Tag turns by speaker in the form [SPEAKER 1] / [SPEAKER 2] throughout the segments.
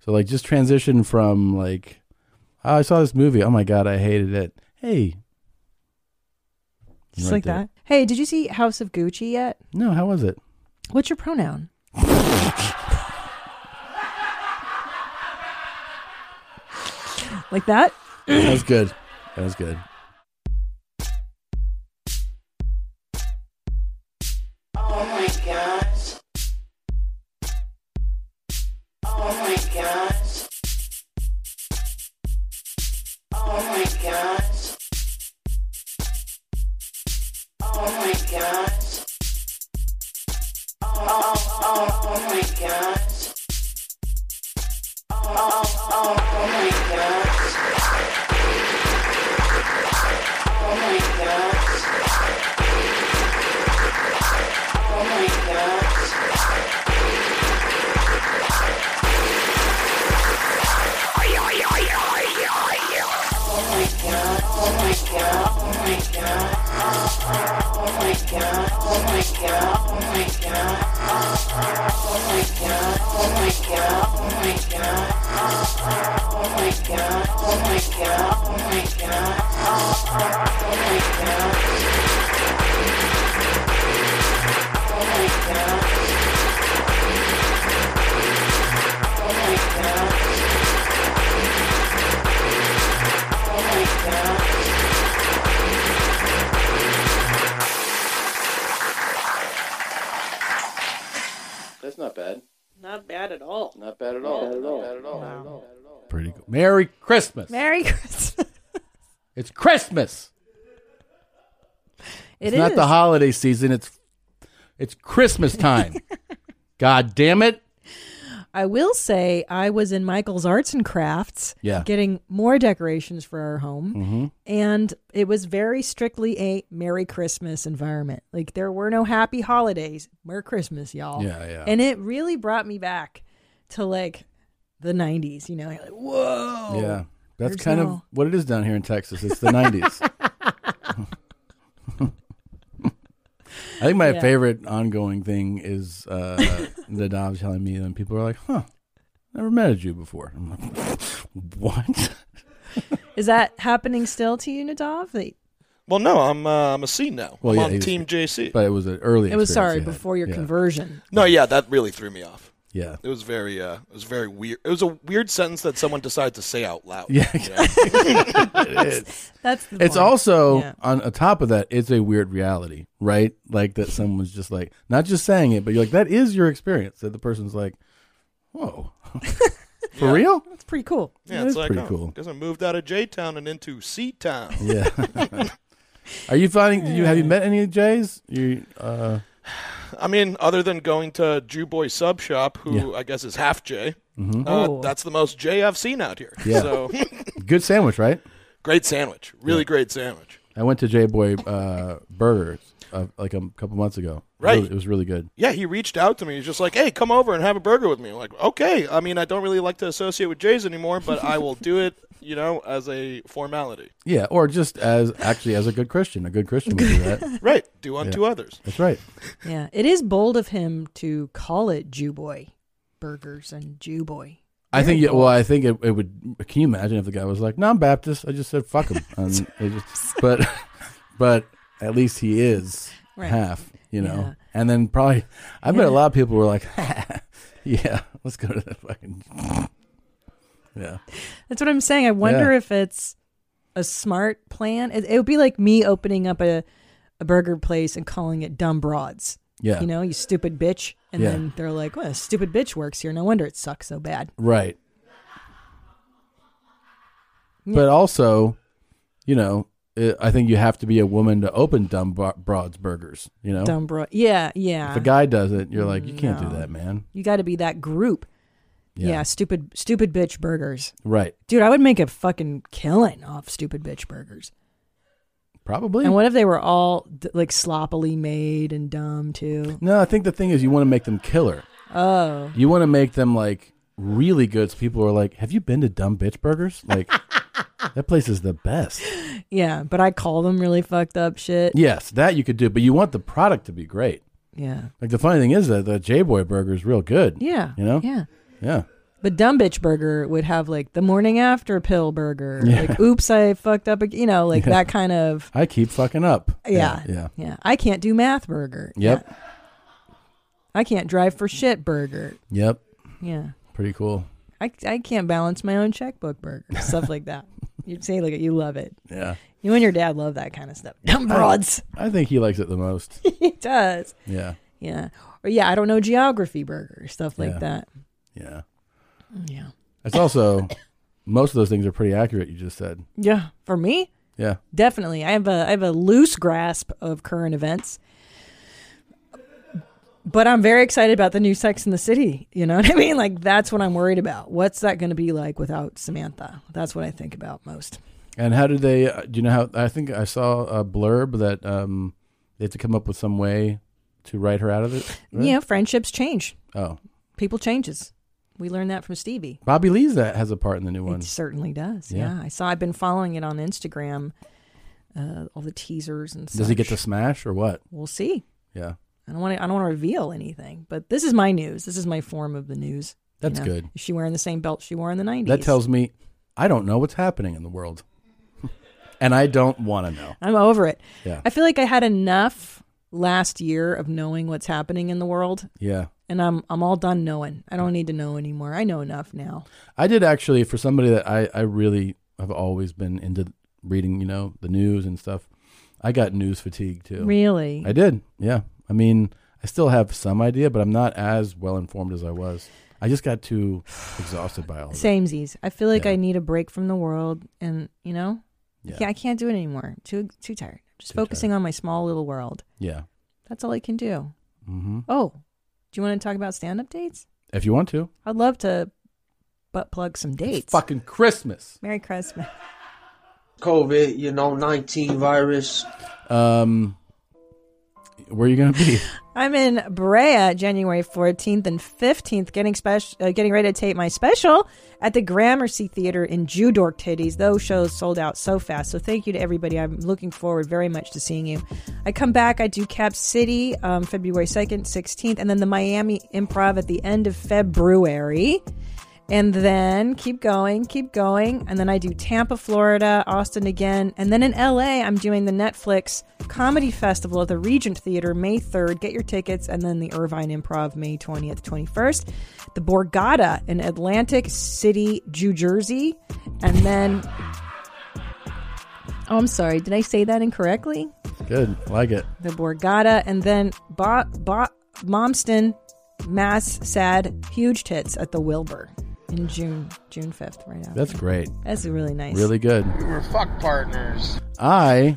[SPEAKER 1] So like just transition from like oh, I saw this movie. Oh my god, I hated it. Hey.
[SPEAKER 2] Just
[SPEAKER 1] Right
[SPEAKER 2] like
[SPEAKER 1] there.
[SPEAKER 2] that. Hey, did you see House of Gucci yet?
[SPEAKER 1] No, how was it?
[SPEAKER 2] What's your pronoun? like that?
[SPEAKER 1] that was good. That was good.
[SPEAKER 3] Oh my gosh. Oh my gosh. Oh my gosh. Oh my gosh. Oh, oh, oh, oh my gosh. Oh, oh, oh, oh my gosh. Oh my gosh. Oh my gosh. Oh my god, oh my god, oh my god. Oh my god, oh my god, oh my god. Oh my god, oh my god, oh my god. Oh my god, oh my god, oh my god. Oh my god. Oh my god. Oh my god. Oh my god.
[SPEAKER 4] That's not bad.
[SPEAKER 5] Not bad at all.
[SPEAKER 4] Not bad at all. Not bad at all.
[SPEAKER 1] Pretty cool. Merry Christmas.
[SPEAKER 2] Merry Christmas.
[SPEAKER 1] it's Christmas.
[SPEAKER 2] It
[SPEAKER 1] it's not
[SPEAKER 2] is.
[SPEAKER 1] the holiday season. It's it's Christmas time. God damn it.
[SPEAKER 2] I will say I was in Michael's Arts and Crafts
[SPEAKER 1] Yeah. Mm-hmm.
[SPEAKER 2] getting more decorations for our home. And it was very strictly a Merry Christmas environment. Like there were no happy holidays. Merry Christmas, y'all.
[SPEAKER 1] Yeah, yeah.
[SPEAKER 2] And it really brought me back to like the 90s, you know, like, whoa.
[SPEAKER 1] yeah. That's
[SPEAKER 2] Oh, there's
[SPEAKER 1] kind of
[SPEAKER 2] no-
[SPEAKER 1] what it is down here in Texas. It's the 90s. I think my
[SPEAKER 2] Yeah.
[SPEAKER 1] favorite ongoing thing is uh, Nadav telling me when people are like, huh, never met a Jew before. I'm like, what?
[SPEAKER 2] Is that happening still to you, Nadav? That-
[SPEAKER 6] Well, no, I'm uh, I'm a C now.
[SPEAKER 1] Well,
[SPEAKER 6] I'm
[SPEAKER 1] yeah,
[SPEAKER 6] on
[SPEAKER 1] he's-
[SPEAKER 6] Team JC.
[SPEAKER 1] But it was an early
[SPEAKER 2] It was
[SPEAKER 1] experience
[SPEAKER 2] sorry
[SPEAKER 1] you had.
[SPEAKER 2] before your
[SPEAKER 1] yeah.
[SPEAKER 2] conversion.
[SPEAKER 6] no, yeah, that really threw me off.
[SPEAKER 1] Yeah.
[SPEAKER 6] It was very uh, it was very weird. It was a weird sentence that someone decided to say out loud.
[SPEAKER 1] Yeah.
[SPEAKER 6] you know?
[SPEAKER 2] That's the point.
[SPEAKER 1] It's also
[SPEAKER 2] Yeah.
[SPEAKER 1] on, on top of that, it's a weird reality, right? Like that someone's just like not just saying it, but you're like, that is your experience. That the person's like, Whoa. For real?
[SPEAKER 2] It's pretty cool.
[SPEAKER 1] That
[SPEAKER 6] yeah, it's
[SPEAKER 1] is
[SPEAKER 6] like
[SPEAKER 1] pretty
[SPEAKER 6] oh,
[SPEAKER 1] cool.
[SPEAKER 6] Guess I moved out of J Town and into C Town.
[SPEAKER 1] Yeah. Are you finding did you have you met any Jays? You uh
[SPEAKER 6] I mean, other than going to Jew Boy Sub Shop, who I guess is half J, uh,
[SPEAKER 2] Oh.
[SPEAKER 6] that's the most J I've seen out here.
[SPEAKER 1] Mm-hmm. Yeah.
[SPEAKER 6] So
[SPEAKER 1] good sandwich, right?
[SPEAKER 6] great sandwich, really great sandwich.
[SPEAKER 1] I went to J Boy uh burgers uh, like a couple months ago.
[SPEAKER 6] Right.
[SPEAKER 1] Really- It was really good.
[SPEAKER 6] Yeah, he reached out to me. He's just like, "Hey, come over and have a burger with me." I'm like, okay. I mean, I don't really like to associate with Jay's anymore, but I will do it, you know, as a formality.
[SPEAKER 1] Yeah, or just as actually as a good Christian. A good Christian would do that.
[SPEAKER 6] Right? Do unto others.
[SPEAKER 1] That's right.
[SPEAKER 2] Yeah, it is bold of him to call it Jew Boy Burgers and Jew Boy.
[SPEAKER 1] I think, yeah, well, I think it, it would. Can you imagine if the guy was like, "No, I'm Baptist. I just said fuck him," and they just, but, but at least he is
[SPEAKER 2] Right.
[SPEAKER 1] half, you know.
[SPEAKER 2] Yeah.
[SPEAKER 1] And then probably, I bet a lot of people were like, "Yeah, let's go to the fucking." yeah,
[SPEAKER 2] That's what I'm saying. I wonder
[SPEAKER 1] Yeah.
[SPEAKER 2] if it's a smart plan. It, it would be like me opening up a, a burger place and calling it Dumb Broads.
[SPEAKER 1] yeah,
[SPEAKER 2] You know, you stupid bitch. And
[SPEAKER 1] Yeah.
[SPEAKER 2] then they're like, well, stupid bitch works here. No wonder it sucks so bad.
[SPEAKER 1] right. But also, you know, it, I think you have to be a woman to open dumb Bro- broads burgers. You know,
[SPEAKER 2] Dumb Broad. Yeah, yeah.
[SPEAKER 1] if a guy does it, you're like, you can't
[SPEAKER 2] No.
[SPEAKER 1] do that, man.
[SPEAKER 2] you got to be that group. Yeah.
[SPEAKER 1] Yeah.
[SPEAKER 2] stupid, stupid bitch burgers.
[SPEAKER 1] Right.
[SPEAKER 2] Dude, I would make a fucking killing off stupid bitch burgers.
[SPEAKER 1] Probably.
[SPEAKER 2] And what if they were all d- like sloppily made and dumb too?
[SPEAKER 1] No, I think the thing is you want to make them killer.
[SPEAKER 2] Oh,
[SPEAKER 1] You want to make them like really good. So people are like, "Have you been to Dumb Bitch Burgers? Like that place is the best."
[SPEAKER 2] yeah. But I call them really fucked up shit.
[SPEAKER 1] Yes, that you could do, but you want the product to be great.
[SPEAKER 2] Yeah.
[SPEAKER 1] Like the funny thing is that the J Boy Burger is real good.
[SPEAKER 2] Yeah.
[SPEAKER 1] You know.
[SPEAKER 2] Yeah.
[SPEAKER 1] Yeah.
[SPEAKER 2] But dumb bitch burger would have like the morning after pill burger,
[SPEAKER 1] Yeah.
[SPEAKER 2] like oops, I fucked up, ag-" you know, like
[SPEAKER 1] Yeah.
[SPEAKER 2] that kind of.
[SPEAKER 1] I keep fucking up.
[SPEAKER 2] Yeah.
[SPEAKER 1] Yeah.
[SPEAKER 2] Yeah, I can't do math burger.
[SPEAKER 1] Yep.
[SPEAKER 2] Yeah. I can't drive for shit burger.
[SPEAKER 1] Yep.
[SPEAKER 2] Yeah.
[SPEAKER 1] Pretty cool.
[SPEAKER 2] I, I can't balance my own checkbook burger, stuff like that. You'd say like you love it.
[SPEAKER 1] Yeah.
[SPEAKER 2] You and your dad love that kind of stuff. Dumb broads.
[SPEAKER 1] I think he likes it the most.
[SPEAKER 2] he does.
[SPEAKER 1] Yeah.
[SPEAKER 2] Yeah. Or yeah, I don't know geography burger, stuff like
[SPEAKER 1] Yeah.
[SPEAKER 2] that. Mm,
[SPEAKER 1] Yeah.
[SPEAKER 2] Yeah.
[SPEAKER 1] It's also most of those things are pretty accurate. You just said.
[SPEAKER 2] Yeah. For me,
[SPEAKER 1] Yeah.
[SPEAKER 2] definitely. I have a I have a loose grasp of current events. But I'm very excited about the new Sex in the City. You know what I mean? Like that's what I'm worried about. What's that going to be like without Samantha? That's what I think about most.
[SPEAKER 1] And how did they? uh, Do you know how? I think I saw a blurb that um, they had to come up with some way to write her out of it. right?
[SPEAKER 2] You know, friendships change.
[SPEAKER 1] Oh,
[SPEAKER 2] People changes. We learned that from Stevie.
[SPEAKER 1] Bobby Lee's that has a part in the new one.
[SPEAKER 2] It certainly does.
[SPEAKER 1] Yeah.
[SPEAKER 2] Yeah. I saw. I've been following it on Instagram. Uh, all the teasers and stuff.
[SPEAKER 1] Does he get to smash or what?
[SPEAKER 2] We'll see.
[SPEAKER 1] Yeah,
[SPEAKER 2] I don't want to. I don't want to reveal anything. But this is my news. This is my form of the news. you
[SPEAKER 1] That's
[SPEAKER 2] know?
[SPEAKER 1] good.
[SPEAKER 2] Is she wearing the same belt she wore in the nineties?
[SPEAKER 1] that tells me I don't know what's happening in the world, and I don't want to know.
[SPEAKER 2] I'm over it.
[SPEAKER 1] Yeah.
[SPEAKER 2] I feel like I had enough last year of knowing what's happening in the world,
[SPEAKER 1] Yeah,
[SPEAKER 2] and I'm I'm all done knowing. I don't need to know anymore. I know enough now.
[SPEAKER 1] I did actually for somebody that I I really have always been into reading, you know, the news and stuff. I got news fatigue too.
[SPEAKER 2] Really?
[SPEAKER 1] I did. Yeah. I mean, I still have some idea, but I'm not as well informed as I was. I just got too exhausted by all of it.
[SPEAKER 2] Samesies. I feel like
[SPEAKER 1] Yeah.
[SPEAKER 2] I need a break from the world, and you know,
[SPEAKER 1] Yeah.
[SPEAKER 2] yeah, I can't do it anymore. Too too tired. I'm just
[SPEAKER 1] Too
[SPEAKER 2] focusing on my small little world.
[SPEAKER 1] Yeah.
[SPEAKER 2] That's all I can do.
[SPEAKER 1] hmm
[SPEAKER 2] Oh, do you want to talk about stand up dates?
[SPEAKER 1] If you want to.
[SPEAKER 2] I'd love to butt plug some dates.
[SPEAKER 1] It's fucking Christmas.
[SPEAKER 2] Merry Christmas.
[SPEAKER 7] COVID, you know, 19 virus.
[SPEAKER 1] Um, where are you going to be?
[SPEAKER 2] I'm in Brea January 14th and 15th, getting special, uh, getting ready to tape my special at the Gramercy Theater in Jew Dork Titties. Those shows sold out so fast. So thank you to everybody. I'm looking forward very much to seeing you. I come back. I do Cap City um, February 2nd, 16th, and then the Miami Improv at the end of February. And then keep going, keep going. And then I do Tampa, Florida, Austin again. And then in LA, I'm doing the Netflix Comedy Festival at the Regent Theater May 3rd. Get your tickets. And then the Irvine Improv May 20th, 21st. The Borgata in Atlantic City, New Jersey. And then. Oh, I'm sorry. Did I say that incorrectly?
[SPEAKER 1] Good. Like it.
[SPEAKER 2] the Borgata, and then Bo- Bo- Momston, Mass, Sad, Huge Tits at the Wilbur in June, June 5th, right now.
[SPEAKER 1] That's great.
[SPEAKER 2] That's really nice.
[SPEAKER 1] Really good.
[SPEAKER 8] We're fuck partners.
[SPEAKER 1] I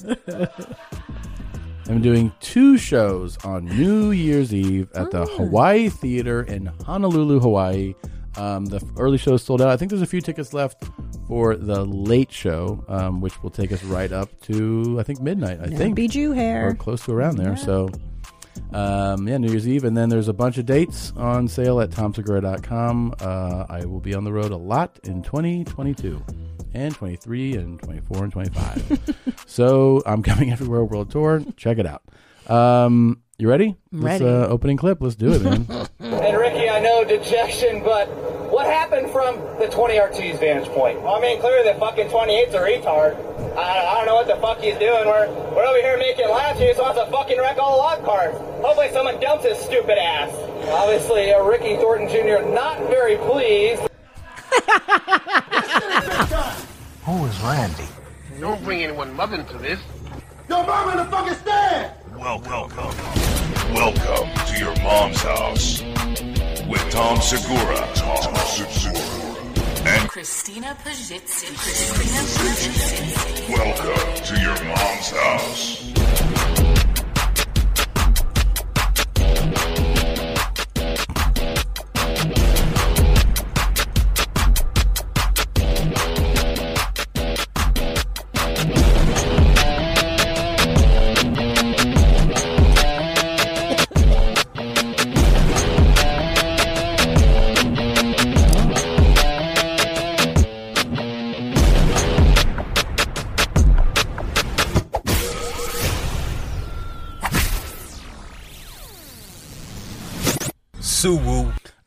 [SPEAKER 1] am doing two shows on New Year's Eve at the Hawaii Theater in Honolulu, Hawaii. Um, the early show sold out. I think there's a few tickets left for the late show, um, which will take us right up to I think midnight. I think
[SPEAKER 2] Be Jew
[SPEAKER 1] or
[SPEAKER 2] hair.
[SPEAKER 1] close to around there. So, um, yeah, New Year's Eve. And then there's a bunch of dates on sale at tomsegura.com. Uh, I will be on the road a lot in 2022 and 23 and 24 and 25. so I'm coming everywhere world tour. Check it out. Um, you ready? This
[SPEAKER 2] ready.
[SPEAKER 1] uh, opening clip. Let's do it, man.
[SPEAKER 9] And Ricky, I know dejection, but what happened from the 20 RT's vantage point? Well, I mean, clearly the fucking 28's a retard. I, I don't know what the fuck he's doing. We're, we're over here making laps. He just wants to fucking wreck all the log cars. Hopefully someone dumps his stupid ass. Obviously, uh, Ricky Thornton Jr. not very pleased.
[SPEAKER 10] Who is Randy?
[SPEAKER 8] Don't bring anyone mother into this.
[SPEAKER 11] Welcome. Welcome to your mom's house with Tom Segura. Tom Segura. And
[SPEAKER 12] Christina Pajitsin. Christina Pajitsin.
[SPEAKER 11] welcome to your mom's house.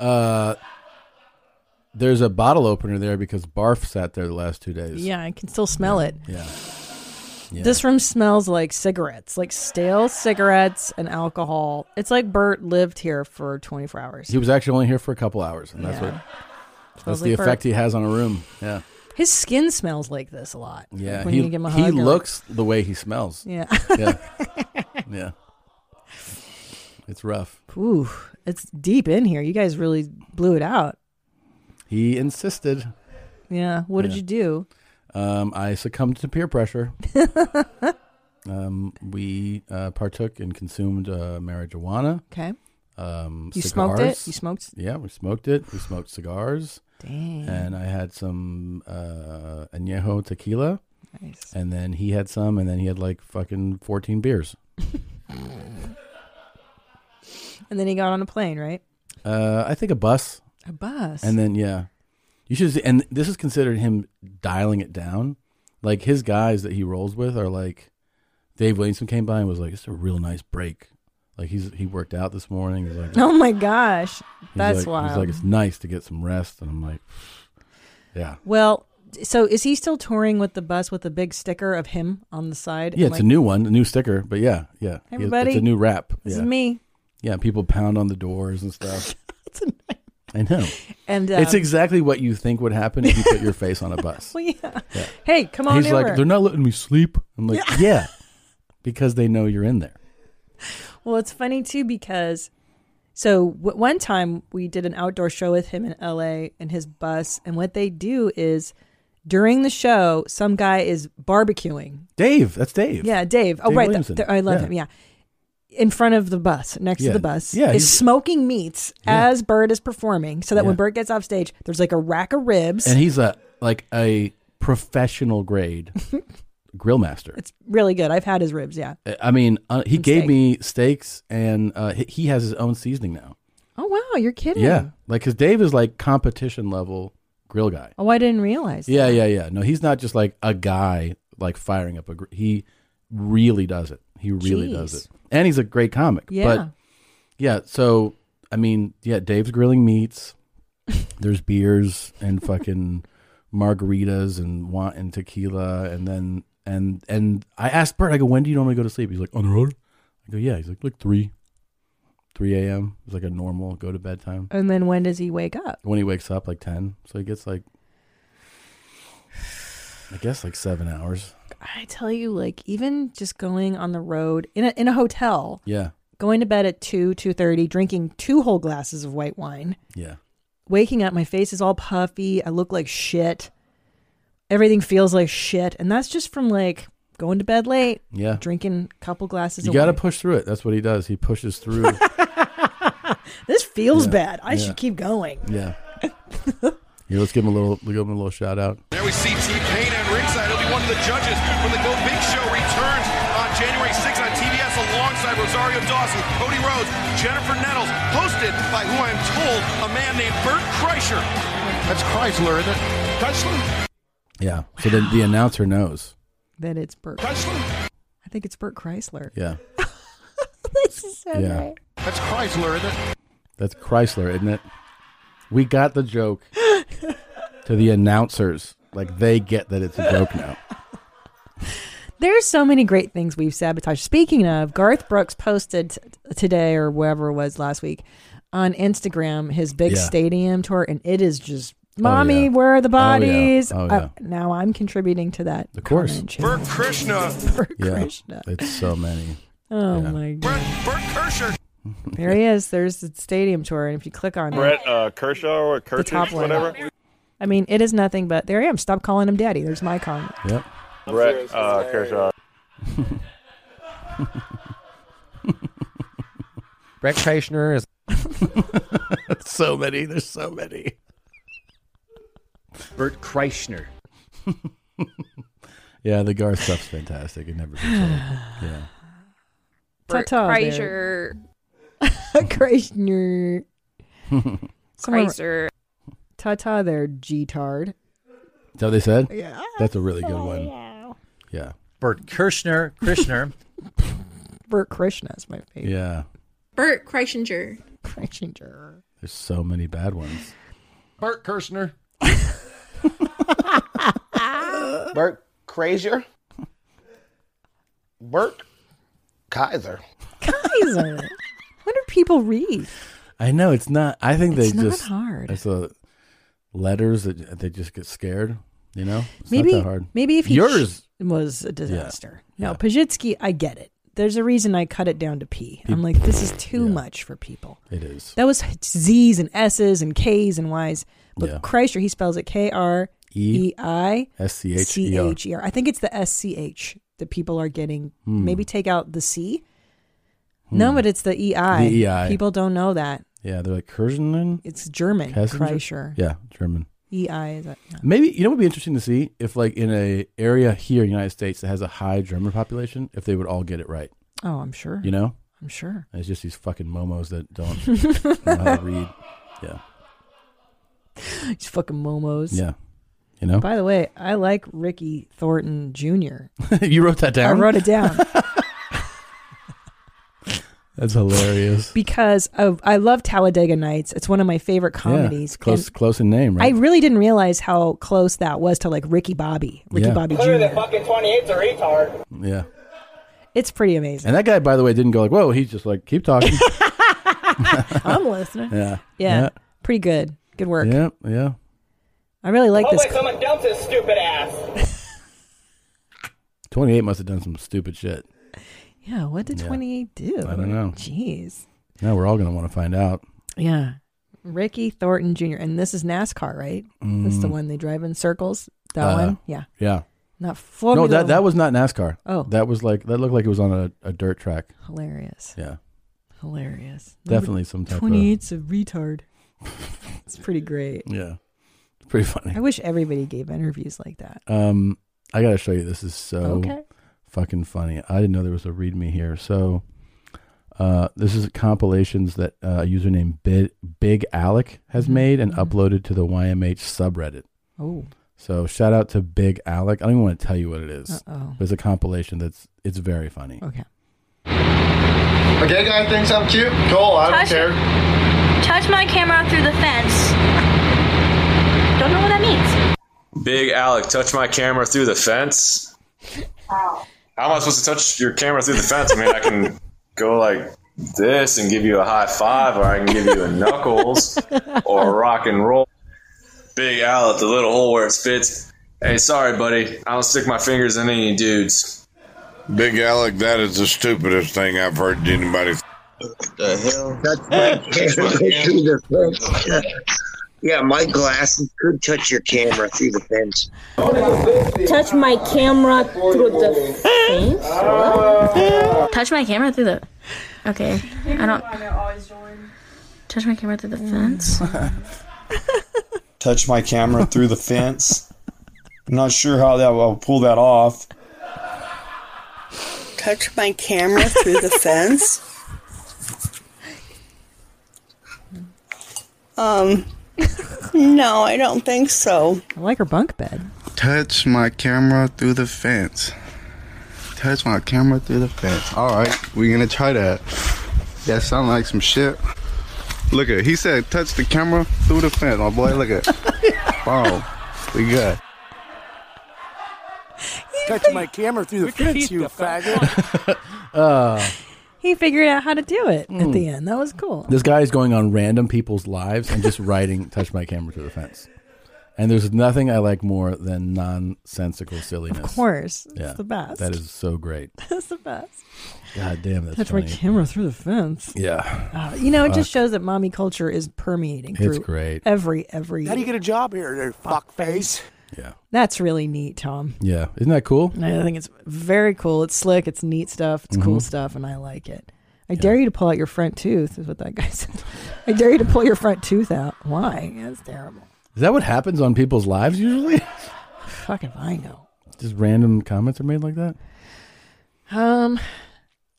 [SPEAKER 1] Uh, There's a bottle opener there because Barf sat there the last two days.
[SPEAKER 2] Yeah, I can still smell it.
[SPEAKER 1] Yeah. Yeah.
[SPEAKER 2] This room smells like cigarettes, like stale cigarettes and alcohol. It's like Bert lived here for 24 hours.
[SPEAKER 1] He was actually only here for a couple hours, and that's
[SPEAKER 2] Yeah.
[SPEAKER 1] what
[SPEAKER 2] Smells
[SPEAKER 1] that's
[SPEAKER 2] like
[SPEAKER 1] the
[SPEAKER 2] Bert.
[SPEAKER 1] effect he has on a room. Yeah.
[SPEAKER 2] His skin smells like this a lot.
[SPEAKER 1] Yeah.
[SPEAKER 2] Like when
[SPEAKER 1] he
[SPEAKER 2] you give him a
[SPEAKER 1] he
[SPEAKER 2] hug or-
[SPEAKER 1] looks the way he smells.
[SPEAKER 2] Yeah.
[SPEAKER 1] yeah. Yeah. It's rough.
[SPEAKER 2] Ooh, it's deep in here. You guys really blew it out.
[SPEAKER 1] He insisted.
[SPEAKER 2] Yeah. What did
[SPEAKER 1] Yeah.
[SPEAKER 2] you do?
[SPEAKER 1] Um, I succumbed to peer pressure. um, we uh, partook and consumed uh, marijuana.
[SPEAKER 2] Okay.
[SPEAKER 1] Um,
[SPEAKER 2] You smoked it?
[SPEAKER 1] cigars.
[SPEAKER 2] You smoked-
[SPEAKER 1] Yeah, we smoked it. We smoked cigars.
[SPEAKER 2] Dang.
[SPEAKER 1] And I had some uh, añejo tequila.
[SPEAKER 2] Nice.
[SPEAKER 1] And then he had some, and then he had like fucking fourteen beers.
[SPEAKER 2] And then he got on a plane, right?
[SPEAKER 1] Uh, I think a bus.
[SPEAKER 2] A bus.
[SPEAKER 1] And then yeah, you should. See, and this is considered him dialing it down. Like his guys that he rolls with are like, Dave Williamson came by and was like, "It's a real nice break." Like he's he worked out this morning. He's like,
[SPEAKER 2] Oh my gosh.
[SPEAKER 1] he's
[SPEAKER 2] That's
[SPEAKER 1] like-
[SPEAKER 2] wild.
[SPEAKER 1] He's like, "It's nice to get some rest," and I'm like, "Yeah,
[SPEAKER 2] well, so is he still touring with the bus with a big sticker of him on the side?
[SPEAKER 1] yeah."
[SPEAKER 2] And, like,
[SPEAKER 1] It's a new one, a new sticker, but yeah, yeah.
[SPEAKER 2] Hey,
[SPEAKER 1] He-
[SPEAKER 2] everybody.
[SPEAKER 1] it's a new rap.
[SPEAKER 2] This
[SPEAKER 1] yeah.
[SPEAKER 2] is me.
[SPEAKER 1] Yeah, people pound on the doors and stuff. I know.
[SPEAKER 2] And,
[SPEAKER 1] it's
[SPEAKER 2] um,
[SPEAKER 1] exactly what you think would happen if you put your face on a bus.
[SPEAKER 2] Well, yeah. Hey, come on
[SPEAKER 1] He's
[SPEAKER 2] over.
[SPEAKER 1] like, they're not letting me sleep. I'm like, yeah. because they know you're in there.
[SPEAKER 2] Well, it's funny too because so w- one time we did an outdoor show with him in LA in his bus, and what they do is during the show, some guy is barbecuing.
[SPEAKER 1] Dave, that's Dave.
[SPEAKER 2] Yeah, Dave. Oh,
[SPEAKER 1] Dave
[SPEAKER 2] right.
[SPEAKER 1] Williamson.
[SPEAKER 2] the- I love
[SPEAKER 1] Yeah.
[SPEAKER 2] him. Yeah. In front of the bus, next
[SPEAKER 1] Yeah.
[SPEAKER 2] to the bus,
[SPEAKER 1] Yeah,
[SPEAKER 2] is
[SPEAKER 1] he's-
[SPEAKER 2] smoking meats
[SPEAKER 1] Yeah.
[SPEAKER 2] as Bird is performing, so that when
[SPEAKER 1] Yeah.
[SPEAKER 2] Bird gets off stage, there's like a rack of ribs.
[SPEAKER 1] And he's a like a professional grade grill master.
[SPEAKER 2] it's really good. I've had his ribs. Yeah.
[SPEAKER 1] I mean, uh, he
[SPEAKER 2] And
[SPEAKER 1] gave
[SPEAKER 2] steak.
[SPEAKER 1] me steaks, and uh, he- he has his own seasoning now.
[SPEAKER 2] Oh wow, you're kidding.
[SPEAKER 1] Yeah, like because Dave is like competition level grill guy.
[SPEAKER 2] Oh, I didn't realize.
[SPEAKER 1] Yeah, yeah, yeah. No, he's not just like a guy like firing up a. Gr- he really does it. He really does
[SPEAKER 2] Jeez.
[SPEAKER 1] it, and he's a great comic.
[SPEAKER 2] Yeah.
[SPEAKER 1] But yeah, so I mean, yeah, Dave's grilling meats. There's beers and fucking margaritas and wine and tequila, and then and and I asked Bert, I go, when do you normally go to sleep? He's like, on the road. I go, yeah. He's like, like three, three a.m. It's like a normal go to bed time
[SPEAKER 2] And then when does he wake up?
[SPEAKER 1] when he wakes up like 10 so he gets like i guess like seven hours
[SPEAKER 2] I tell you, like even just going on the road in a in a hotel,
[SPEAKER 1] yeah
[SPEAKER 2] going to bed at two two thirty, drinking two whole glasses of white wine,
[SPEAKER 1] yeah
[SPEAKER 2] waking up, my face is all puffy, I look like shit, everything feels like shit, and that's just from like going to bed late,
[SPEAKER 1] Yeah.
[SPEAKER 2] drinking a couple glasses.
[SPEAKER 1] you
[SPEAKER 2] of
[SPEAKER 1] gotta
[SPEAKER 2] wine.
[SPEAKER 1] push through it that's what he does he pushes through
[SPEAKER 2] This feels
[SPEAKER 1] Yeah,
[SPEAKER 2] bad. I
[SPEAKER 1] yeah.
[SPEAKER 2] should keep going.
[SPEAKER 1] yeah yeah let's give him a little we'll give him a little shout out
[SPEAKER 6] There we see T-Pain at ringside. He'll be one of the judges when the Go Big Show returns on January 6th on TBS alongside Rosario Dawson, Cody Rhodes, Jennifer Nettles, hosted by who I'm told a man named Bert Kreischer. That's Chrysler, isn't it? Chrysler?
[SPEAKER 1] yeah so then the announcer knows
[SPEAKER 2] That it's Bert.
[SPEAKER 6] Chrysler?
[SPEAKER 2] I think it's Bert Chrysler.
[SPEAKER 1] yeah
[SPEAKER 2] this is so
[SPEAKER 1] Yeah.
[SPEAKER 2] great.
[SPEAKER 6] That's Chrysler, isn't it?
[SPEAKER 1] that's chrysler isn't it we got the joke to the announcers like they get that it's a joke now
[SPEAKER 2] There's so many great things we've sabotaged. Speaking of, Garth Brooks posted t- today or wherever it was last week on Instagram his big
[SPEAKER 13] Yeah.
[SPEAKER 2] stadium tour, and it is just, Mommy,
[SPEAKER 13] yeah.
[SPEAKER 2] where are the
[SPEAKER 13] Oh, yeah.
[SPEAKER 2] bodies?
[SPEAKER 1] Oh,
[SPEAKER 2] Uh,
[SPEAKER 1] yeah.
[SPEAKER 2] now I'm contributing to that.
[SPEAKER 1] of course
[SPEAKER 6] Bert Krishna.
[SPEAKER 2] Bert
[SPEAKER 1] yeah
[SPEAKER 2] Krishna.
[SPEAKER 1] it's so many
[SPEAKER 2] Oh, my God.
[SPEAKER 6] Bert Kirscher.
[SPEAKER 2] There he is. There's the stadium tour, and if you click on it,
[SPEAKER 14] Brett uh, Kershaw or
[SPEAKER 2] the top
[SPEAKER 14] Kirchhoff,
[SPEAKER 2] one.
[SPEAKER 14] whatever.
[SPEAKER 2] I mean, it is nothing but there I am. Stop calling him daddy. There's my comment.
[SPEAKER 1] Yep.
[SPEAKER 14] Brett uh, Kershaw.
[SPEAKER 7] Brett Kreischer is.
[SPEAKER 1] so many. There's so many.
[SPEAKER 15] Bert Kreischer.
[SPEAKER 1] yeah the gar stuff's fantastic it never gets old yeah
[SPEAKER 16] Bert
[SPEAKER 2] Ta-ta there.
[SPEAKER 16] Kreischer.
[SPEAKER 2] Kreisner.
[SPEAKER 16] Kreischer.
[SPEAKER 2] Ta ta there, G-tard.
[SPEAKER 1] Is that what they said?
[SPEAKER 2] Yeah. Oh,
[SPEAKER 1] That's a really good one.
[SPEAKER 2] Yeah.
[SPEAKER 1] Yeah.
[SPEAKER 15] Bert Kirschner. Kirschner.
[SPEAKER 2] Bert Krishna is my favorite.
[SPEAKER 1] Yeah.
[SPEAKER 16] Bert Kreischinger.
[SPEAKER 2] Kreischinger.
[SPEAKER 1] There's so many bad ones.
[SPEAKER 13] Bert Kirshner.
[SPEAKER 17] Bert Crazier. Bert Kaiser.
[SPEAKER 2] Kaiser. what do people read?
[SPEAKER 1] I know it's not. I think
[SPEAKER 2] It's
[SPEAKER 1] they
[SPEAKER 2] not
[SPEAKER 1] just
[SPEAKER 2] hard.
[SPEAKER 1] It's a letters that they just get scared. You know, it's
[SPEAKER 2] maybe
[SPEAKER 1] not that hard.
[SPEAKER 2] maybe if he
[SPEAKER 1] yours
[SPEAKER 2] was a disaster. No, Pajitsky, I get it. There's a reason I cut it down to P.
[SPEAKER 1] P-
[SPEAKER 2] I'm like, this is too much for people.
[SPEAKER 1] it is
[SPEAKER 2] That was Z's and S's and K's and Y's. But
[SPEAKER 1] Yeah.
[SPEAKER 2] Kreischer, he spells it K R
[SPEAKER 1] E
[SPEAKER 2] E I
[SPEAKER 1] S C H E
[SPEAKER 2] C
[SPEAKER 1] R.
[SPEAKER 2] H E R. I think it's the S C H that people are getting.
[SPEAKER 1] Hmm.
[SPEAKER 2] Maybe take out the C.
[SPEAKER 1] Hmm.
[SPEAKER 2] No, but it's the E I.
[SPEAKER 1] The EI.
[SPEAKER 2] People don't know that.
[SPEAKER 1] Yeah, they're like Kirshner.
[SPEAKER 2] It's German, Kreischer.
[SPEAKER 1] Yeah, German.
[SPEAKER 2] E I is it? Yeah.
[SPEAKER 1] Maybe you know what would be interesting to see if like in a area here in the United States that has a high German population, if they would all get it right.
[SPEAKER 2] Oh, I'm sure.
[SPEAKER 1] You know?
[SPEAKER 2] I'm sure.
[SPEAKER 1] And it's just these fucking momos that don't know how to read. Yeah.
[SPEAKER 2] These fucking momos.
[SPEAKER 1] Yeah. You know?
[SPEAKER 2] By the way, I like Ricky Thornton Jr.
[SPEAKER 1] you wrote that down.
[SPEAKER 2] I wrote it down
[SPEAKER 1] That's hilarious.
[SPEAKER 2] because of, I love Talladega Nights. It's one of my favorite
[SPEAKER 1] Yeah,
[SPEAKER 2] comedies.
[SPEAKER 1] it's close
[SPEAKER 2] and
[SPEAKER 1] close in name, right?
[SPEAKER 2] I really didn't realize how close that was to like Ricky Bobby, Ricky
[SPEAKER 1] Yeah.
[SPEAKER 2] Bobby
[SPEAKER 9] Clear that
[SPEAKER 2] Jr.
[SPEAKER 9] fucking 28's a retard.
[SPEAKER 1] yeah.
[SPEAKER 2] It's pretty amazing.
[SPEAKER 1] And that guy by the way didn't go like, "Whoa, he's just like, keep talking."
[SPEAKER 2] I'm listening.
[SPEAKER 1] Yeah.
[SPEAKER 2] Yeah.
[SPEAKER 1] Yeah.
[SPEAKER 2] Pretty good. Good work.
[SPEAKER 1] yeah, yeah.
[SPEAKER 2] I really like this.
[SPEAKER 9] Hopefully someone dumps his stupid ass.
[SPEAKER 1] 28 must have done some stupid shit.
[SPEAKER 2] Yeah. What did
[SPEAKER 1] Yeah.
[SPEAKER 2] 28 do?
[SPEAKER 1] I don't know.
[SPEAKER 2] Jeez.
[SPEAKER 1] Now we're all going to want to find out.
[SPEAKER 2] Yeah. Ricky Thornton Jr. And this is NASCAR, right? This is the
[SPEAKER 1] Mm.
[SPEAKER 2] one they drive in circles. That
[SPEAKER 1] Uh,
[SPEAKER 2] one? Yeah.
[SPEAKER 1] Yeah.
[SPEAKER 2] Not Formula
[SPEAKER 1] No, that that
[SPEAKER 2] One.
[SPEAKER 1] was not NASCAR.
[SPEAKER 2] Oh.
[SPEAKER 1] that was like that looked like it was on a, a dirt track.
[SPEAKER 2] Hilarious.
[SPEAKER 1] Yeah,
[SPEAKER 2] Hilarious.
[SPEAKER 1] Definitely some type of-
[SPEAKER 2] 28's a retard. it's pretty great.
[SPEAKER 1] yeah, it's pretty funny.
[SPEAKER 2] I wish everybody gave interviews like that.
[SPEAKER 1] Um, I gotta show you. This is so
[SPEAKER 2] Okay.
[SPEAKER 1] fucking funny. I didn't know there was a read me here. So, uh, this is compilations that uh, a user named Big, Big Alec has
[SPEAKER 2] Mm-hmm.
[SPEAKER 1] made and uploaded to the YMH subreddit.
[SPEAKER 2] Oh.
[SPEAKER 1] So shout out to Big Alec. I don't even want to tell you what it is.
[SPEAKER 2] Uh-oh.
[SPEAKER 1] But It's a compilation that's it's very funny.
[SPEAKER 2] Okay.
[SPEAKER 18] A gay guy thinks I'm cute? Cool, I don't
[SPEAKER 3] Touch
[SPEAKER 18] care.
[SPEAKER 3] Touch my camera through the fence. Don't know what that means.
[SPEAKER 19] Big Alec, touch my camera through the fence. How am I supposed to touch your camera through the fence? I mean, I can go like this and give you a high five, or I can give you a knuckles or a rock and roll. Big Alec, the little hole where it fits. Hey, sorry, buddy. I don't stick my fingers in any dudes.
[SPEAKER 20] Big Alec, that is the stupidest thing I've heard anybody.
[SPEAKER 21] the hell? That's my camera through the fence. yeah, my glasses could touch your camera through the fence.
[SPEAKER 3] Touch my camera through the fence. Touch my camera through the. Okay, I don't. Touch my camera through the fence.
[SPEAKER 22] touch my camera through the fence. I'm not sure how that will pull that off.
[SPEAKER 23] Touch my camera through the fence. Um, no, I don't think so.
[SPEAKER 2] I like her bunk bed.
[SPEAKER 24] Touch my camera through the fence. Touch my camera through the fence. All right, we're gonna try that. That sound like some shit. Look at he said, touch the camera through the fence, my boy. Look at, wow, we good.
[SPEAKER 25] Touch my camera through the fence, you faggot.
[SPEAKER 1] Uh,
[SPEAKER 2] He figured out how to do it at the
[SPEAKER 1] Mm.
[SPEAKER 2] end. That was cool.
[SPEAKER 1] this guy is going on random people's lives and just writing "touch my camera to the fence," and there's nothing I like more than nonsensical silliness.
[SPEAKER 2] Of course. It's the best.
[SPEAKER 1] That is so great.
[SPEAKER 2] That's the best.
[SPEAKER 1] God damn, that's
[SPEAKER 2] Touch
[SPEAKER 1] funny.
[SPEAKER 2] my camera through the fence.
[SPEAKER 1] Yeah.
[SPEAKER 2] Uh, you know, it just
[SPEAKER 1] Fuck.
[SPEAKER 2] shows that mommy culture is permeating
[SPEAKER 1] It's
[SPEAKER 2] through
[SPEAKER 1] great.
[SPEAKER 2] every every.
[SPEAKER 25] How do you get a job here, there, fuckface?
[SPEAKER 2] That's really neat, Tom.
[SPEAKER 1] Yeah, isn't that cool?
[SPEAKER 2] And I think it's very cool. It's slick. It's neat stuff. It's cool
[SPEAKER 1] Mhm.
[SPEAKER 2] stuff, and I like it. I dare you to pull out your front tooth, is what that guy said. I dare you to pull your front tooth out. Why? That's terrible.
[SPEAKER 1] Is that what happens on people's lives usually?
[SPEAKER 2] Fuck if I know.
[SPEAKER 1] just random comments are made like that.
[SPEAKER 2] Um,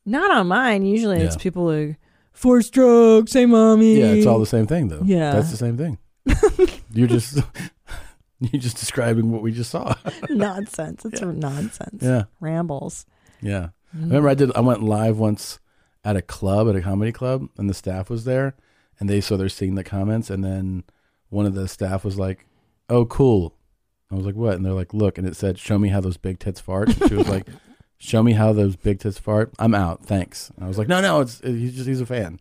[SPEAKER 2] not on mine. Usually, it's
[SPEAKER 1] Yeah.
[SPEAKER 2] people like four strokes. Hey, mommy.
[SPEAKER 1] Yeah, it's all the same thing though.
[SPEAKER 2] Yeah,
[SPEAKER 1] that's the same thing. you're just you're just describing what we just saw.
[SPEAKER 2] nonsense. It's nonsense.
[SPEAKER 1] Yeah.
[SPEAKER 2] rambles.
[SPEAKER 1] Yeah. I
[SPEAKER 2] Mm.
[SPEAKER 1] remember I did I went live once at a club at a comedy club and the staff was there and they so they're seeing the comments and then one of the staff was like, "Oh, cool." I was like, "What?" And they're like, "Look," and it said, "Show me how those big tits fart." And she was like, "Show me how those big tits fart." I'm out, thanks. And I was like, "No, no, it's he's just he's a fan."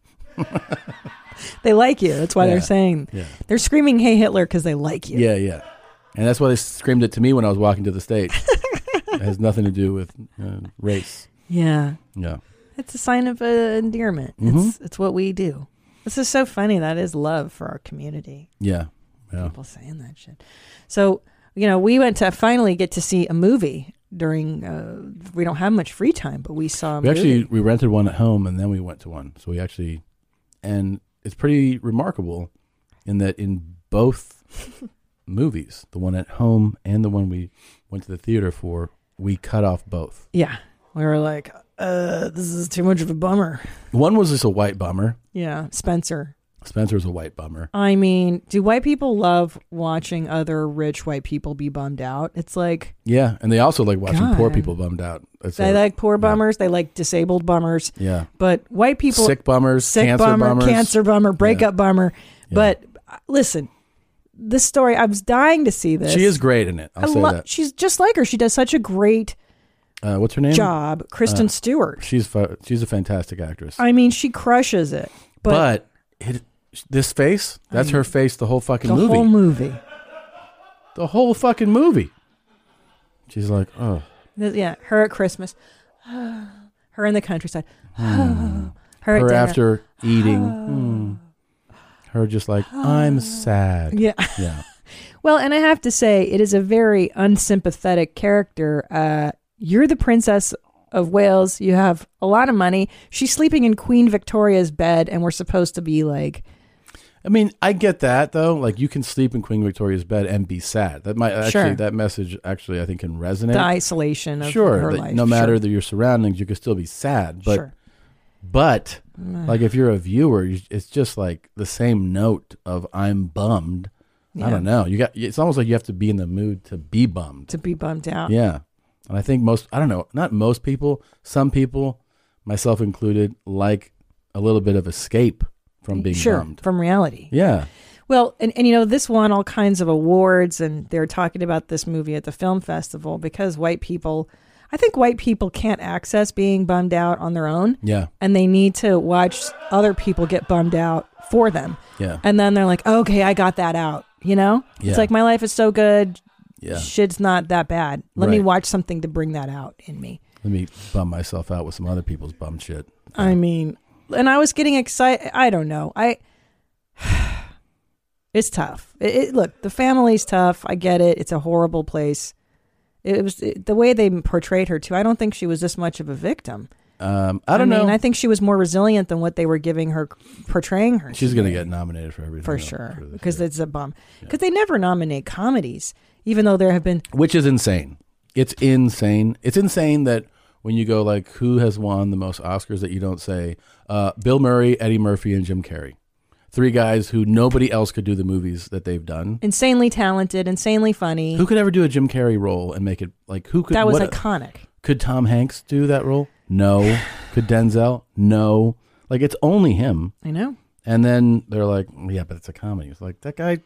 [SPEAKER 2] They like you. That's why
[SPEAKER 1] Yeah.
[SPEAKER 2] they're saying
[SPEAKER 1] Yeah.
[SPEAKER 2] they're screaming "Hey Hitler" because they like you.
[SPEAKER 1] Yeah, yeah. And that's why they screamed it to me when I was walking to the stage. it has nothing to do with uh, race.
[SPEAKER 2] Yeah.
[SPEAKER 1] Yeah.
[SPEAKER 2] It's a sign of uh, endearment.
[SPEAKER 1] Mm-hmm.
[SPEAKER 2] It's it's what we do. This is so funny. That is love for our community.
[SPEAKER 1] Yeah. Yeah.
[SPEAKER 2] People saying that shit. So you know, we went to finally get to see a movie during. Uh, we don't have much free time, but we saw. A
[SPEAKER 1] we
[SPEAKER 2] movie.
[SPEAKER 1] actually we rented one at home and then we went to one. So we actually and it's pretty remarkable in that in both movies, the one at home and the one we went to the theater for, we cut off both.
[SPEAKER 2] Yeah. We were like, uh, this is too much of a bummer.
[SPEAKER 1] One was just a white bummer.
[SPEAKER 2] Yeah. Spencer.
[SPEAKER 1] Spencer's a white bummer.
[SPEAKER 2] I mean, do white people love watching other rich white people be bummed out? It's like
[SPEAKER 1] Yeah, and they also like watching poor
[SPEAKER 2] God.
[SPEAKER 1] people bummed out. That's
[SPEAKER 2] they
[SPEAKER 1] a-
[SPEAKER 2] like poor bummers, they like disabled bummers.
[SPEAKER 1] Yeah.
[SPEAKER 2] But white people
[SPEAKER 1] Sick bummers,
[SPEAKER 2] sick
[SPEAKER 1] cancer
[SPEAKER 2] bummer,
[SPEAKER 1] bummers.
[SPEAKER 2] cancer bummer, breakup bummer. But uh, listen, this story I was dying to see this.
[SPEAKER 1] She is great in it. I'll
[SPEAKER 2] I
[SPEAKER 1] say
[SPEAKER 2] lo-
[SPEAKER 1] that.
[SPEAKER 2] She's just like her. She does such a great
[SPEAKER 1] Uh, what's her name?
[SPEAKER 2] job, Kristen
[SPEAKER 1] Uh,
[SPEAKER 2] Stewart.
[SPEAKER 1] She's fa- she's a fantastic actress.
[SPEAKER 2] I mean, she crushes it. But,
[SPEAKER 1] But, it, this face, that's
[SPEAKER 2] I-
[SPEAKER 1] her face the whole fucking
[SPEAKER 2] the
[SPEAKER 1] movie.
[SPEAKER 2] whole movie.
[SPEAKER 1] the whole fucking movie. She's like, oh,
[SPEAKER 2] Th- Yeah, her at Christmas, her in the countryside, her, at
[SPEAKER 1] her
[SPEAKER 2] dinner.
[SPEAKER 1] after eating. Hmm. Her just like, I'm sad.
[SPEAKER 2] Yeah.
[SPEAKER 1] Yeah.
[SPEAKER 2] Well, and I have to say, it is a very unsympathetic character. Uh, you're the princess of Wales. You have a lot of money. She's sleeping in Queen Victoria's bed, and we're supposed to be like,
[SPEAKER 1] I mean, I get that though. Like, you can sleep in Queen Victoria's bed and be sad. That might actually,
[SPEAKER 2] Sure.
[SPEAKER 1] that message actually, I think, can resonate.
[SPEAKER 2] The isolation of
[SPEAKER 1] sure,
[SPEAKER 2] her
[SPEAKER 1] that
[SPEAKER 2] life,
[SPEAKER 1] No matter
[SPEAKER 2] sure.
[SPEAKER 1] the, your surroundings, you could still be sad. But,
[SPEAKER 2] Sure.
[SPEAKER 1] but
[SPEAKER 2] Mm.
[SPEAKER 1] like if you're a viewer, you, it's just like the same note of I'm bummed. I
[SPEAKER 2] Yeah.
[SPEAKER 1] don't know. You got. It's almost like you have to be in the mood to be bummed.
[SPEAKER 2] to be bummed out.
[SPEAKER 1] Yeah. And I think most, I don't know, not most people, some people, myself included, like a little bit of escape from being
[SPEAKER 2] sure,
[SPEAKER 1] bummed.
[SPEAKER 2] from reality.
[SPEAKER 1] Yeah.
[SPEAKER 2] Well, and, and you know, this won all kinds of awards, and they're talking about this movie at the film festival because white people, I think white people can't access being bummed out on their own.
[SPEAKER 1] Yeah.
[SPEAKER 2] And they need to watch other people get bummed out for them.
[SPEAKER 1] Yeah.
[SPEAKER 2] And then they're like, okay, I got that out. You know?
[SPEAKER 1] Yeah.
[SPEAKER 2] It's like, my life is so good.
[SPEAKER 1] Yeah.
[SPEAKER 2] Shit's not that bad. Let me
[SPEAKER 1] Right.
[SPEAKER 2] watch something to bring that out in me.
[SPEAKER 1] Let me bum myself out with some other people's bum shit.
[SPEAKER 2] I mean, and I was getting excited. I don't know. I it's tough. It, it- look, the family's tough. I get it. It's a horrible place. It, was it- the way they portrayed her too. I don't think she was this much of a victim.
[SPEAKER 1] Um, I don't
[SPEAKER 2] mean,
[SPEAKER 1] know.
[SPEAKER 2] I think she was more resilient than what they were giving her, portraying her.
[SPEAKER 1] She's
[SPEAKER 2] to
[SPEAKER 1] going to
[SPEAKER 2] be,
[SPEAKER 1] get nominated for everything.
[SPEAKER 2] for
[SPEAKER 1] else.
[SPEAKER 2] sure because it's a bum. Because they never nominate comedies, even though there have been.
[SPEAKER 1] Which is insane. It's insane. It's insane that when you go like, who has won the most Oscars that you don't say, uh, Bill Murray, Eddie Murphy, and Jim Carrey. Three guys who nobody else could do the movies that they've done.
[SPEAKER 2] Insanely talented, insanely funny.
[SPEAKER 1] Who could ever do a Jim Carrey role and make it like who could?
[SPEAKER 2] That was
[SPEAKER 1] what-
[SPEAKER 2] iconic.
[SPEAKER 1] Could Tom Hanks do that role? No. could Denzel? No. Like it's only him.
[SPEAKER 2] I know.
[SPEAKER 1] And then they're like, yeah, but it's a comedy. It's like that guy.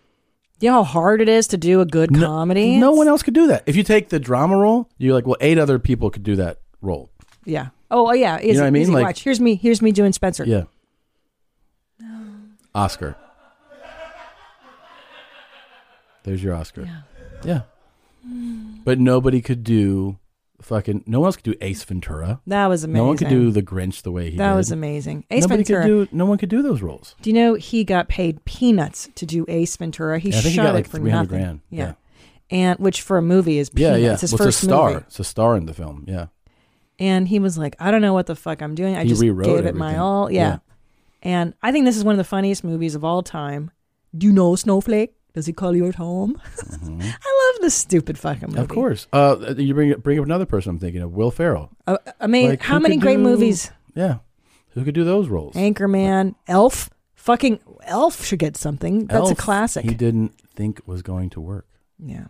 [SPEAKER 2] You know how hard it is to do a good comedy.
[SPEAKER 1] No one else could do that. If you take the drama role, you're like, well, eight other people could do that role.
[SPEAKER 2] Yeah. Oh, oh, yeah. Easy,
[SPEAKER 1] know what I mean?
[SPEAKER 2] easy
[SPEAKER 1] Like-
[SPEAKER 2] watch. Here's me. Here's me doing Spencer.
[SPEAKER 1] Yeah. Oscar. There's your Oscar. Yeah. But nobody could do fucking. No one else could do Ace Ventura.
[SPEAKER 2] That was
[SPEAKER 1] No one could
[SPEAKER 2] amazing.
[SPEAKER 1] do The Grinch the way he
[SPEAKER 2] That
[SPEAKER 1] did.
[SPEAKER 2] was amazing. Ace
[SPEAKER 1] Nobody could
[SPEAKER 2] Ventura.
[SPEAKER 1] do- no one could do those roles.
[SPEAKER 2] Do you know he got paid peanuts to do Ace Ventura? He
[SPEAKER 1] Yeah, I think he
[SPEAKER 2] shot
[SPEAKER 1] got,
[SPEAKER 2] it
[SPEAKER 1] like,
[SPEAKER 2] for
[SPEAKER 1] 300
[SPEAKER 2] nothing.
[SPEAKER 1] grand. Yeah.
[SPEAKER 2] And which for a movie is
[SPEAKER 1] Yeah,
[SPEAKER 2] peanuts.
[SPEAKER 1] yeah.
[SPEAKER 2] It's his
[SPEAKER 1] Well,
[SPEAKER 2] first
[SPEAKER 1] it's a star.
[SPEAKER 2] movie.
[SPEAKER 1] It's a star in the film. Yeah.
[SPEAKER 2] And he was like, I don't know what the fuck I'm doing. I
[SPEAKER 1] He
[SPEAKER 2] just
[SPEAKER 1] rewrote
[SPEAKER 2] gave it my
[SPEAKER 1] everything.
[SPEAKER 2] all. Yeah.
[SPEAKER 1] Yeah.
[SPEAKER 2] And I think this is one of the funniest movies of all time. Do you know Snowflake? Does he call you at home? I love this stupid fucking movie.
[SPEAKER 1] Mm-hmm. Of course. Uh, you bring bring up another person. I'm thinking of Will Ferrell.
[SPEAKER 2] Uh, I mean,
[SPEAKER 1] Like,
[SPEAKER 2] how
[SPEAKER 1] who
[SPEAKER 2] many
[SPEAKER 1] could
[SPEAKER 2] great
[SPEAKER 1] do-
[SPEAKER 2] movies?
[SPEAKER 1] Yeah. Who could do those roles?
[SPEAKER 2] Anchorman, Elf. Fucking Elf should get something. That's a
[SPEAKER 1] Elf,
[SPEAKER 2] classic.
[SPEAKER 1] He didn't think was going to work.
[SPEAKER 2] Yeah.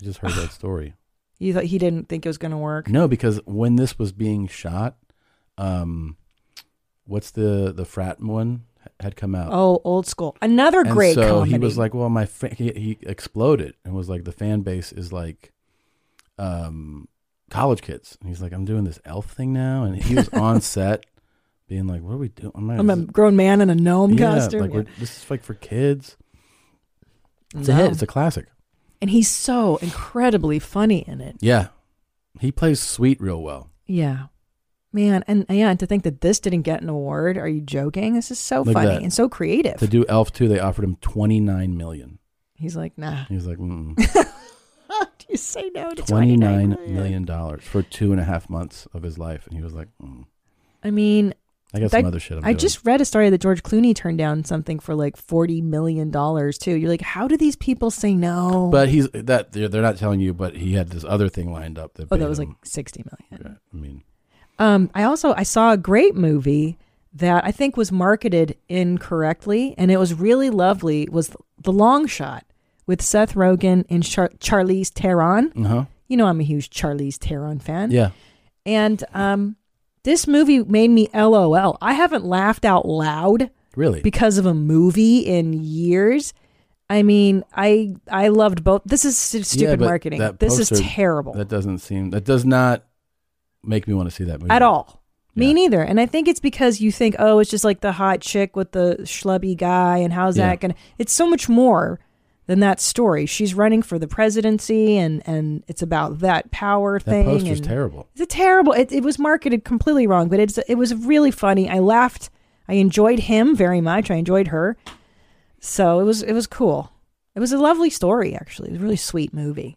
[SPEAKER 1] I just heard that story.
[SPEAKER 2] You thought he didn't think it was going to work?
[SPEAKER 1] No, because when this was being shot, um, what's the the frat one had come out.
[SPEAKER 2] Oh, old school. Another
[SPEAKER 1] And
[SPEAKER 2] great
[SPEAKER 1] so
[SPEAKER 2] comedy.
[SPEAKER 1] he was like, "Well, my fa- he, he exploded and was like, the fan base is like, um, college kids." And he's like, "I'm doing this elf thing now," and he was on set, being like, "What are we doing? not-
[SPEAKER 2] I'm a grown man in a gnome
[SPEAKER 1] yeah,
[SPEAKER 2] costume.
[SPEAKER 1] Like
[SPEAKER 2] Yeah.
[SPEAKER 1] we're, this is like for kids. It's a
[SPEAKER 2] Wow.
[SPEAKER 1] hit. It's a classic.
[SPEAKER 2] and he's so incredibly funny in it.
[SPEAKER 1] Yeah, he plays sweet real well.
[SPEAKER 2] Yeah. Man, and yeah, and to think that this didn't get an award, are you joking? This is so
[SPEAKER 1] Look at
[SPEAKER 2] funny
[SPEAKER 1] that.
[SPEAKER 2] and so creative.
[SPEAKER 1] To do Elf two, they offered him twenty nine million.
[SPEAKER 2] He's like, nah.
[SPEAKER 1] He was like, mm,
[SPEAKER 2] Do you say no to
[SPEAKER 1] twenty
[SPEAKER 2] 29?
[SPEAKER 1] nine million dollars for two and a half months of his life, and he was like, mm.
[SPEAKER 2] I mean,
[SPEAKER 1] I got some other shit I'm
[SPEAKER 2] I
[SPEAKER 1] doing.
[SPEAKER 2] just read a story that George Clooney turned down something for like forty million dollars too. You're like, how do these people say no?
[SPEAKER 1] But he's that they're, they're not telling you, but he had this other thing lined up. That
[SPEAKER 2] oh, that
[SPEAKER 1] paid
[SPEAKER 2] was
[SPEAKER 1] him.
[SPEAKER 2] like sixty million.
[SPEAKER 1] I mean,
[SPEAKER 2] Um, I also I saw a great movie that I think was marketed incorrectly, and it was really lovely. Was the Long Shot with Seth Rogen and Char- Charlize Theron?
[SPEAKER 1] Uh-huh.
[SPEAKER 2] You know I'm a huge Charlize Theron fan.
[SPEAKER 1] Yeah.
[SPEAKER 2] and um, this movie made me LOL. I haven't laughed out loud
[SPEAKER 1] Really?
[SPEAKER 2] because of a movie in years. I mean, I I loved both. This is st-
[SPEAKER 1] Yeah,
[SPEAKER 2] stupid
[SPEAKER 1] but
[SPEAKER 2] marketing.
[SPEAKER 1] that
[SPEAKER 2] This is
[SPEAKER 1] poster-
[SPEAKER 2] terrible
[SPEAKER 1] That doesn't seem. That does not make me want to see that movie
[SPEAKER 2] at all. Me neither. And I think it's because you think, oh, it's just like the hot chick with the schlubby guy, and how's
[SPEAKER 1] Yeah.
[SPEAKER 2] that going to. It's so much more than that story. She's running for the presidency, and, and it's about that power
[SPEAKER 1] That
[SPEAKER 2] thing.
[SPEAKER 1] poster's
[SPEAKER 2] and-
[SPEAKER 1] terrible.
[SPEAKER 2] It's a terrible. It, it was marketed completely wrong, but it's it was really funny. I laughed. I enjoyed him very much. I enjoyed her. So it was it was cool. It was a lovely story, actually. It was a really sweet movie,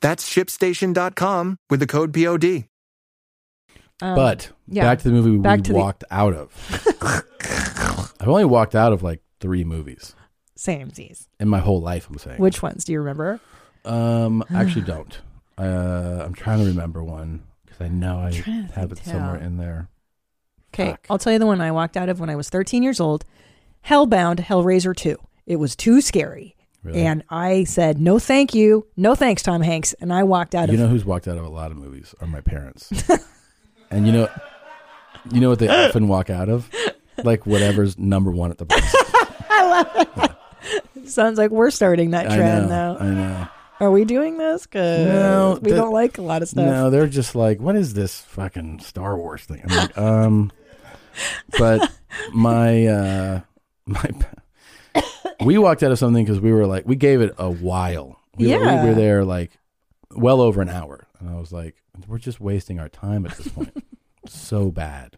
[SPEAKER 8] That's shipstation.com with the code POD.
[SPEAKER 2] Um,
[SPEAKER 1] but
[SPEAKER 2] yeah.
[SPEAKER 1] back to the movie
[SPEAKER 2] Back
[SPEAKER 1] we
[SPEAKER 2] to the-
[SPEAKER 1] walked out of. I've only walked out of like three movies
[SPEAKER 2] Same Z's.
[SPEAKER 1] in my whole life. I'm saying.
[SPEAKER 2] Which ones do you remember?
[SPEAKER 1] Um, I actually don't. Uh, I'm trying to remember one because I know I
[SPEAKER 2] trying to
[SPEAKER 1] have it
[SPEAKER 2] think
[SPEAKER 1] somewhere
[SPEAKER 2] too.
[SPEAKER 1] in there.
[SPEAKER 2] Okay, I'll tell you the one I walked out of when I was 13 years old. Hellbound, Hellraiser 2. It was too scary.
[SPEAKER 1] Really?
[SPEAKER 2] And I said, no, thank you. No thanks, Tom Hanks. And I walked out
[SPEAKER 1] you
[SPEAKER 2] of
[SPEAKER 1] know who's walked out of a lot of movies are my parents, and you know, you know what they often walk out of, like whatever's number one at the box.
[SPEAKER 2] I love it. Sounds like we're starting that
[SPEAKER 1] I
[SPEAKER 2] trend
[SPEAKER 1] know,
[SPEAKER 2] now.
[SPEAKER 1] I know.
[SPEAKER 2] Are we doing this? Because
[SPEAKER 1] No,
[SPEAKER 2] we
[SPEAKER 1] that-
[SPEAKER 2] don't like a lot of stuff.
[SPEAKER 1] No, they're just like, what is this fucking Star Wars thing? I'm like, um, but my uh, my we walked out of something because we were like, we gave it a while. We, were-
[SPEAKER 2] Yeah.
[SPEAKER 1] we were there like well over an hour, and I was like, we're just wasting our time at this point. so bad.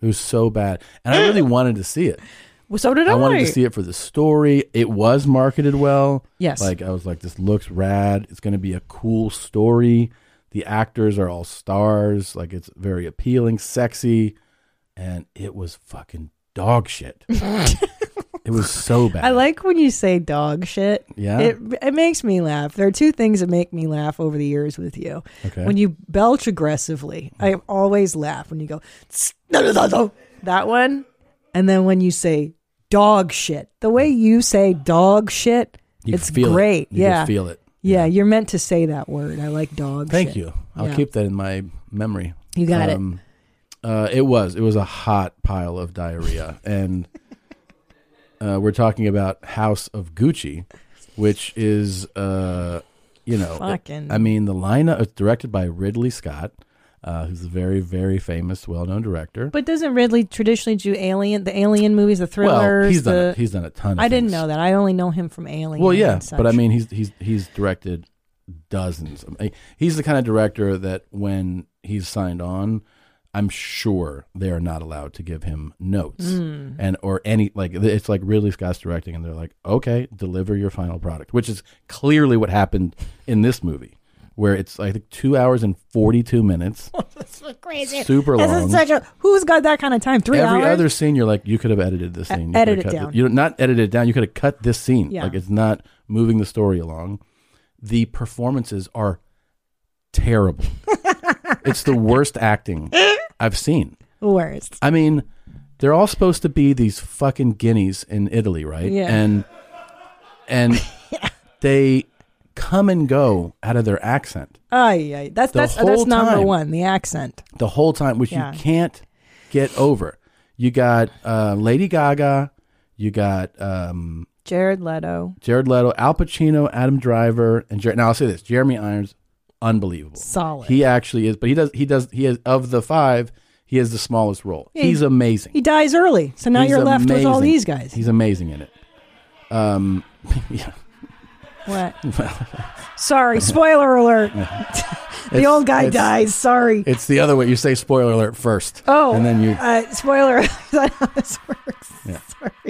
[SPEAKER 1] It was so bad, and I really wanted to see it.
[SPEAKER 2] Well, so did I.
[SPEAKER 1] wanted to see it for the story. It was marketed well.
[SPEAKER 2] Yes.
[SPEAKER 1] Like I was like, this looks rad. It's going to be a cool story. The actors are all stars. Like it's very appealing, sexy, and it was fucking dog shit. it was so bad.
[SPEAKER 2] I like when you say dog shit.
[SPEAKER 1] Yeah?
[SPEAKER 2] It, it makes me laugh. There are two things that make me laugh over the years with you.
[SPEAKER 1] Okay.
[SPEAKER 2] When you belch aggressively, I always laugh when you go, "Tss, no, no, no, no," that one. And then when you say dog shit, the way you say dog shit,
[SPEAKER 1] You
[SPEAKER 2] it's
[SPEAKER 1] feel it.
[SPEAKER 2] great.
[SPEAKER 1] You can
[SPEAKER 2] yeah.
[SPEAKER 1] feel it.
[SPEAKER 2] Yeah, you're meant to say that word. I like dog
[SPEAKER 1] Thank
[SPEAKER 2] shit.
[SPEAKER 1] you. I'll
[SPEAKER 2] Yeah.
[SPEAKER 1] keep that in my memory.
[SPEAKER 2] You got it.
[SPEAKER 1] it. Uh, it was. It was a hot pile of diarrhea, and uh, we're talking about House of Gucci, which is, uh, you know,
[SPEAKER 2] Fucking-
[SPEAKER 1] I mean, the lineup is directed by Ridley Scott. uh, who's a very, very famous, well-known director.
[SPEAKER 2] But doesn't Ridley traditionally do Alien, the Alien movies, the thrillers?
[SPEAKER 1] he's done
[SPEAKER 2] the-
[SPEAKER 1] a- he's done a ton of
[SPEAKER 2] I didn't
[SPEAKER 1] things.
[SPEAKER 2] know that. I only know him from Alien.
[SPEAKER 1] Well, yeah,
[SPEAKER 2] and such.
[SPEAKER 1] but I mean, he's he's he's directed dozens. I mean, he's the kind of director that when he's signed on, I'm sure they are not allowed to give him notes
[SPEAKER 2] Hmm.
[SPEAKER 12] Mm.
[SPEAKER 1] and or any like it's like Ridley Scott's directing, and they're like, okay, deliver your final product, which is clearly what happened in this movie, where it's I think two hours and forty two minutes.
[SPEAKER 2] That's so crazy.
[SPEAKER 1] Super
[SPEAKER 2] This
[SPEAKER 1] long.
[SPEAKER 2] is such a who's got that kind of time? Three
[SPEAKER 1] Every
[SPEAKER 2] hours.
[SPEAKER 1] other scene, you're like, you could have edited this
[SPEAKER 2] E-
[SPEAKER 1] scene. You
[SPEAKER 2] edit
[SPEAKER 1] could
[SPEAKER 2] it
[SPEAKER 1] have cut
[SPEAKER 2] down.
[SPEAKER 1] th- you know, not edited it down. You could have cut this scene.
[SPEAKER 2] Yeah.
[SPEAKER 1] Like it's not moving the story along. The performances are terrible. it's the worst acting I've seen.
[SPEAKER 2] Worst.
[SPEAKER 1] I mean, they're all supposed to be these fucking guineas in Italy, right?
[SPEAKER 2] Yeah.
[SPEAKER 1] And and they come and go out of their accent
[SPEAKER 2] Ay, ay. That's
[SPEAKER 1] The
[SPEAKER 2] that's
[SPEAKER 1] whole
[SPEAKER 2] that's number
[SPEAKER 1] time.
[SPEAKER 2] one. The accent.
[SPEAKER 1] the whole time, which
[SPEAKER 2] Yeah.
[SPEAKER 1] you can't get over. You got uh, Lady Gaga, you got um,
[SPEAKER 2] Jared Leto.
[SPEAKER 1] Jared Leto, Al Pacino, Adam Driver, and Jer- now I'll say this: Jeremy Irons, unbelievable,
[SPEAKER 2] Solid.
[SPEAKER 1] He actually is, but he does he does he is of the five, he has the smallest role.
[SPEAKER 2] Yeah,
[SPEAKER 1] He's
[SPEAKER 2] he-
[SPEAKER 1] amazing.
[SPEAKER 2] He dies early, so now
[SPEAKER 1] He's
[SPEAKER 2] you're left with all
[SPEAKER 1] amazing.
[SPEAKER 2] these guys.
[SPEAKER 1] He's amazing in it. Um, yeah.
[SPEAKER 2] What? Sorry, spoiler alert. the
[SPEAKER 1] It's-
[SPEAKER 2] old guy
[SPEAKER 1] it's-
[SPEAKER 2] dies. Sorry.
[SPEAKER 1] It's the other way. You say spoiler alert first.
[SPEAKER 2] Oh,
[SPEAKER 1] and then you
[SPEAKER 2] uh, spoiler. Is that how this works?
[SPEAKER 1] Yeah.
[SPEAKER 2] Sorry.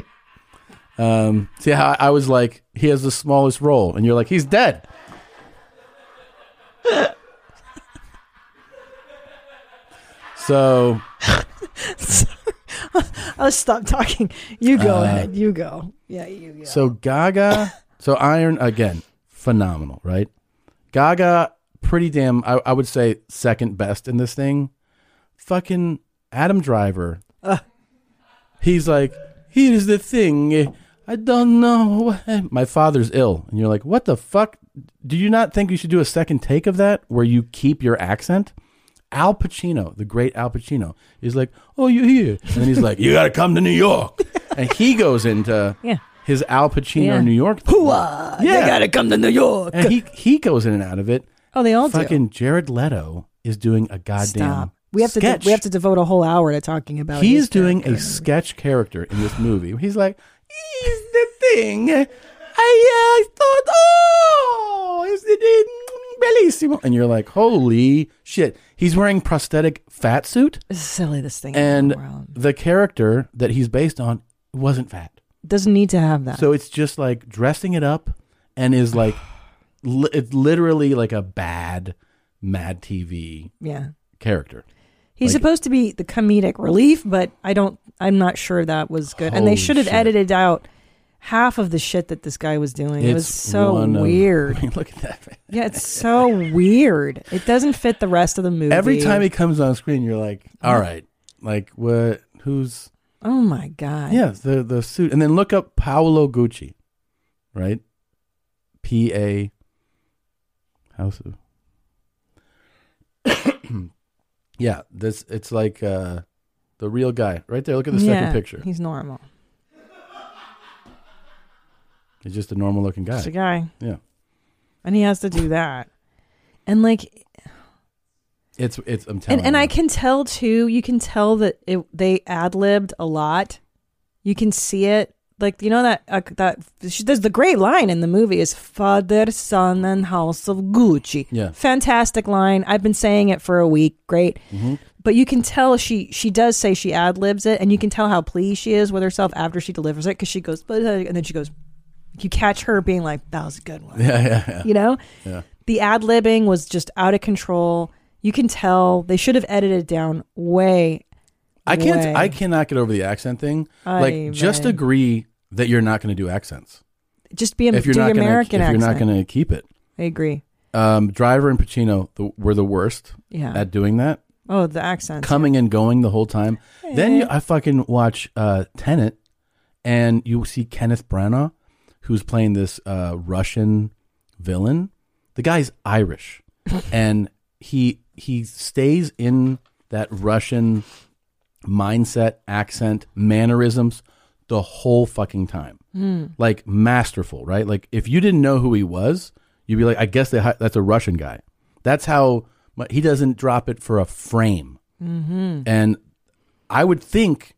[SPEAKER 1] Um, see how I- I was like, he has the smallest role, and you're like, he's dead. so
[SPEAKER 2] I'll stop talking. You go
[SPEAKER 1] Uh,
[SPEAKER 2] ahead. You go. Yeah, you go.
[SPEAKER 1] So Gaga, so Iron again, phenomenal, right? Gaga, pretty damn. I, I would say second best in this thing. Fucking Adam Driver. He's like, here is the thing. I don't know. why My father's ill, and you're like, what the fuck? Do you not think you should do a second take of that where you keep your accent? Al Pacino, the great Al Pacino, is like, oh, you're here, and then he's like, you got to come to New York, and he goes into
[SPEAKER 2] Yeah.
[SPEAKER 1] his Al Pacino
[SPEAKER 2] Yeah.
[SPEAKER 1] New York.
[SPEAKER 2] Hooah! They Uh, gotta come to New York.
[SPEAKER 1] And he he goes in and out of it.
[SPEAKER 2] Oh, they all do.
[SPEAKER 1] Fucking Jared Leto is doing a goddamn.
[SPEAKER 2] Stop. We have to
[SPEAKER 1] sketch.
[SPEAKER 2] de- we have to devote a whole hour to talking about.
[SPEAKER 1] He
[SPEAKER 2] his
[SPEAKER 1] is doing a
[SPEAKER 2] character.
[SPEAKER 1] sketch character in this movie. He's like, he's the thing. I, uh, I thought, oh, is it in bellissimo? And you're like, holy shit! He's wearing prosthetic fat suit.
[SPEAKER 2] This is silly. This thing.
[SPEAKER 1] and the character that he's based on wasn't fat.
[SPEAKER 2] doesn't need to have that.
[SPEAKER 1] So it's just like dressing it up and is like li- it's literally like a bad Mad TV
[SPEAKER 2] Yeah.
[SPEAKER 1] character.
[SPEAKER 2] He's
[SPEAKER 1] like-
[SPEAKER 2] supposed to be the comedic relief, but I don't. I'm not sure that was good. and
[SPEAKER 1] Holy
[SPEAKER 2] they should have
[SPEAKER 1] shit.
[SPEAKER 2] edited out half of the shit that this guy was doing. it was
[SPEAKER 1] It's
[SPEAKER 2] so
[SPEAKER 1] one of-
[SPEAKER 2] weird.
[SPEAKER 1] I mean, look at that.
[SPEAKER 2] yeah, it's so weird. It doesn't fit the rest of the movie.
[SPEAKER 1] Every time he comes on screen, you're like, all right, like what? Who's?
[SPEAKER 2] Oh my god.
[SPEAKER 1] Yeah, the the suit. And then look up Paolo Gucci, right? P A. House of. yeah, this it's like uh the real guy right there. Look at the
[SPEAKER 2] yeah,
[SPEAKER 1] second picture.
[SPEAKER 2] He's normal.
[SPEAKER 1] He's just a normal looking guy.
[SPEAKER 2] Just a guy.
[SPEAKER 1] Yeah.
[SPEAKER 2] And he has to do that. And like
[SPEAKER 1] It's it's I'm telling
[SPEAKER 2] and, and
[SPEAKER 1] you.
[SPEAKER 2] I can tell too. You can tell that it, they ad libbed a lot. You can see it, like you know that uh, that she, there's the great line in the movie is "Father, Son, and House of Gucci."
[SPEAKER 1] Yeah.
[SPEAKER 2] fantastic line. I've been saying it for a week. Great,
[SPEAKER 1] Mhm.
[SPEAKER 2] but you can tell she she does say she ad libs it, and you can tell how pleased she is with herself after she delivers it because she goes, "But," uh," and then she goes. You catch her being like, "That was a good one."
[SPEAKER 1] Yeah, yeah, yeah.
[SPEAKER 2] You know,
[SPEAKER 1] Yeah.
[SPEAKER 2] the ad libbing was just out of control. You can tell they should have edited it down way.
[SPEAKER 1] I can't.
[SPEAKER 2] way.
[SPEAKER 1] I cannot get over the accent thing. like,
[SPEAKER 2] Ay,
[SPEAKER 1] just
[SPEAKER 2] man.
[SPEAKER 1] agree that you're not going to do accents.
[SPEAKER 2] Just be a- do your
[SPEAKER 1] gonna,
[SPEAKER 2] American
[SPEAKER 1] if you're not
[SPEAKER 2] accent.
[SPEAKER 1] going to keep it.
[SPEAKER 2] I agree.
[SPEAKER 1] Um, Driver and Pacino the, were the worst.
[SPEAKER 2] Yeah.
[SPEAKER 1] At doing that,
[SPEAKER 2] Oh, the accents.
[SPEAKER 1] coming and going the whole time. Then
[SPEAKER 2] Eh.
[SPEAKER 1] you, I fucking watch uh, Tenet, and you see Kenneth Branagh, who's playing this uh, Russian villain. The guy's Irish, and he he stays in that Russian mindset, accent, mannerisms the whole fucking time.
[SPEAKER 12] Hmm.
[SPEAKER 1] Like masterful, right? Like if you didn't know who he was, you'd be like, I guess they hi- that's a Russian guy. That's how But he doesn't drop it for a frame.
[SPEAKER 2] Mm-hmm.
[SPEAKER 1] And I would think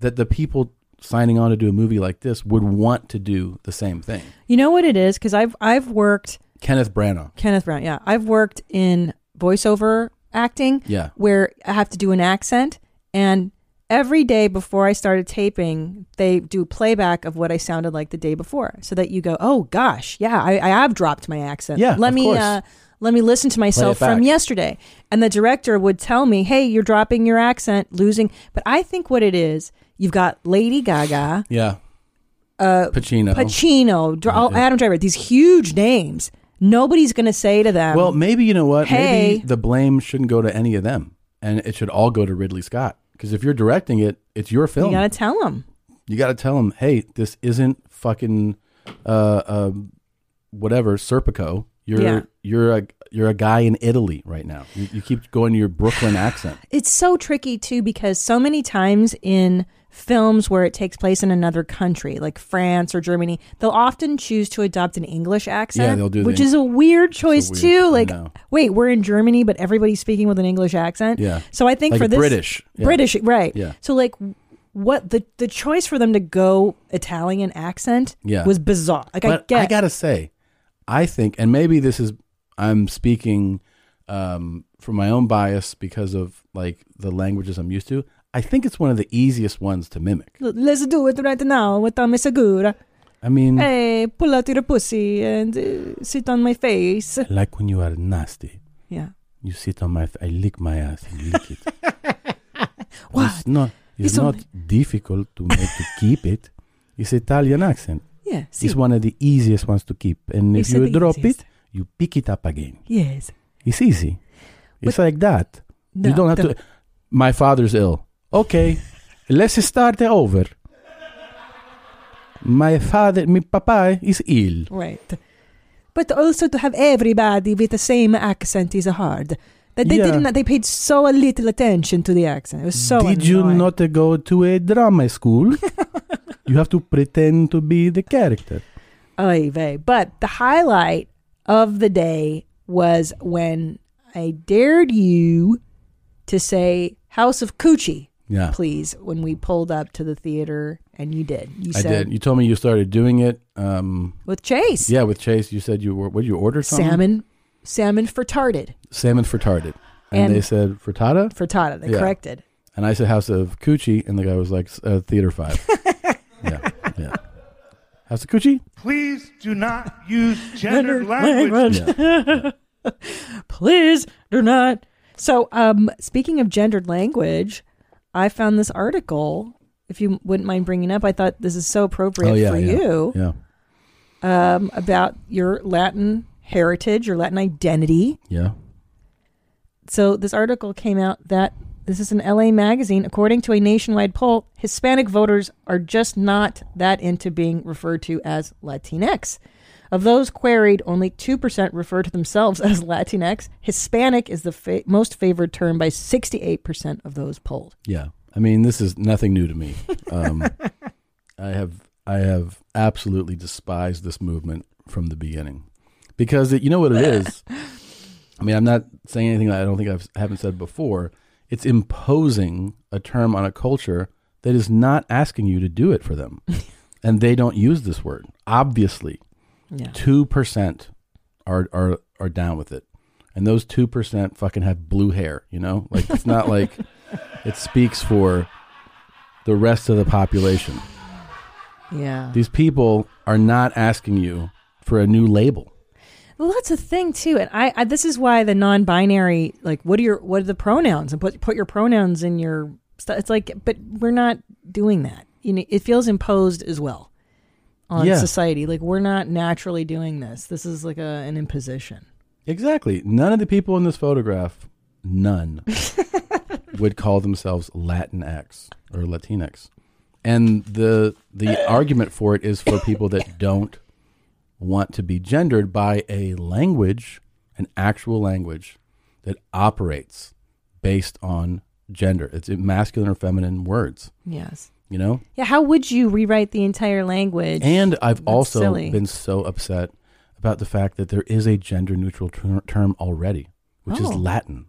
[SPEAKER 1] that the people signing on to do a movie like this would want to do the same thing.
[SPEAKER 2] You know what it is? Because I've I've worked
[SPEAKER 1] Kenneth Branagh.
[SPEAKER 2] Kenneth Brown. Yeah, I've worked in voiceover acting.
[SPEAKER 1] Yeah.
[SPEAKER 2] where I have to do an accent, and every day before I started taping, they do playback of what I sounded like the day before, so that you go, "Oh gosh, yeah, I, I have dropped my accent.
[SPEAKER 1] Yeah,
[SPEAKER 2] let
[SPEAKER 1] of
[SPEAKER 2] me
[SPEAKER 1] course.
[SPEAKER 2] Uh, let me listen to myself
[SPEAKER 1] Play it
[SPEAKER 2] from
[SPEAKER 1] back.
[SPEAKER 2] yesterday." And the director would tell me, "Hey, you're dropping your accent, losing." But I think what it is, you've got Lady Gaga.
[SPEAKER 1] Yeah.
[SPEAKER 2] uh,
[SPEAKER 1] Pacino.
[SPEAKER 2] Pacino, Dr- all- Adam Driver, these huge names. Nobody's going to say to them,
[SPEAKER 1] well, maybe you know what?
[SPEAKER 2] Um, Hey,
[SPEAKER 1] Maybe the blame shouldn't go to any of them, and it should all go to Ridley Scott. Because if you're directing it, it's your film.
[SPEAKER 2] you got to tell them.
[SPEAKER 1] You got to tell him, hey, this isn't fucking uh, uh, whatever Serpico. You're
[SPEAKER 2] Yeah.
[SPEAKER 1] you're a you're a guy in Italy right now. You, you keep going to your Brooklyn accent.
[SPEAKER 2] It's so tricky too because so many times in films where it takes place in another country, like France or Germany, they'll often choose to adopt an English accent,
[SPEAKER 1] they'll do the
[SPEAKER 2] which
[SPEAKER 1] Eng-
[SPEAKER 2] is a weird choice
[SPEAKER 1] weird-
[SPEAKER 2] too.
[SPEAKER 1] I
[SPEAKER 2] Like,
[SPEAKER 1] know.
[SPEAKER 2] wait, we're in Germany, but everybody's speaking with an English accent.
[SPEAKER 1] Yeah.
[SPEAKER 2] So I think
[SPEAKER 1] Like
[SPEAKER 2] for
[SPEAKER 1] a
[SPEAKER 2] this
[SPEAKER 1] British. Yeah.
[SPEAKER 2] British, right?
[SPEAKER 1] Yeah.
[SPEAKER 2] So like, what the the choice for them to go Italian accent
[SPEAKER 1] Yeah.
[SPEAKER 2] was bizarre. Like I
[SPEAKER 1] But
[SPEAKER 2] get
[SPEAKER 1] I gotta say, I think, and maybe this is I'm speaking um, from my own bias because of like the languages I'm used to. I think it's one of the easiest ones to mimic.
[SPEAKER 2] Let's do it right now with Tommy Segura.
[SPEAKER 1] I mean,
[SPEAKER 2] Hey, pull out your pussy and uh, sit on my face.
[SPEAKER 1] like when you are nasty,
[SPEAKER 2] Yeah.
[SPEAKER 1] you sit on my. F- I lick my ass and you lick it. what? It's not. It's,
[SPEAKER 2] It's
[SPEAKER 1] not
[SPEAKER 2] only-
[SPEAKER 1] difficult to make to keep it. It's Italian accent.
[SPEAKER 2] Yeah, see.
[SPEAKER 1] it's one of the easiest ones to keep, and
[SPEAKER 2] It's
[SPEAKER 1] if you
[SPEAKER 2] the
[SPEAKER 1] drop
[SPEAKER 2] easiest.
[SPEAKER 1] it, you pick it up again.
[SPEAKER 2] Yes.
[SPEAKER 1] It's easy. It's like that.
[SPEAKER 2] No,
[SPEAKER 1] you don't have
[SPEAKER 2] the-
[SPEAKER 1] to. My father's ill. Okay, let's start over. My father, my papa is ill.
[SPEAKER 2] Right. But also to have everybody with the same accent is hard. That they
[SPEAKER 1] Yeah.
[SPEAKER 2] didn't. They paid so little attention to the accent. It was so.
[SPEAKER 1] Did you
[SPEAKER 2] annoying.
[SPEAKER 1] not uh, go to a drama school? you have to pretend to be the character.
[SPEAKER 2] Oy vey. But the highlight of the day was when I dared you to say House of Coochie,
[SPEAKER 1] Yeah.
[SPEAKER 2] please, when we pulled up to the theater, and you did. You
[SPEAKER 1] I
[SPEAKER 2] said
[SPEAKER 1] did. You told me you started doing it. Um,
[SPEAKER 2] with Chase.
[SPEAKER 1] yeah, with Chase, you said you were. What you order? Something?
[SPEAKER 2] Salmon, salmon frittarded,
[SPEAKER 1] Salmon frittarded. And,
[SPEAKER 2] And-
[SPEAKER 1] they said frittata.
[SPEAKER 2] frittata. They
[SPEAKER 1] Yeah.
[SPEAKER 2] corrected.
[SPEAKER 1] And I said House of Coochie, and the guy was like "S- uh, Theater Five. yeah, yeah. House of Coochie.
[SPEAKER 12] Please do not use
[SPEAKER 2] gendered language. Please do not. So, um, speaking of gendered language, I found this article. If you wouldn't mind bringing up, I thought this is so appropriate
[SPEAKER 1] Oh yeah,
[SPEAKER 2] for
[SPEAKER 1] yeah,
[SPEAKER 2] you
[SPEAKER 1] Yeah,
[SPEAKER 2] um, about your Latin heritage, your Latin identity.
[SPEAKER 1] yeah.
[SPEAKER 2] So, this article came out that this is an LA magazine. According to a nationwide poll, Hispanic voters are just not that into being referred to as Latinx. Of those queried, only 2% refer to themselves as Latinx. Hispanic is the fa- most favored term by 68% of those polled.
[SPEAKER 1] Yeah. I mean, this is nothing new to me. Um, I have I have absolutely despised this movement from the beginning because it, you know what it is. I mean, I'm not saying anything that I don't think I've, I haven't said before. It's imposing a term on a culture that is not asking you to do it for them, and they don't use this word. Obviously,
[SPEAKER 2] Yeah.
[SPEAKER 1] two percent are are are down with it, and those two percent fucking have blue hair. You know, like it's not like it speaks for the rest of the population.
[SPEAKER 2] Yeah.
[SPEAKER 1] These people are not asking you for a new label.
[SPEAKER 2] Well, that's a thing too, and I, I this is why the non-binary like what are your what are the pronouns and put put your pronouns in your stuff. It's like, but we're not doing that. You know, it feels imposed as well on
[SPEAKER 1] Yeah.
[SPEAKER 2] society. Like we're not naturally doing this. This is like a, an imposition.
[SPEAKER 1] Exactly. None of the people in this photograph, none, would call themselves Latinx or Latinx. And the the argument for it is for people that don't want to be gendered by a language, an actual language that operates based on gender. It's masculine or feminine words.
[SPEAKER 2] Yes.
[SPEAKER 1] You know?
[SPEAKER 2] Yeah. How would you rewrite the entire language?
[SPEAKER 1] And I've
[SPEAKER 2] That's
[SPEAKER 1] also
[SPEAKER 2] silly.
[SPEAKER 1] been so upset about the fact that there is a gender neutral ter- term already which is
[SPEAKER 2] Oh.
[SPEAKER 1] Latin.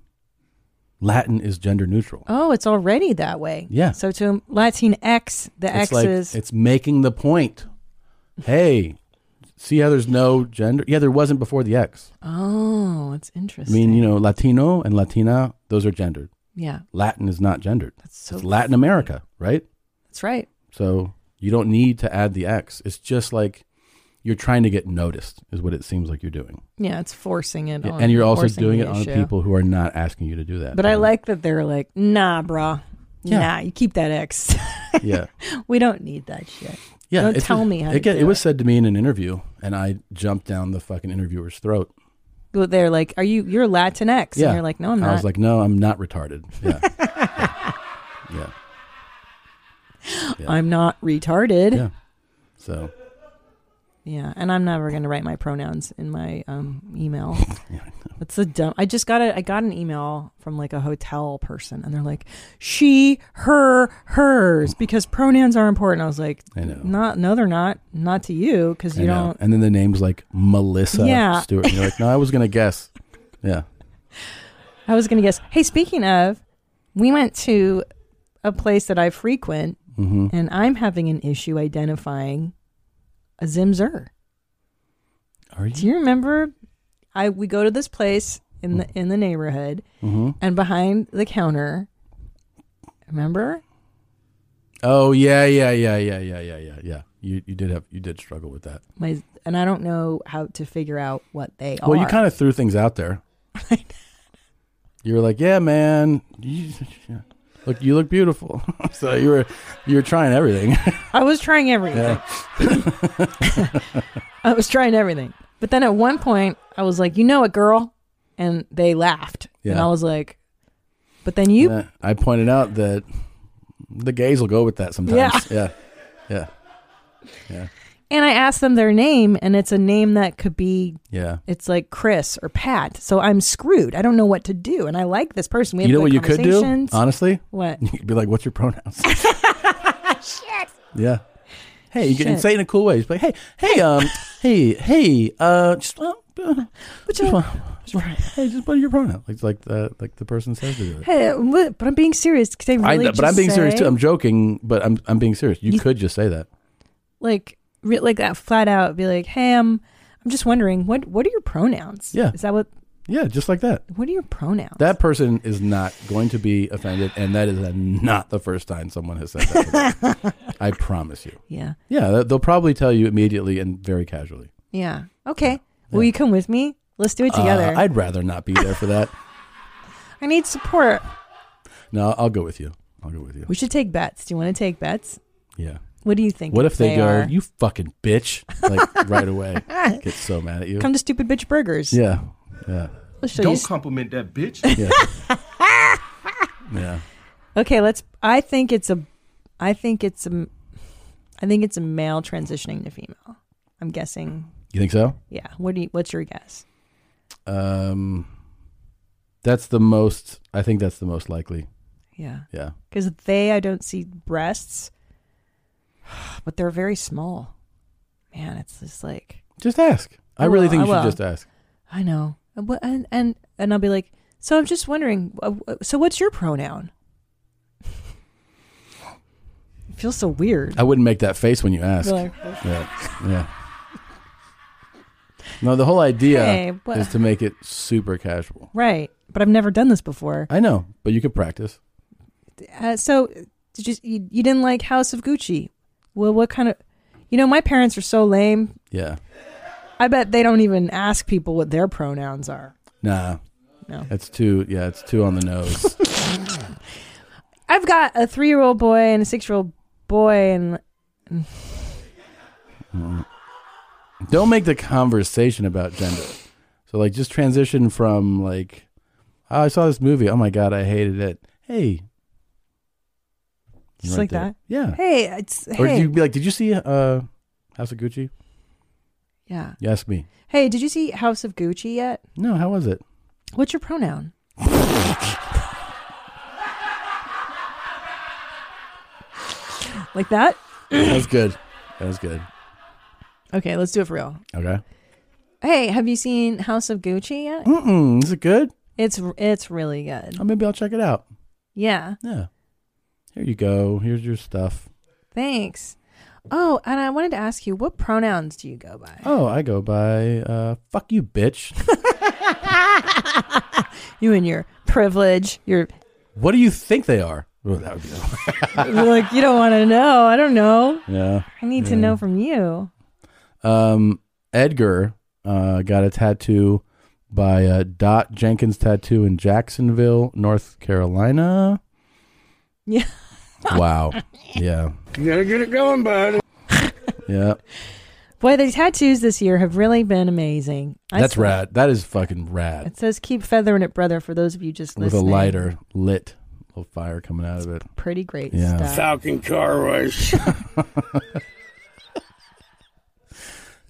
[SPEAKER 1] Latin is gender neutral.
[SPEAKER 2] Oh, it's already that way.
[SPEAKER 1] Yeah.
[SPEAKER 2] So to Latinx, the
[SPEAKER 1] it's
[SPEAKER 2] X
[SPEAKER 1] like
[SPEAKER 2] is
[SPEAKER 1] it's making the point. Hey, see how there's no gender? Yeah, there wasn't before the X.
[SPEAKER 2] oh, it's
[SPEAKER 1] I
[SPEAKER 2] interesting.
[SPEAKER 1] mean, you know, Latino and Latina, those are gendered.
[SPEAKER 2] Yeah.
[SPEAKER 1] Latin is not gendered. That's
[SPEAKER 2] so
[SPEAKER 1] it's Latin America, right?
[SPEAKER 2] That's right.
[SPEAKER 1] So you don't need to add the X. It's just like you're trying to get noticed, is what it seems like you're doing.
[SPEAKER 2] Yeah, it's forcing it.
[SPEAKER 1] Yeah,
[SPEAKER 2] on,
[SPEAKER 1] and you're also
[SPEAKER 2] forcing
[SPEAKER 1] doing
[SPEAKER 2] the
[SPEAKER 1] it on
[SPEAKER 2] issue.
[SPEAKER 1] people who are not asking you to do that.
[SPEAKER 2] But I like that they're like, nah, brah.
[SPEAKER 1] Um, Yeah.
[SPEAKER 2] Nah, you keep that X.
[SPEAKER 1] Yeah.
[SPEAKER 2] we don't need that shit.
[SPEAKER 1] yeah,
[SPEAKER 2] Don't
[SPEAKER 1] it's-
[SPEAKER 2] tell me how
[SPEAKER 1] it,
[SPEAKER 2] to
[SPEAKER 1] get-
[SPEAKER 2] do
[SPEAKER 1] it was said to me in an interview, and I jumped down the fucking interviewer's throat.
[SPEAKER 2] Well, They're like, are you, you're Latinx. And you're like, no, I'm
[SPEAKER 1] I
[SPEAKER 2] not.
[SPEAKER 1] was like, no, I'm not retarded. Yeah. yeah.
[SPEAKER 2] I'm not retarded.
[SPEAKER 1] Yeah. So
[SPEAKER 2] Yeah, and I'm never going to write my pronouns in my um, email. That's a dumb. I just got a. I got an email from like a hotel person, and they're like, "She, her, hers," because pronouns are important. I was like,
[SPEAKER 1] I know.
[SPEAKER 2] Not, no, they're not. Not to you, because
[SPEAKER 1] I
[SPEAKER 2] you
[SPEAKER 1] know.
[SPEAKER 2] don't.
[SPEAKER 1] And then the name's like Melissa
[SPEAKER 2] Yeah.
[SPEAKER 1] Stewart. And you're like, no, I was gonna guess. Yeah.
[SPEAKER 2] I was going to guess. Hey, speaking of, we went to a place that I frequent,
[SPEAKER 1] Mhm.
[SPEAKER 2] and I'm having an issue identifying a Zimzer.
[SPEAKER 1] Are you?
[SPEAKER 2] Do you remember? I we go to this place in
[SPEAKER 1] Mm.
[SPEAKER 2] the in the neighborhood,
[SPEAKER 1] Mhm.
[SPEAKER 2] and behind the counter, remember?
[SPEAKER 1] Oh yeah, yeah, yeah, yeah, yeah, yeah, yeah, yeah. You you did have you did struggle with that.
[SPEAKER 2] My and I don't know how to figure out what they are.
[SPEAKER 1] Well, you kind of threw things out there. you were like, yeah, man. You, yeah. Look, you look beautiful. so you were you were trying everything.
[SPEAKER 2] I was trying everything. I was trying everything. But then at one point, I was like, "You know it, girl," and they laughed, and
[SPEAKER 1] Yeah.
[SPEAKER 2] I was like, "But then you,
[SPEAKER 1] Yeah, I pointed out that the gays will go with that sometimes. Yeah. Yeah. Yeah. Yeah.
[SPEAKER 2] And I asked them their name, and it's a name that could be,
[SPEAKER 1] Yeah.
[SPEAKER 2] it's like Chris or Pat. So I'm screwed. I don't know what to do. And I like this person. We have
[SPEAKER 1] you know what
[SPEAKER 2] good
[SPEAKER 1] you could do?
[SPEAKER 2] conversations.
[SPEAKER 1] Honestly?
[SPEAKER 2] What?
[SPEAKER 1] You could be like, what's your pronouns?
[SPEAKER 2] Shit.
[SPEAKER 1] yeah. Hey, you can
[SPEAKER 2] Shit.
[SPEAKER 1] say it in a cool way. Just be like, hey, hey, um, hey, hey, uh, just, uh, uh,
[SPEAKER 2] What's
[SPEAKER 1] just
[SPEAKER 2] your-
[SPEAKER 1] want- hey, just what are your pronouns? Like, like the like the person says to do it.
[SPEAKER 2] Hey, what- but I'm being serious. Could they
[SPEAKER 1] I
[SPEAKER 2] really
[SPEAKER 1] know, but I'm
[SPEAKER 2] just
[SPEAKER 1] being serious
[SPEAKER 2] say,
[SPEAKER 1] too. I'm joking, but I'm I'm being serious. You, could just say that.
[SPEAKER 2] like, re- like that flat out. Be like, hey, I'm, I'm just wondering what, what are your pronouns?
[SPEAKER 1] Yeah.
[SPEAKER 2] Is that what?
[SPEAKER 1] Yeah, just like that.
[SPEAKER 2] What are your pronouns?
[SPEAKER 1] That person is not going to be offended, and that is not the first time someone has said that. to them. I promise you.
[SPEAKER 2] Yeah.
[SPEAKER 1] Yeah, they- they'll probably tell you immediately and very casually.
[SPEAKER 2] Yeah. Okay. Will you come with me? Let's do it
[SPEAKER 1] Uh,
[SPEAKER 2] together.
[SPEAKER 1] I'd rather not be there for that.
[SPEAKER 2] I need support.
[SPEAKER 1] No, I'll go with you. I'll go with you.
[SPEAKER 2] We should take bets. Do you want to take bets?
[SPEAKER 1] Yeah.
[SPEAKER 2] What do you think?
[SPEAKER 1] What if they, go,
[SPEAKER 2] are?
[SPEAKER 1] you fucking bitch, like right away? Get so mad at you.
[SPEAKER 2] Come to Stupid Bitch Burgers.
[SPEAKER 1] Yeah. Yeah.
[SPEAKER 2] Let's show you.
[SPEAKER 10] Don't
[SPEAKER 2] s-
[SPEAKER 10] compliment that bitch.
[SPEAKER 1] Yeah. yeah.
[SPEAKER 2] Okay, let's. I think it's a. I think it's a. I think it's a male transitioning to female. I'm guessing.
[SPEAKER 1] You think so?
[SPEAKER 2] Yeah. What do you? What's your guess?
[SPEAKER 1] Um, that's the most, I think that's the most likely.
[SPEAKER 2] Yeah.
[SPEAKER 1] Yeah.
[SPEAKER 2] Because they, I don't see breasts, but they're very small. Man, it's just like.
[SPEAKER 1] Just ask. I, really
[SPEAKER 2] will,
[SPEAKER 1] think you should
[SPEAKER 2] will.
[SPEAKER 1] just ask.
[SPEAKER 2] I know. And what- And and and I'll be like, so I'm just wondering. uh, uh, So what's your pronoun? It feels so weird.
[SPEAKER 1] I wouldn't make that face when you ask.
[SPEAKER 2] Really?
[SPEAKER 1] Yeah. Yeah. No, the whole idea
[SPEAKER 2] Hey, but-
[SPEAKER 1] is to make it super casual.
[SPEAKER 2] Right. But I've never done this before.
[SPEAKER 1] I know, but you could practice.
[SPEAKER 2] Uh, so did you, you you didn't like House of Gucci? Well, what kind of? You know, my parents are so lame.
[SPEAKER 1] Yeah.
[SPEAKER 2] I bet they don't even ask people what their pronouns are.
[SPEAKER 1] Nah.
[SPEAKER 2] No.
[SPEAKER 1] That's too, yeah, it's too on the nose.
[SPEAKER 2] I've got a three-year-old boy and a six-year-old boy, and
[SPEAKER 1] Mm. Don't make the conversation about gender. So like just transition from like oh, I saw this movie. Oh my god, I hated it. Hey.
[SPEAKER 2] just
[SPEAKER 1] Right
[SPEAKER 2] like
[SPEAKER 1] there.
[SPEAKER 2] that.
[SPEAKER 1] Yeah.
[SPEAKER 2] Hey, it's
[SPEAKER 1] Or
[SPEAKER 2] hey.
[SPEAKER 1] you'd be like, Did you see uh House of Gucci?
[SPEAKER 2] yeah.
[SPEAKER 1] You ask me.
[SPEAKER 2] Hey, did you see House of Gucci yet?
[SPEAKER 1] No, how was it?
[SPEAKER 2] What's your pronoun? like that?
[SPEAKER 1] that was good. That was good.
[SPEAKER 2] Okay, let's do it for real.
[SPEAKER 1] Okay.
[SPEAKER 2] Hey, have you seen House of Gucci yet?
[SPEAKER 1] Mm-mm, is it good?
[SPEAKER 2] It's it's really good.
[SPEAKER 1] Oh, maybe I'll check it out.
[SPEAKER 2] Yeah.
[SPEAKER 1] Yeah. Here you go. Here's your stuff.
[SPEAKER 2] Thanks. Oh, and I wanted to ask you, what pronouns do you go by?
[SPEAKER 1] Oh, I go by uh, fuck you, bitch.
[SPEAKER 2] You and your privilege, your
[SPEAKER 1] what do you think they are? Ooh, that would be
[SPEAKER 2] you're like you don't want to know. I don't know.
[SPEAKER 1] yeah.
[SPEAKER 2] I need to
[SPEAKER 1] Yeah.
[SPEAKER 2] know from you.
[SPEAKER 1] Um, Edgar uh, got a tattoo by uh, Dot Jenkins Tattoo in Jacksonville, North Carolina.
[SPEAKER 2] Yeah.
[SPEAKER 1] Wow. Yeah.
[SPEAKER 10] You gotta get it going, bud.
[SPEAKER 1] Yeah.
[SPEAKER 2] Boy, the tattoos this year have really been amazing. I
[SPEAKER 1] That's
[SPEAKER 2] swear.
[SPEAKER 1] rad. That is fucking rad.
[SPEAKER 2] It says keep feathering it, brother, for those of you just
[SPEAKER 1] With
[SPEAKER 2] listening.
[SPEAKER 1] a lighter lit little fire coming out of it.
[SPEAKER 2] Pretty great
[SPEAKER 1] Yeah.
[SPEAKER 2] stuff.
[SPEAKER 10] Falcon car wash.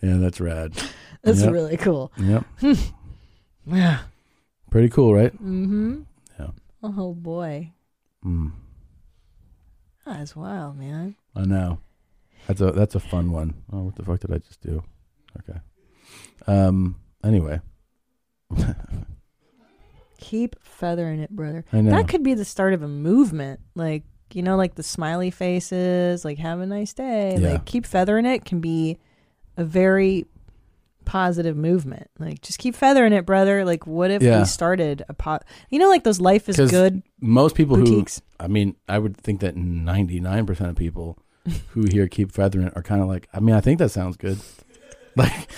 [SPEAKER 1] Yeah, that's rad.
[SPEAKER 2] That's
[SPEAKER 1] Yep.
[SPEAKER 2] really cool.
[SPEAKER 1] Yep.
[SPEAKER 2] Yeah.
[SPEAKER 1] Pretty cool, right?
[SPEAKER 2] Mm-hmm.
[SPEAKER 1] Yeah.
[SPEAKER 2] Oh boy.
[SPEAKER 1] Mm,
[SPEAKER 2] That is wild, man.
[SPEAKER 1] I know. That's a that's a fun one. Oh, what the fuck did I just do? Okay. Um. Anyway.
[SPEAKER 2] Keep feathering it, brother.
[SPEAKER 1] I know.
[SPEAKER 2] That could be the start of a movement. Like, you know, like the smiley faces, like have a nice day.
[SPEAKER 1] Yeah.
[SPEAKER 2] Like keep feathering it can be a very positive movement. Like just keep feathering it, brother. Like what if
[SPEAKER 1] Yeah.
[SPEAKER 2] we started a pot you know like those life is
[SPEAKER 1] 'Cause
[SPEAKER 2] good
[SPEAKER 1] Most people
[SPEAKER 2] boutiques.
[SPEAKER 1] who, I mean, I would think that ninety nine percent of people who hear "keep feathering" it are kind of like, I mean, I think that sounds good. Like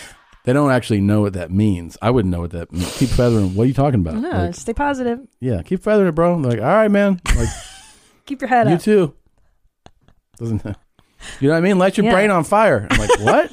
[SPEAKER 1] they don't actually know what that means. I wouldn't know what that means. keep feathering. What are you talking about?
[SPEAKER 2] no,
[SPEAKER 1] Like,
[SPEAKER 2] stay positive.
[SPEAKER 1] yeah, keep feathering it, bro. They're like, all right, man. Like
[SPEAKER 2] Keep your head
[SPEAKER 1] you
[SPEAKER 2] up.
[SPEAKER 1] too. Doesn't you know what I mean? Light your
[SPEAKER 2] Yeah.
[SPEAKER 1] brain on fire. I'm like, what?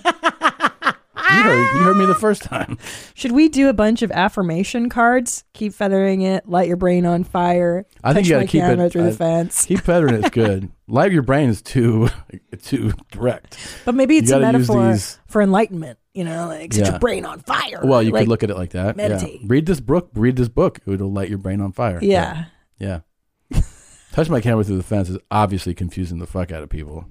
[SPEAKER 1] you heard you heard me the first time.
[SPEAKER 2] Should we do a bunch of affirmation cards? Keep feathering it, light your brain on fire.
[SPEAKER 1] I think
[SPEAKER 2] touch
[SPEAKER 1] you
[SPEAKER 2] my
[SPEAKER 1] gotta keep
[SPEAKER 2] camera
[SPEAKER 1] it
[SPEAKER 2] through
[SPEAKER 1] I-
[SPEAKER 2] the fence.
[SPEAKER 1] Keep feathering it's good. Light your brain is too too direct.
[SPEAKER 2] But maybe
[SPEAKER 1] You
[SPEAKER 2] it's a
[SPEAKER 1] gotta use
[SPEAKER 2] metaphor
[SPEAKER 1] these-
[SPEAKER 2] for enlightenment, you know, like set
[SPEAKER 1] Yeah.
[SPEAKER 2] your brain on fire.
[SPEAKER 1] Well, you
[SPEAKER 2] Like,
[SPEAKER 1] could look at it like that. Yeah.
[SPEAKER 2] meditate.
[SPEAKER 1] Read this book. Read this book. It'll light your brain on fire.
[SPEAKER 2] Yeah.
[SPEAKER 1] Yeah. Yeah. Touch my camera through the fence is obviously confusing the fuck out of people.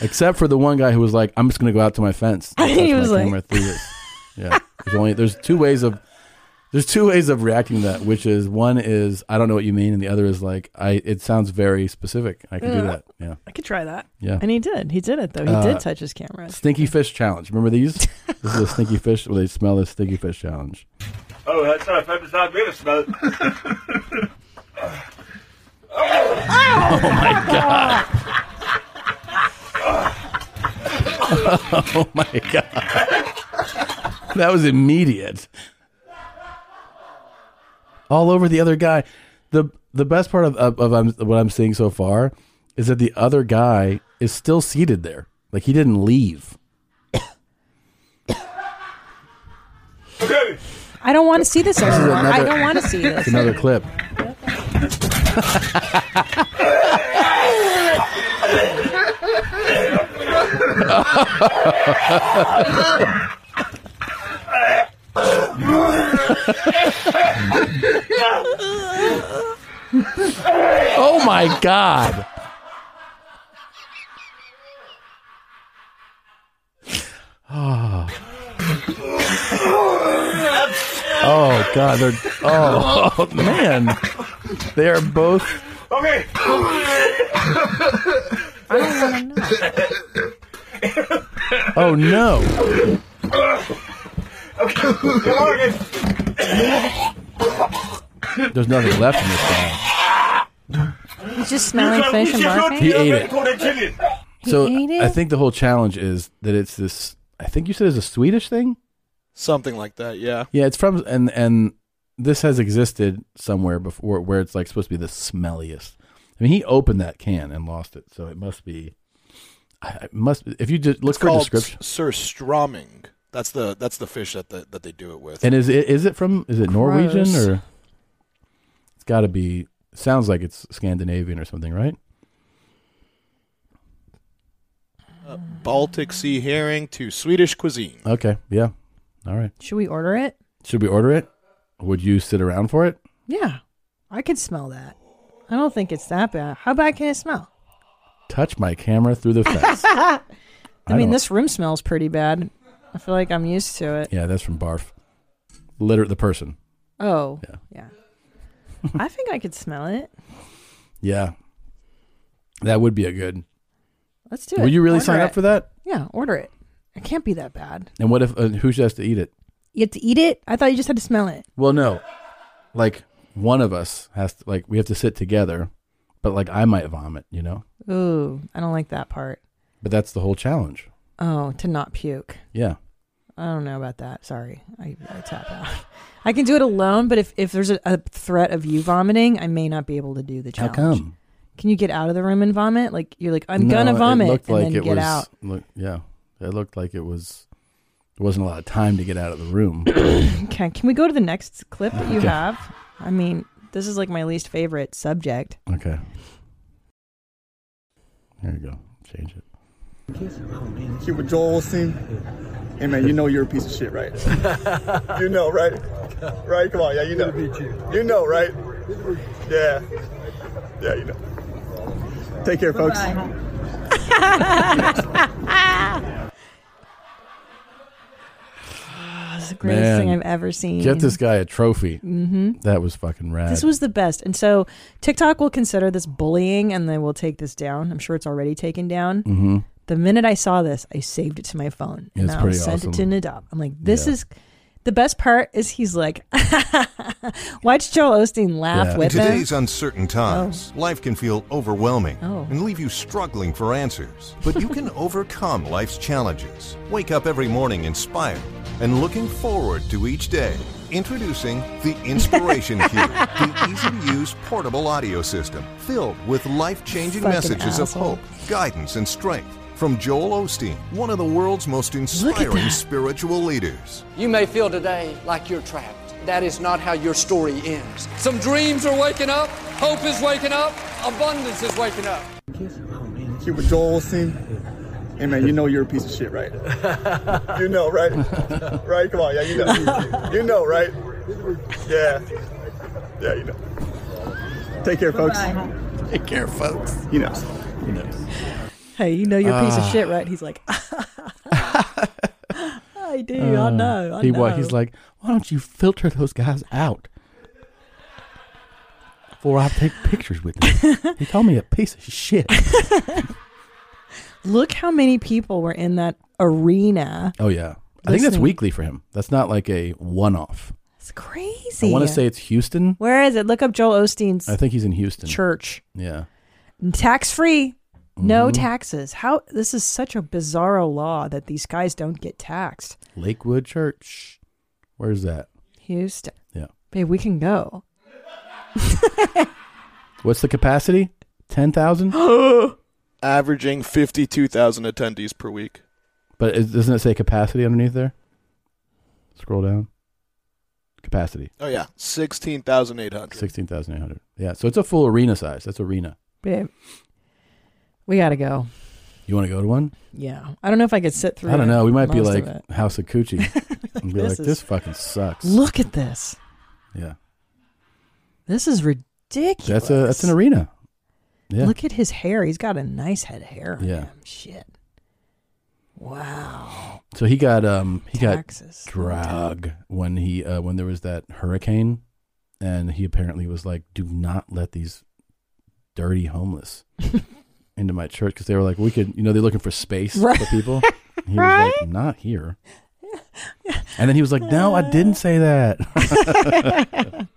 [SPEAKER 1] Except for the one guy who was like, "I'm just gonna go out to my fence." and
[SPEAKER 2] He
[SPEAKER 1] touch my
[SPEAKER 2] was like-
[SPEAKER 1] camera through this. Yeah. There's only there's two ways of there's two ways of reacting to that, which is one is I don't know what you mean, and the other is like I. It sounds very specific. I can do
[SPEAKER 2] Yeah.
[SPEAKER 1] that. Yeah.
[SPEAKER 2] I could try that.
[SPEAKER 1] Yeah.
[SPEAKER 2] And he did. He did it though. He
[SPEAKER 1] Uh,
[SPEAKER 2] did touch his camera.
[SPEAKER 1] Stinky fish challenge. Remember these? this is a stinky fish. Where they smell the stinky fish challenge.
[SPEAKER 11] Oh, that's not a famous dog. We have a smoke.
[SPEAKER 1] Oh my god. oh my god. That was immediate. All over the other guy. The the best part of of, of I'm, what I'm seeing so far is that the other guy is still seated there. Like he didn't leave.
[SPEAKER 2] I don't want to see this
[SPEAKER 1] This is
[SPEAKER 2] anymore. I
[SPEAKER 1] another-
[SPEAKER 2] don't want to see
[SPEAKER 1] It's
[SPEAKER 2] this.
[SPEAKER 1] another clip. oh my god. Oh. Oh god, they're oh man. They are both
[SPEAKER 11] Okay.
[SPEAKER 1] Oh no.
[SPEAKER 11] Come on, again.
[SPEAKER 1] There's nothing left in this guy.
[SPEAKER 2] He's just smelling fish and barfing.
[SPEAKER 1] He ate it.
[SPEAKER 2] He
[SPEAKER 1] so
[SPEAKER 2] ate it?
[SPEAKER 1] I think the whole challenge is that it's this I think you said it's a Swedish thing?
[SPEAKER 6] Something like that, yeah.
[SPEAKER 1] Yeah, it's from and and this has existed somewhere before where it's like supposed to be the smelliest. I mean, he opened that can and lost it, so it must be. I- It must if you just look
[SPEAKER 6] It's
[SPEAKER 1] for a
[SPEAKER 6] called
[SPEAKER 1] description.
[SPEAKER 6] s- Sir Stroming. That's the that's the fish that the, that they do it with.
[SPEAKER 1] And is it is it from is it Norwegian
[SPEAKER 6] Gross.
[SPEAKER 1] or? It's got to be. Sounds like it's Scandinavian or something, right?
[SPEAKER 6] Uh, Baltic Sea herring to Swedish cuisine.
[SPEAKER 1] Okay, yeah, all right.
[SPEAKER 2] Should we order it?
[SPEAKER 1] Should we order it? Would you sit around for it?
[SPEAKER 2] Yeah. I could smell that. I don't think it's that bad. How bad can it smell?
[SPEAKER 1] Touch my camera through the fence.
[SPEAKER 2] I,
[SPEAKER 1] I
[SPEAKER 2] mean,
[SPEAKER 1] don't-
[SPEAKER 2] this room smells pretty bad. I feel like I'm used to it.
[SPEAKER 1] yeah, that's from Barf. Liter the person.
[SPEAKER 2] Oh, yeah. I think I could smell it.
[SPEAKER 1] Yeah. That would be a good.
[SPEAKER 2] Let's do it.
[SPEAKER 1] Will you really
[SPEAKER 2] Order
[SPEAKER 1] sign
[SPEAKER 2] it.
[SPEAKER 1] up for that?
[SPEAKER 2] Yeah, order it. It can't be that bad.
[SPEAKER 1] And what if uh, who has to eat it?
[SPEAKER 2] You have to eat it. I thought you just had to smell it.
[SPEAKER 1] Well, no. Like one of us has to like we have to sit together, but like I might vomit, you know?
[SPEAKER 2] Ooh, I don't like that part.
[SPEAKER 1] But that's the whole challenge.
[SPEAKER 2] Oh, to not puke.
[SPEAKER 1] Yeah.
[SPEAKER 2] I don't know about that. Sorry, I, I tap out. I can do it alone, but if, if there's a, a threat of you vomiting, I may not be able to do the
[SPEAKER 1] How
[SPEAKER 2] challenge.
[SPEAKER 1] come?
[SPEAKER 2] Can you get out of the room and vomit? Like you're like I'm
[SPEAKER 1] No,
[SPEAKER 2] gonna
[SPEAKER 1] it
[SPEAKER 2] vomit
[SPEAKER 1] looked
[SPEAKER 2] and
[SPEAKER 1] like
[SPEAKER 2] then
[SPEAKER 1] it
[SPEAKER 2] get
[SPEAKER 1] was,
[SPEAKER 2] out.
[SPEAKER 1] look- yeah. It looked like it was there wasn't a lot of time to get out of the room.
[SPEAKER 2] Okay, can we go to the next clip that you
[SPEAKER 1] Okay.
[SPEAKER 2] have? I mean, this is like my least favorite subject.
[SPEAKER 1] okay. There you go. Change it.
[SPEAKER 7] Cuba Joel Olstein. Hey man, you know you're a piece of shit, right? you know, right? Right? Come on, yeah, you know. You know, right? Yeah. Yeah, you know. Take care, folks.
[SPEAKER 2] This is the greatest thing I've ever seen.
[SPEAKER 1] Get this guy a trophy.
[SPEAKER 2] Mhm.
[SPEAKER 1] That was fucking rad.
[SPEAKER 2] This was the best. And so TikTok will consider this bullying and they will take this down. I'm sure it's already taken down.
[SPEAKER 1] Mhm.
[SPEAKER 2] The minute I saw this, I saved it to my phone and
[SPEAKER 1] It's
[SPEAKER 2] I
[SPEAKER 1] pretty
[SPEAKER 2] sent it to
[SPEAKER 1] awesome.
[SPEAKER 2] Nadab. I'm like, this is the best part is he's like, watch Joel Osteen laugh
[SPEAKER 13] In
[SPEAKER 2] with
[SPEAKER 13] today's
[SPEAKER 2] him.
[SPEAKER 13] uncertain times, life can feel overwhelming
[SPEAKER 2] Oh.
[SPEAKER 13] and leave you struggling for answers. But you can overcome life's challenges. Wake up every morning inspired and looking forward to each day. Introducing the Inspiration Cube, the easy to use portable audio system filled with life changing
[SPEAKER 7] Fucking
[SPEAKER 13] messages
[SPEAKER 7] asshole.
[SPEAKER 13] of hope, guidance, and strength from Joel Osteen, one of the world's most inspiring spiritual leaders.
[SPEAKER 14] You may feel today like you're trapped. That is not how your story ends. Some dreams are waking up, hope is waking up, abundance is waking up.
[SPEAKER 7] Cuba Joel Olstein. Hey man, you know you're a piece of shit, right? you know, right? Right? Come on, yeah, you know. You know, right? Yeah. Yeah, you know. Take care, folks. Take care, folks. You know. You know.
[SPEAKER 2] Hey, you know you're a piece of
[SPEAKER 1] Ah.
[SPEAKER 2] shit, right? He's like, I do. I know. I
[SPEAKER 1] Ah. Uh, he
[SPEAKER 2] know.
[SPEAKER 1] wa- he's like, why don't you filter those guys out? For I take pictures with them. he called me a piece of shit.
[SPEAKER 2] look how many people were in that arena.
[SPEAKER 1] Oh yeah, I think that's
[SPEAKER 2] Listening.
[SPEAKER 1] weekly for him. That's not like a one-off.
[SPEAKER 2] It's crazy.
[SPEAKER 1] I want to say it's Houston.
[SPEAKER 2] Where is it? Look up Joel Osteen's.
[SPEAKER 1] I think he's in Houston.
[SPEAKER 2] Church.
[SPEAKER 1] Yeah.
[SPEAKER 2] Tax free. No
[SPEAKER 1] Mhm.
[SPEAKER 2] taxes. How this is such a bizarro law that these guys don't get taxed.
[SPEAKER 1] Lakewood Church. Where's that?
[SPEAKER 2] Houston.
[SPEAKER 1] Yeah.
[SPEAKER 2] Babe, we can go.
[SPEAKER 1] What's the capacity? Ten thousand.
[SPEAKER 6] Averaging 52,000 attendees per week.
[SPEAKER 1] but is, doesn't it say capacity underneath there? Scroll down. Capacity
[SPEAKER 6] Oh, yeah. 16,800.
[SPEAKER 1] sixteen thousand eight hundred. Yeah, so it's a full arena size. That's arena.
[SPEAKER 2] Babe. We gotta go.
[SPEAKER 1] You want to go to one?
[SPEAKER 2] Yeah. I don't know if I could sit through
[SPEAKER 1] I don't know. We might be
[SPEAKER 2] most of
[SPEAKER 1] like
[SPEAKER 2] it.
[SPEAKER 1] House of Coochie. and be
[SPEAKER 2] This
[SPEAKER 1] like,
[SPEAKER 2] is-
[SPEAKER 1] this fucking sucks.
[SPEAKER 2] Look at this.
[SPEAKER 1] Yeah.
[SPEAKER 2] This is ridiculous.
[SPEAKER 1] That's a that's an arena. Yeah.
[SPEAKER 2] Look at his hair. He's got a nice head of hair. on
[SPEAKER 1] Yeah.
[SPEAKER 2] him. Shit. Wow.
[SPEAKER 1] So he got um he
[SPEAKER 2] Taxes.
[SPEAKER 1] got drug when he uh, when there was that hurricane, and he apparently was like, "Do not let these dirty homeless into my church," because they were like, "We could," you know, they're looking for space for
[SPEAKER 2] Right.
[SPEAKER 1] people. And he was like, "Not here." And then he was like, "No, I didn't say that."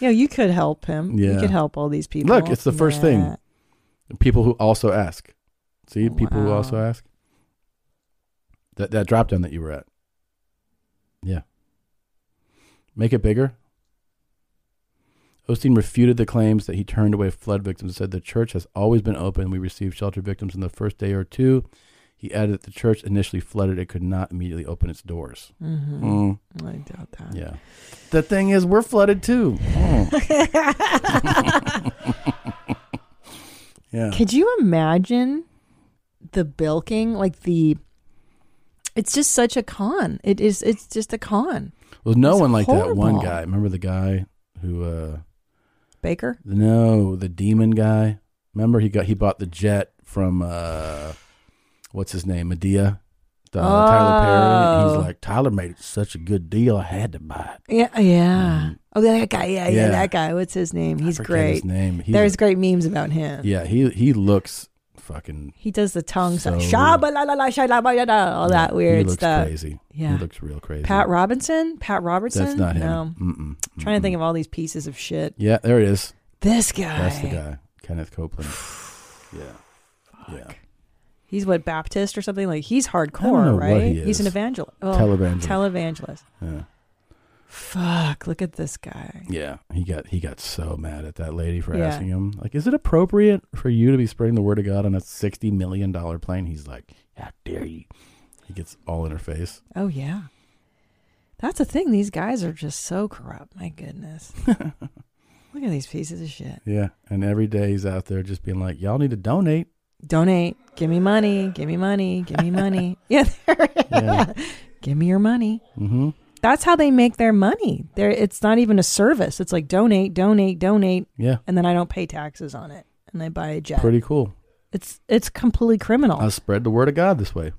[SPEAKER 2] Yeah, you could help him. You
[SPEAKER 1] Yeah.
[SPEAKER 2] could help all these people.
[SPEAKER 1] Look, it's the first
[SPEAKER 2] Yeah.
[SPEAKER 1] thing. People who also ask.
[SPEAKER 2] Oh,
[SPEAKER 1] See, people who also ask. That that drop down that you were at. Yeah. Make it bigger. Osteen refuted the claims that he turned away flood victims and said the church has always been open. We received shelter victims in the first day or two. He added that the church initially flooded, it could not immediately open its doors.
[SPEAKER 2] Mhm.
[SPEAKER 1] Mm.
[SPEAKER 2] I doubt that.
[SPEAKER 1] Yeah. The thing is, we're flooded too. yeah.
[SPEAKER 2] Could you imagine the bilking? Like the, it's just such a con. It is. It's just a con.
[SPEAKER 1] Well, no
[SPEAKER 2] It's
[SPEAKER 1] one like that one
[SPEAKER 2] horrible.
[SPEAKER 1] guy. Remember the guy who? uh
[SPEAKER 2] Baker.
[SPEAKER 1] No, the demon guy. Remember he got he bought the jet from uh what's his name Medea, uh, Tyler Perry.
[SPEAKER 2] Oh.
[SPEAKER 1] He's like, Tyler made such a good deal. I had to buy it.
[SPEAKER 2] Yeah, yeah. Oh, that guy. Yeah, yeah,
[SPEAKER 1] Mm-hmm. Yeah.
[SPEAKER 2] that guy. What's his name? He's
[SPEAKER 1] forget
[SPEAKER 2] great.
[SPEAKER 1] his name. He's
[SPEAKER 2] There's
[SPEAKER 1] a-
[SPEAKER 2] great memes about him.
[SPEAKER 1] Yeah, he he looks fucking.
[SPEAKER 2] He does the tongue so,
[SPEAKER 1] So-
[SPEAKER 2] la shabalala, all that
[SPEAKER 1] he
[SPEAKER 2] weird
[SPEAKER 1] looks
[SPEAKER 2] stuff.
[SPEAKER 1] crazy.
[SPEAKER 2] Yeah.
[SPEAKER 1] He looks real crazy.
[SPEAKER 2] Pat Robinson? Pat Robertson?
[SPEAKER 1] not him.
[SPEAKER 2] No.
[SPEAKER 1] Mm-mm.
[SPEAKER 2] Trying to think of all these pieces of shit.
[SPEAKER 1] Yeah, there it is.
[SPEAKER 2] This
[SPEAKER 1] That's the
[SPEAKER 2] guy.
[SPEAKER 1] guy, Kenneth Copeland. yeah, yeah.
[SPEAKER 2] He's what, Baptist or something? Like he's hardcore,
[SPEAKER 1] know what
[SPEAKER 2] right?
[SPEAKER 1] he
[SPEAKER 2] He's an
[SPEAKER 1] is.
[SPEAKER 2] evangelist. Oh,
[SPEAKER 1] Televangelist.
[SPEAKER 2] Televangelist.
[SPEAKER 1] Yeah.
[SPEAKER 2] Fuck, look at this guy.
[SPEAKER 1] Yeah, he got he got so mad at that lady for
[SPEAKER 2] Yeah.
[SPEAKER 1] asking him, like, is it appropriate for you to be spreading the word of God on a sixty million dollar plane? He's like, how dare you? He gets all in her face.
[SPEAKER 2] Oh yeah. That's the thing. These guys are just so corrupt. My goodness. Look at these pieces of shit.
[SPEAKER 1] Yeah, and every day he's out there just being like, y'all need to donate.
[SPEAKER 2] Donate. Give me money. Give me money. Give me money. yeah, there.
[SPEAKER 1] Yeah.
[SPEAKER 2] Give me your money.
[SPEAKER 1] Mm-hmm.
[SPEAKER 2] That's how they make their money. There, it's not even a service. It's like donate, donate, donate.
[SPEAKER 1] Yeah.
[SPEAKER 2] And then I don't pay taxes on it, and I buy a jet.
[SPEAKER 1] Pretty cool.
[SPEAKER 2] It's it's completely criminal.
[SPEAKER 1] I spread the word of God this way.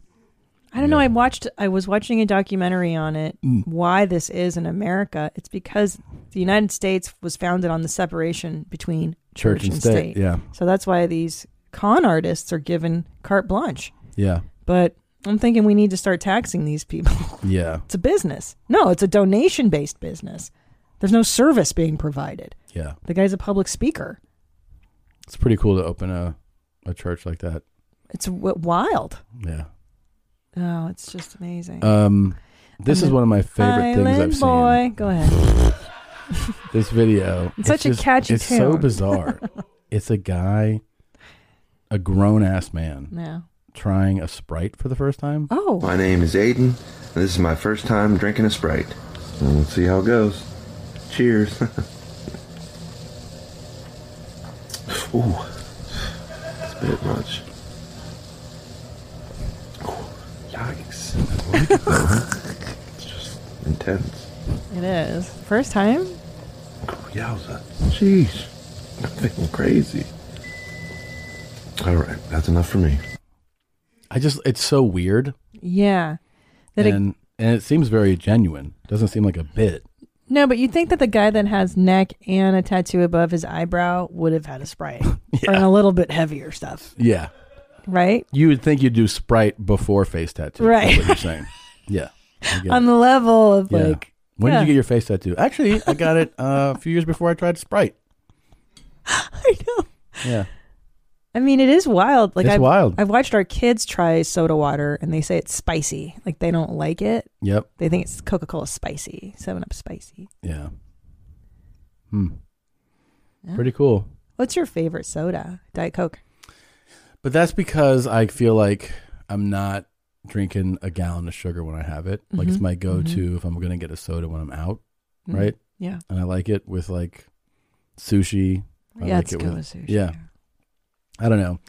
[SPEAKER 2] I don't know. I watched. I was watching a documentary on it.
[SPEAKER 1] Mm.
[SPEAKER 2] Why this is in America? It's because the United States was founded on the separation between church, and, state.
[SPEAKER 1] yeah.
[SPEAKER 2] So that's why these con artists are given carte blanche.
[SPEAKER 1] Yeah,
[SPEAKER 2] But I'm thinking we need to start taxing these people.
[SPEAKER 1] yeah,
[SPEAKER 2] it's a business. No, it's a donation based business. There's no service being provided.
[SPEAKER 1] yeah.
[SPEAKER 2] The guy's a public speaker.
[SPEAKER 1] It's pretty cool to open a a church like that.
[SPEAKER 2] It's w- wild.
[SPEAKER 1] Yeah.
[SPEAKER 2] Oh, it's just amazing.
[SPEAKER 1] Um, this is one of my favorite things I've
[SPEAKER 2] Island
[SPEAKER 1] seen.
[SPEAKER 2] boy. Go ahead.
[SPEAKER 1] this video.
[SPEAKER 2] It's such a catchy
[SPEAKER 1] It's so
[SPEAKER 2] tune.
[SPEAKER 1] bizarre. it's a guy, a grown ass man,
[SPEAKER 2] Yeah.
[SPEAKER 1] trying a Sprite for the first time.
[SPEAKER 2] Oh,
[SPEAKER 9] My name is Aiden. and This is my first time drinking a Sprite. And we'll see how it goes. Cheers. Ooh, it's a bit much. Ooh, yikes. it's just intense.
[SPEAKER 2] it is. First time?
[SPEAKER 9] Yowza. Jeez. I'm feeling crazy. All right, that's enough for me.
[SPEAKER 1] I just, it's so weird,
[SPEAKER 2] Yeah. That it,
[SPEAKER 1] and and it seems very genuine. Doesn't seem like a bit.
[SPEAKER 2] no, but you think that the guy that has neck and a tattoo above his eyebrow would have had a sprite or a little bit heavier stuff,
[SPEAKER 1] Yeah,
[SPEAKER 2] right?
[SPEAKER 1] you would think you'd do Sprite before face tattoo. is
[SPEAKER 2] Right.
[SPEAKER 1] what you're saying. Yeah. I get
[SPEAKER 2] On
[SPEAKER 1] it.
[SPEAKER 2] the level of
[SPEAKER 1] Yeah.
[SPEAKER 2] like,
[SPEAKER 1] when
[SPEAKER 2] yeah.
[SPEAKER 1] did you get your face tattoo? Actually, I got it uh, a few years before I tried Sprite. I know. Yeah.
[SPEAKER 2] I mean, it is wild. Like
[SPEAKER 1] It's
[SPEAKER 2] I've,
[SPEAKER 1] wild.
[SPEAKER 2] I've watched our kids try soda water, and they say it's spicy. Like they don't like it.
[SPEAKER 1] Yep.
[SPEAKER 2] They think it's Coca Cola spicy, Seven Up spicy.
[SPEAKER 1] Yeah. Hmm.
[SPEAKER 2] Yeah.
[SPEAKER 1] Pretty cool.
[SPEAKER 2] What's your favorite soda? Diet Coke.
[SPEAKER 1] But that's because I feel like I'm not drinking a gallon of sugar when I have it. Like it's
[SPEAKER 2] Mhm.
[SPEAKER 1] my go to if I'm going to get a soda when I'm out.
[SPEAKER 2] Mhm.
[SPEAKER 1] Right.
[SPEAKER 2] Yeah.
[SPEAKER 1] And I like it with like sushi. I
[SPEAKER 2] Yeah,
[SPEAKER 1] like
[SPEAKER 2] it's good with sushi,
[SPEAKER 1] Yeah. I don't know.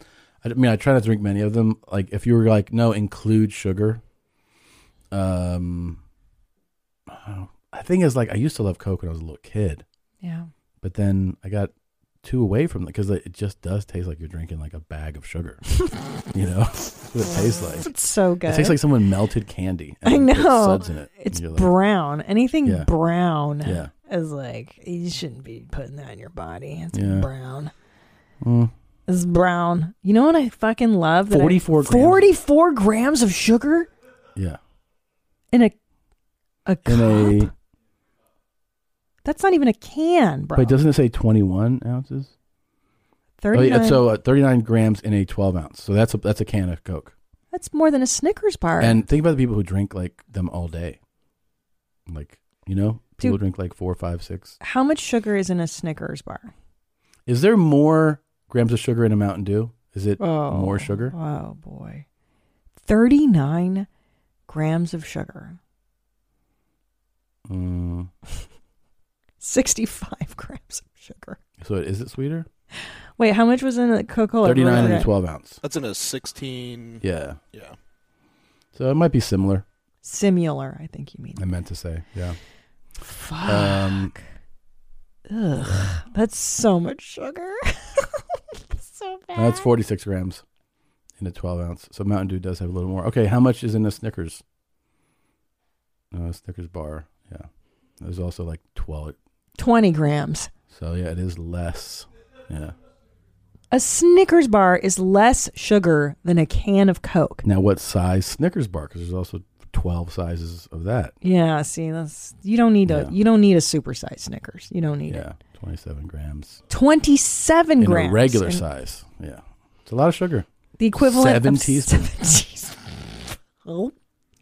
[SPEAKER 1] I d- mean, I try not to drink many of them. Like if you were like, no, include sugar. Um, I don't- I think it's like I used to love Coke when I was a little kid.
[SPEAKER 2] Yeah.
[SPEAKER 1] But then I got too away from it because it just does taste like you're drinking like a bag of sugar. you know, that's what it tastes like.
[SPEAKER 2] It's so
[SPEAKER 1] It
[SPEAKER 2] good.
[SPEAKER 1] tastes like someone melted candy.
[SPEAKER 2] I
[SPEAKER 1] and put
[SPEAKER 2] know.
[SPEAKER 1] suds in it. and
[SPEAKER 2] It's
[SPEAKER 1] you're like-
[SPEAKER 2] brown. Anything
[SPEAKER 1] Yeah.
[SPEAKER 2] brown
[SPEAKER 1] Yeah.
[SPEAKER 2] is like you shouldn't be putting that in your body. It's
[SPEAKER 1] Yeah.
[SPEAKER 2] brown.
[SPEAKER 1] Mm.
[SPEAKER 2] It's brown. You know what I fucking love? That I-
[SPEAKER 1] 44 grams.
[SPEAKER 2] 44 grams of sugar
[SPEAKER 1] Yeah.
[SPEAKER 2] in a a
[SPEAKER 1] In a,
[SPEAKER 2] that's not even a can, bro.
[SPEAKER 1] but doesn't it say 21 ounces? Oh, yeah,
[SPEAKER 2] 39.
[SPEAKER 1] so uh, 39 grams in a 12 ounce. So that's a, that's a can of Coke.
[SPEAKER 2] that's more than a Snickers bar.
[SPEAKER 1] And think about the people who drink like them all day. Like, you know, people
[SPEAKER 2] Dude.
[SPEAKER 1] drink like four, five, six.
[SPEAKER 2] How much sugar is in a Snickers bar?
[SPEAKER 1] Is there more grams of sugar in a Mountain Dew? Is it
[SPEAKER 2] Oh,
[SPEAKER 1] more sugar?
[SPEAKER 2] Oh boy. 39 grams of sugar.
[SPEAKER 1] Mm.
[SPEAKER 2] 65 grams of sugar.
[SPEAKER 1] So it, is it sweeter?
[SPEAKER 2] Wait, how much was in the Coca-Cola?
[SPEAKER 1] 39 and
[SPEAKER 2] Right.
[SPEAKER 1] a 12 ounce.
[SPEAKER 6] That's in a 16.
[SPEAKER 1] Yeah.
[SPEAKER 6] Mm-hmm. Yeah.
[SPEAKER 1] So it might be similar,
[SPEAKER 2] Similar, I think you mean.
[SPEAKER 1] I meant to say. Yeah.
[SPEAKER 2] Fuck.
[SPEAKER 1] Um,
[SPEAKER 2] Ugh, that's so much sugar. so bad.
[SPEAKER 1] that's 46 grams in a 12 ounce. So Mountain Dew does have a little more. Okay, how much is in a Snickers? Uh, Snickers bar. Yeah. There's also like 12.
[SPEAKER 2] 20 grams.
[SPEAKER 1] So yeah, it is less. Yeah.
[SPEAKER 2] A Snickers bar is less sugar than a can of Coke.
[SPEAKER 1] Now, what size Snickers bar? Because there's also 12 sizes of that.
[SPEAKER 2] Yeah, see, that's you don't need a you don't need a supersized Snickers. You don't need
[SPEAKER 1] Yeah,
[SPEAKER 2] it.
[SPEAKER 1] 27 grams.
[SPEAKER 2] 27
[SPEAKER 1] in
[SPEAKER 2] grams.
[SPEAKER 1] a regular
[SPEAKER 2] And
[SPEAKER 1] size. Yeah. It's a lot of sugar.
[SPEAKER 2] The equivalent
[SPEAKER 1] Seven
[SPEAKER 2] of
[SPEAKER 1] teaspoons.
[SPEAKER 2] seven teaspoons. Oh,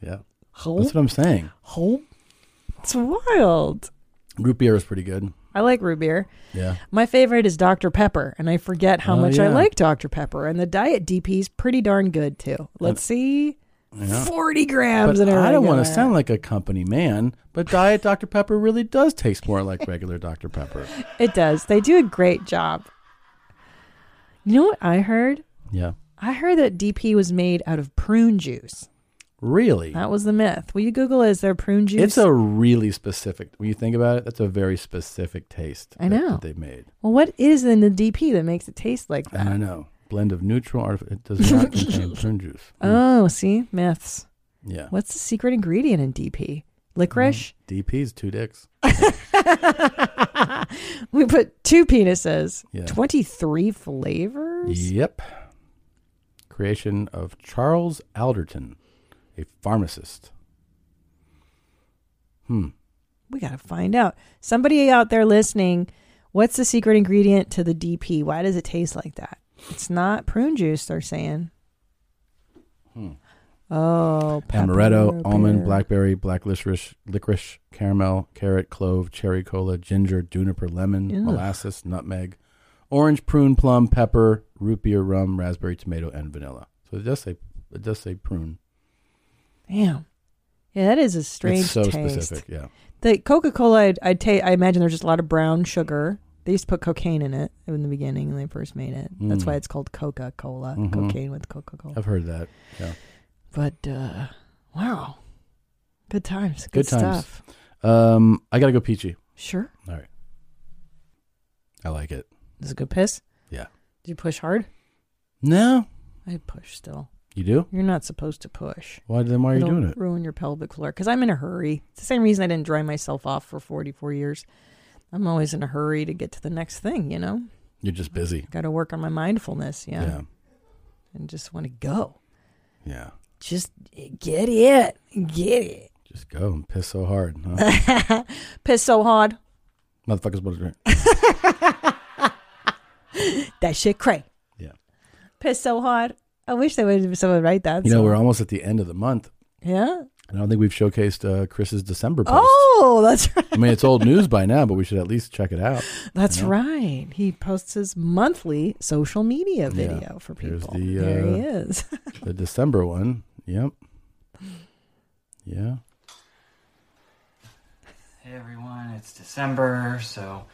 [SPEAKER 1] Yeah.
[SPEAKER 2] Whole?
[SPEAKER 1] That's what I'm saying.
[SPEAKER 2] oh, it's wild.
[SPEAKER 1] Root beer is pretty good.
[SPEAKER 2] I like root beer.
[SPEAKER 1] Yeah.
[SPEAKER 2] My favorite is Dr. Pepper, and I forget how
[SPEAKER 1] Oh,
[SPEAKER 2] much I
[SPEAKER 1] yeah.
[SPEAKER 2] like Dr. Pepper. And the diet DP is pretty darn good too. Let's see.
[SPEAKER 1] Yeah.
[SPEAKER 2] 40 grams
[SPEAKER 1] But
[SPEAKER 2] in a
[SPEAKER 1] I don't want to
[SPEAKER 2] regular.
[SPEAKER 1] sound like a company man, but Diet Dr. Pepper really does taste more like regular Dr. Pepper.
[SPEAKER 2] It does. They do a great job. You know what I heard?
[SPEAKER 1] Yeah.
[SPEAKER 2] I heard that DP was made out of prune juice.
[SPEAKER 1] Really?
[SPEAKER 2] That was the myth. Will you Google it? Is there prune juice?
[SPEAKER 1] It's a really specific, when you think about it, that's a very specific taste
[SPEAKER 2] I
[SPEAKER 1] that-
[SPEAKER 2] know.
[SPEAKER 1] that they made.
[SPEAKER 2] Well, what is in the DP that makes it taste like
[SPEAKER 1] I
[SPEAKER 2] that?
[SPEAKER 1] don't know. Blend of neutral artif- it does not contain prune juice.
[SPEAKER 2] Oh, see? Myths.
[SPEAKER 1] Hmm. Yeah.
[SPEAKER 2] What's the secret ingredient in DP? Licorice?
[SPEAKER 1] DP's two dicks.
[SPEAKER 2] We put two penises,
[SPEAKER 1] Hmm. Yeah.
[SPEAKER 2] 23 flavors.
[SPEAKER 1] Yep. Creation of Charles Alderton, a pharmacist. Hmm.
[SPEAKER 2] We got to find out. Somebody out there listening, what's the secret ingredient to the DP? Why does it taste like that? It's not prune juice, they're saying.
[SPEAKER 1] Hmm.
[SPEAKER 2] Oh, pepper,
[SPEAKER 1] Amaretto, almond,
[SPEAKER 2] pear.
[SPEAKER 1] blackberry, black licorice, licorice, caramel, carrot, clove, cherry cola, ginger, juniper, lemon,
[SPEAKER 2] Ugh.
[SPEAKER 1] molasses, nutmeg, orange, prune, plum, pepper, root beer, rum, raspberry, tomato, and vanilla. So it does say it does say prune.
[SPEAKER 2] Damn. Yeah, that is a strange
[SPEAKER 1] so
[SPEAKER 2] taste.
[SPEAKER 1] specific, yeah.
[SPEAKER 2] The Coca Cola, I'd, I'd ta- I imagine there's just a lot of brown sugar. They used to put cocaine in it in the beginning when they first made it. That's
[SPEAKER 1] Mm.
[SPEAKER 2] why it's called Coca Cola.
[SPEAKER 1] Mhm.
[SPEAKER 2] Cocaine with Coca Cola.
[SPEAKER 1] I've heard that. Yeah.
[SPEAKER 2] But uh, wow, good times, good,
[SPEAKER 1] Good, times.
[SPEAKER 2] stuff.
[SPEAKER 1] Um, I gotta go peachy.
[SPEAKER 2] Sure.
[SPEAKER 1] All right. I like it.
[SPEAKER 2] Is it good piss?
[SPEAKER 1] Yeah.
[SPEAKER 2] Did you push hard?
[SPEAKER 1] No.
[SPEAKER 2] I push still.
[SPEAKER 1] You do?
[SPEAKER 2] You're not supposed to push.
[SPEAKER 1] Why then why are you
[SPEAKER 2] It'll
[SPEAKER 1] doing it?
[SPEAKER 2] Ruin your pelvic floor because I'm in a hurry. It's the same reason I didn't dry myself off for 44 years. I'm always in a hurry to get to the next thing. You know,
[SPEAKER 1] You're just busy.
[SPEAKER 2] got to work on my mindfulness. Yeah.
[SPEAKER 1] Yeah.
[SPEAKER 2] And just want to go.
[SPEAKER 1] Yeah.
[SPEAKER 2] Just get it, get it.
[SPEAKER 1] Just go and piss so hard. Huh?
[SPEAKER 2] Piss so hard,
[SPEAKER 1] Motherfuckers want to drink.
[SPEAKER 2] that shit cray.
[SPEAKER 1] Yeah.
[SPEAKER 2] Piss so hard. I wish there would someone write that.
[SPEAKER 1] You know,
[SPEAKER 2] song.
[SPEAKER 1] we're almost at the end of the month.
[SPEAKER 2] yeah.
[SPEAKER 1] And I don't think we've showcased uh, Chris's December post.
[SPEAKER 2] Oh, that's right.
[SPEAKER 1] I mean, it's old news by now, but we should at least check it out.
[SPEAKER 2] That's
[SPEAKER 1] you know?
[SPEAKER 2] right. He posts his monthly social media video for
[SPEAKER 1] Here's
[SPEAKER 2] people.
[SPEAKER 1] the,
[SPEAKER 2] there he
[SPEAKER 1] uh,
[SPEAKER 2] is.
[SPEAKER 1] the December one. Yep. Yeah.
[SPEAKER 15] Hey everyone, it's December, so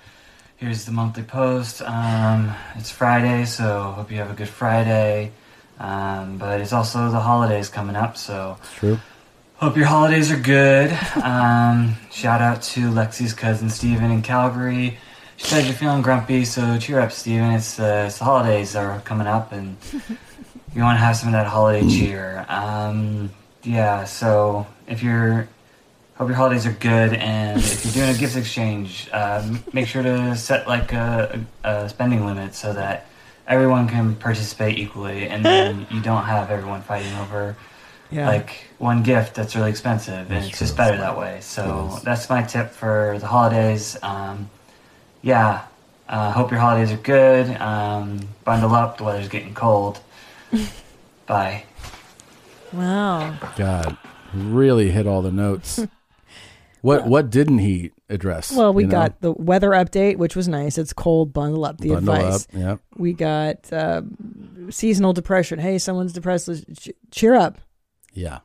[SPEAKER 15] here's the monthly post. Um, it's Friday, so hope you have a good Friday. Um, but it's also the holidays coming up, so
[SPEAKER 1] True.
[SPEAKER 15] hope your holidays are good. Um, shout out to Lexi's cousin Steven in Calgary. She said you're feeling grumpy, so cheer up, Steven. It's, uh, it's the holidays are coming up, and you want to have some of that holiday cheer. Um, yeah, so if you're Hope your holidays are good, and if you're doing a gift exchange, um, make sure to set like a, a spending limit so that everyone can participate equally, and then you don't have everyone fighting over
[SPEAKER 16] Yeah.
[SPEAKER 15] like one gift that's really expensive, and
[SPEAKER 16] That's
[SPEAKER 15] it's
[SPEAKER 16] true.
[SPEAKER 15] just better that way.
[SPEAKER 16] It
[SPEAKER 15] So
[SPEAKER 16] is.
[SPEAKER 15] that's my tip for the holidays. Um, yeah, uh, hope your holidays are good. Um, bundle up; the weather's getting cold. Bye.
[SPEAKER 2] wow.
[SPEAKER 1] God, really hit all the notes. what What didn't he address?
[SPEAKER 2] Well, we
[SPEAKER 1] you know?
[SPEAKER 2] got the weather update, which was nice. It's cold. Bundle up. The
[SPEAKER 1] Bundle
[SPEAKER 2] advice.
[SPEAKER 1] up, yeah.
[SPEAKER 2] We got uh, seasonal depression. Hey, someone's depressed. let's ch- Cheer up.
[SPEAKER 1] Yeah.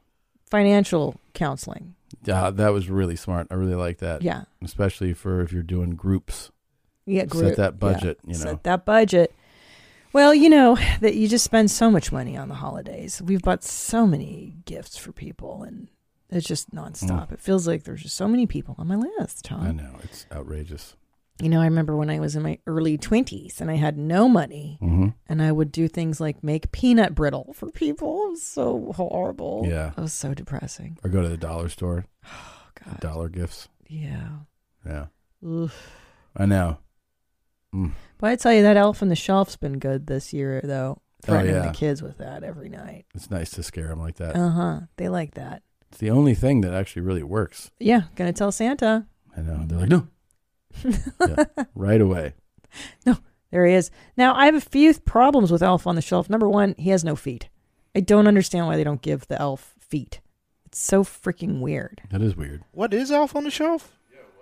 [SPEAKER 2] Financial counseling.
[SPEAKER 1] Yeah, that was really smart. I really like that.
[SPEAKER 2] Yeah.
[SPEAKER 1] Especially for if you're doing groups.
[SPEAKER 2] Yeah, group-
[SPEAKER 1] Set that
[SPEAKER 2] yeah,
[SPEAKER 1] budget, you know.
[SPEAKER 2] Set that budget. Well, you know that you just spend so much money on the holidays. We've bought so many gifts for people, and
[SPEAKER 1] Mm.
[SPEAKER 2] it's just nonstop. It feels like there's just so many people on my list, Tom.
[SPEAKER 1] I know. It's outrageous.
[SPEAKER 2] You know, I remember when I was in my early 20s and I had no money
[SPEAKER 1] Mhm.
[SPEAKER 2] and I would do things like make peanut brittle for people. It was so horrible.
[SPEAKER 1] Yeah.
[SPEAKER 2] It Oh, was so depressing.
[SPEAKER 1] Or go to the dollar store. Oh,
[SPEAKER 2] God.
[SPEAKER 1] Dollar gifts.
[SPEAKER 2] Yeah.
[SPEAKER 1] Yeah.
[SPEAKER 2] Oof.
[SPEAKER 1] I know. Mm.
[SPEAKER 2] But I tell you, that elf on the shelf's been good this year, though.
[SPEAKER 1] Oh,
[SPEAKER 2] Threatening
[SPEAKER 1] yeah.
[SPEAKER 2] the kids with that every night.
[SPEAKER 1] It's nice to scare them like that.
[SPEAKER 2] Uh huh. They like that.
[SPEAKER 1] It's the only thing that actually really works.
[SPEAKER 2] Yeah. Gonna tell Santa.
[SPEAKER 1] I know. They're like, no. Yeah, right away.
[SPEAKER 2] There he is. Now, I have a few problems with Elf on the Shelf. Number one, he has no feet. I don't understand why they don't give the elf feet. It's so freaking weird.
[SPEAKER 1] That is weird.
[SPEAKER 6] What is Elf on the Shelf?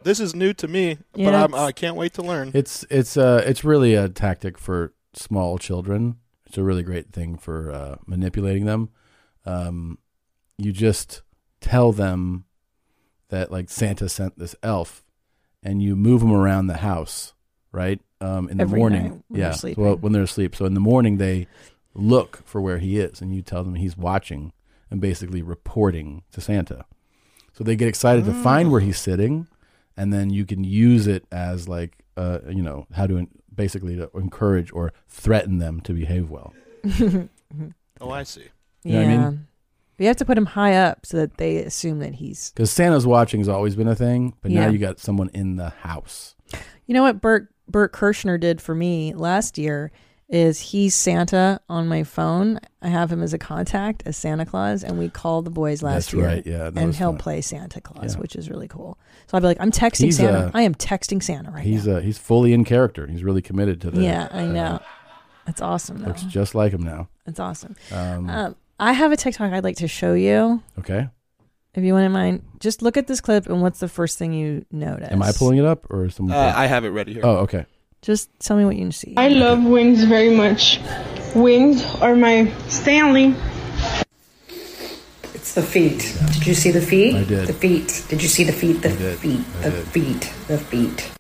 [SPEAKER 6] This is new to me,
[SPEAKER 2] Yeah,
[SPEAKER 6] but I'm,
[SPEAKER 2] it's-
[SPEAKER 6] I can't wait to learn.
[SPEAKER 1] It's it's uh it's really a tactic for small children. It's a really great thing for uh, manipulating them. Um, you just tell them that like Santa sent this elf, and you move them around the house, right? Um, in the
[SPEAKER 2] Every
[SPEAKER 1] morning,
[SPEAKER 2] night when
[SPEAKER 1] yeah.
[SPEAKER 2] they're
[SPEAKER 1] so,
[SPEAKER 2] sleeping.
[SPEAKER 1] well, when they're asleep, so in the morning they look for where he is, and you tell them he's watching and basically reporting to Santa. So they get excited to find where he's sitting, and then you can use it as like uh, you know how to en- basically to encourage or threaten them to behave well.
[SPEAKER 2] Mm-hmm.
[SPEAKER 6] oh, I see.
[SPEAKER 1] You know what I mean?
[SPEAKER 2] But you have to put him high up so that they assume that he's.
[SPEAKER 1] Because Santa's watching has always been a thing, but now
[SPEAKER 2] Yeah.
[SPEAKER 1] you got someone in the house.
[SPEAKER 2] You know what Bert Bert Kirschner did for me last year is he's Santa on my phone. I have him as a contact as Santa Claus, and we called the boys last
[SPEAKER 1] That's
[SPEAKER 2] year.
[SPEAKER 1] right, yeah, that
[SPEAKER 2] and
[SPEAKER 1] was
[SPEAKER 2] he'll
[SPEAKER 1] fun.
[SPEAKER 2] play Santa Claus,
[SPEAKER 1] Yeah.
[SPEAKER 2] which is really cool. So I'd be like, I'm texting
[SPEAKER 1] He's,
[SPEAKER 2] Santa.
[SPEAKER 1] uh,
[SPEAKER 2] I am texting Santa right
[SPEAKER 1] he's uh, he's fully in character. He's really committed to
[SPEAKER 2] now.
[SPEAKER 1] this.
[SPEAKER 2] Yeah, I know. That's awesome. Though.
[SPEAKER 1] Um, Looks just like him now.
[SPEAKER 2] That's awesome.
[SPEAKER 1] Um,
[SPEAKER 2] Um, I have a TikTok I'd like to show you.
[SPEAKER 1] okay.
[SPEAKER 2] If you wouldn't mind, just look at this clip and what's the first thing you notice?
[SPEAKER 1] Am I pulling it up or is someone?
[SPEAKER 6] Uh,
[SPEAKER 1] pulling-
[SPEAKER 6] I have it ready here.
[SPEAKER 1] Oh, okay.
[SPEAKER 2] Just tell me what you see.
[SPEAKER 16] I love wings very much. Wings are my Stanley.
[SPEAKER 17] It's the feet. Did you see the feet?
[SPEAKER 1] I did.
[SPEAKER 17] The feet. Did you see the feet? The
[SPEAKER 1] I did.
[SPEAKER 17] feet.
[SPEAKER 1] I
[SPEAKER 17] The
[SPEAKER 1] did.
[SPEAKER 17] feet. The feet.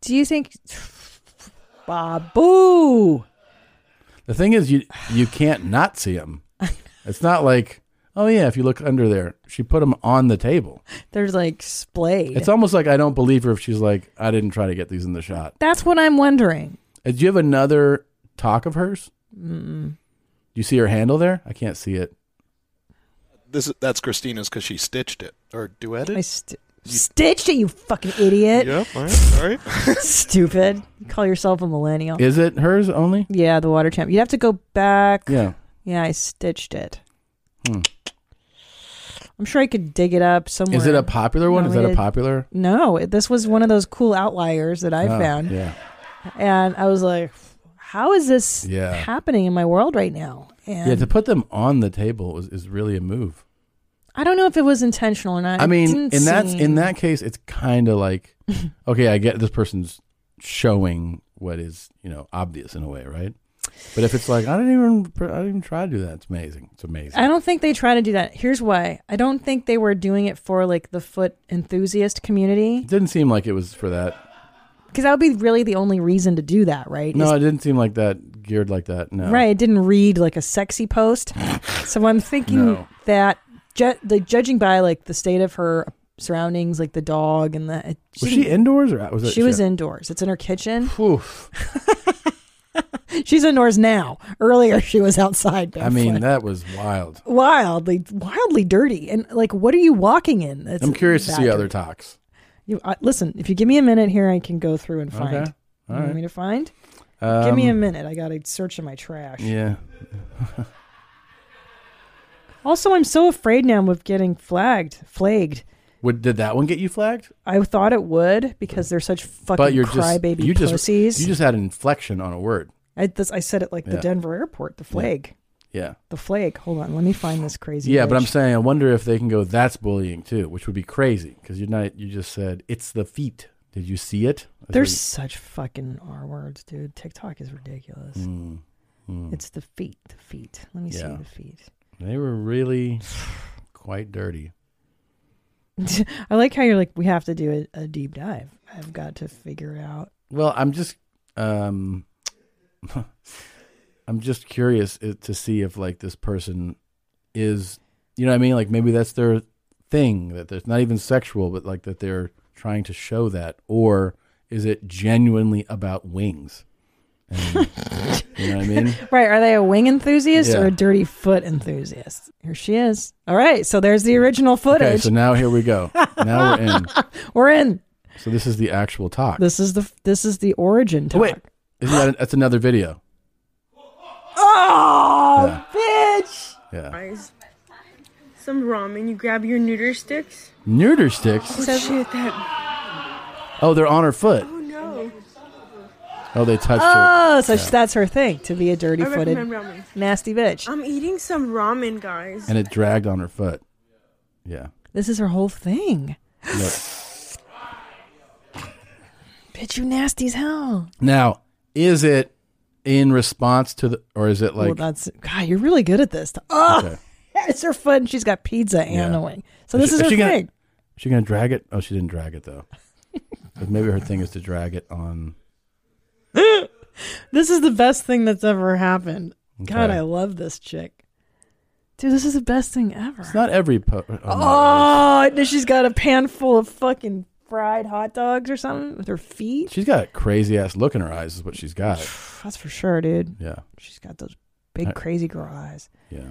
[SPEAKER 2] Do you think Babu?
[SPEAKER 1] The thing is, you you can't not see him. It's not like oh yeah, if you look under there, she put him on the table.
[SPEAKER 2] There's like splayed.
[SPEAKER 1] It's almost like I don't believe her if she's like, I didn't try to get these in the shot.
[SPEAKER 2] That's what I'm wondering.
[SPEAKER 1] Uh, Do you have another talk of hers?
[SPEAKER 2] Mm.
[SPEAKER 1] Do you see her handle there? I can't see it.
[SPEAKER 6] This is- that's Christina's because she stitched it or duetted.
[SPEAKER 2] I st- stitched it, you fucking idiot.
[SPEAKER 6] Yep. All right. All right.
[SPEAKER 2] Stupid. You call yourself a millennial.
[SPEAKER 1] Is it hers only?
[SPEAKER 2] yeah, the water champ. You'd have to go back.
[SPEAKER 1] Yeah.
[SPEAKER 2] Yeah, I stitched it.
[SPEAKER 1] Hmm.
[SPEAKER 2] I'm sure I could dig it up somewhere.
[SPEAKER 1] Is it a popular one?
[SPEAKER 2] No,
[SPEAKER 1] Is that
[SPEAKER 2] it-
[SPEAKER 1] a popular?
[SPEAKER 2] No, it- this was one of those cool outliers that I
[SPEAKER 1] Oh,
[SPEAKER 2] found.
[SPEAKER 1] Yeah.
[SPEAKER 2] And I was like, how is this
[SPEAKER 1] Yeah.
[SPEAKER 2] happening in my world right now? And
[SPEAKER 1] yeah. To put them on the table is, is really a move.
[SPEAKER 2] I don't know if it was intentional or not.
[SPEAKER 1] I
[SPEAKER 2] It
[SPEAKER 1] mean,
[SPEAKER 2] didn't
[SPEAKER 1] in that
[SPEAKER 2] seem-
[SPEAKER 1] in that case, it's kind of like, okay, I get this person's showing what is you know obvious in a way, right? But if it's like I didn't even I didn't even try to do that, it's amazing. It's amazing.
[SPEAKER 2] I don't think they try to do that. Here's why. I don't think they were doing it for like the foot enthusiast community
[SPEAKER 1] It didn't seem like it was for that.
[SPEAKER 2] because that would be really the only reason to do that, right?
[SPEAKER 1] No,
[SPEAKER 2] Is-
[SPEAKER 1] it didn't seem like that geared like that. No.
[SPEAKER 2] Right. It didn't read like a sexy post. so I'm thinking
[SPEAKER 1] No.
[SPEAKER 2] that ju- the judging by like the state of her surroundings, like the dog and the.
[SPEAKER 1] Was she indoors or out- was it?
[SPEAKER 2] she was
[SPEAKER 1] she-
[SPEAKER 2] indoors. It's in her kitchen.
[SPEAKER 1] Oof.
[SPEAKER 2] She's indoors now. Earlier, she was outside.
[SPEAKER 1] I mean,
[SPEAKER 2] barefoot.
[SPEAKER 1] that was wild.
[SPEAKER 2] wildly, wildly dirty. And like, what are you walking in? That's
[SPEAKER 1] I'm curious to
[SPEAKER 2] that
[SPEAKER 1] see other
[SPEAKER 2] dirty?
[SPEAKER 1] talks.
[SPEAKER 2] You I, listen. If you give me a minute here, I can go through and find.
[SPEAKER 1] Okay. All
[SPEAKER 2] you want
[SPEAKER 1] right.
[SPEAKER 2] me to find? give me a
[SPEAKER 1] Um,
[SPEAKER 2] minute. I gotta search in my trash.
[SPEAKER 1] Yeah.
[SPEAKER 2] Also, I'm so afraid now of getting flagged. Flagged.
[SPEAKER 1] Would did that one get you flagged?
[SPEAKER 2] I thought it would because they're such fucking
[SPEAKER 1] but you're just
[SPEAKER 2] crybaby
[SPEAKER 1] you just
[SPEAKER 2] pussies.
[SPEAKER 1] you just had an inflection on a word.
[SPEAKER 2] I, this, I said it like the
[SPEAKER 1] Yeah.
[SPEAKER 2] Denver airport. The flag.
[SPEAKER 1] Yeah.
[SPEAKER 2] The flag. Hold on. Let me find this crazy.
[SPEAKER 1] Yeah, but I'm
[SPEAKER 2] bitch.
[SPEAKER 1] saying I wonder if they can go that's bullying too, which would be crazy because you're not you just said it's the feet. Did you see it? That's
[SPEAKER 2] They're
[SPEAKER 1] what you-
[SPEAKER 2] such fucking R words, dude. TikTok is ridiculous.
[SPEAKER 1] Mm, mm.
[SPEAKER 2] It's the feet, the feet. Let me see
[SPEAKER 1] Yeah.
[SPEAKER 2] the feet.
[SPEAKER 1] They were really quite dirty.
[SPEAKER 2] I like how you're like, we have to do a, a deep dive. I've got to figure out.
[SPEAKER 1] Well, I'm just um I'm just curious i- to see if like this person is you know what I mean? Like maybe that's their thing that there's not even sexual, but like that they're trying to show that, or is it genuinely about wings? And, you know what I mean?
[SPEAKER 2] Right. Are they a wing enthusiast or
[SPEAKER 1] Yeah.
[SPEAKER 2] a dirty foot enthusiast? Here she is. All right. So there's the original footage.
[SPEAKER 1] Okay, so now here we go. Now we're in.
[SPEAKER 2] We're in.
[SPEAKER 1] So this is the actual talk.
[SPEAKER 2] This is the this is the origin talk. wait.
[SPEAKER 1] Isn't that that's another video?
[SPEAKER 2] Oh, bitch.
[SPEAKER 1] Yeah.
[SPEAKER 18] Some ramen. You grab your neuter sticks.
[SPEAKER 1] Neuter sticks.
[SPEAKER 18] Oh, shit, that.
[SPEAKER 1] Oh, they're on her foot.
[SPEAKER 18] Oh no.
[SPEAKER 1] Oh, they touched her.
[SPEAKER 2] Oh, so
[SPEAKER 1] Yeah.
[SPEAKER 2] that's her thing to be a dirty
[SPEAKER 18] I
[SPEAKER 2] footed
[SPEAKER 18] recommend ramen.
[SPEAKER 2] nasty bitch.
[SPEAKER 18] I'm eating some ramen, guys.
[SPEAKER 1] and it dragged on her foot. Yeah.
[SPEAKER 2] This is her whole thing.
[SPEAKER 1] Look.
[SPEAKER 2] Bitch, you nasty as hell.
[SPEAKER 1] Now, is it in response to the, or is it
[SPEAKER 2] well,
[SPEAKER 1] like
[SPEAKER 2] that's God. You're really good at this. Oh,
[SPEAKER 1] Okay.
[SPEAKER 2] it's her foot. And she's got pizza and
[SPEAKER 1] Yeah.
[SPEAKER 2] a wing. So this is, her
[SPEAKER 1] she gonna,
[SPEAKER 2] thing.
[SPEAKER 1] is she gonna drag it? Oh, she didn't drag it though. 'Cause maybe her thing is to drag it on.
[SPEAKER 2] This is the best thing that's ever happened. God,
[SPEAKER 1] Okay.
[SPEAKER 2] I love this chick. Dude, this is the best thing ever.
[SPEAKER 1] It's not every. Po- oh,
[SPEAKER 2] Oh, and then she's got a pan full of fucking fried hot dogs or something with her feet.
[SPEAKER 1] She's got a crazy ass look in her eyes. Is what she's got.
[SPEAKER 2] That's for sure, dude.
[SPEAKER 1] Yeah.
[SPEAKER 2] She's got those big
[SPEAKER 1] I-
[SPEAKER 2] crazy girl eyes.
[SPEAKER 1] Yeah.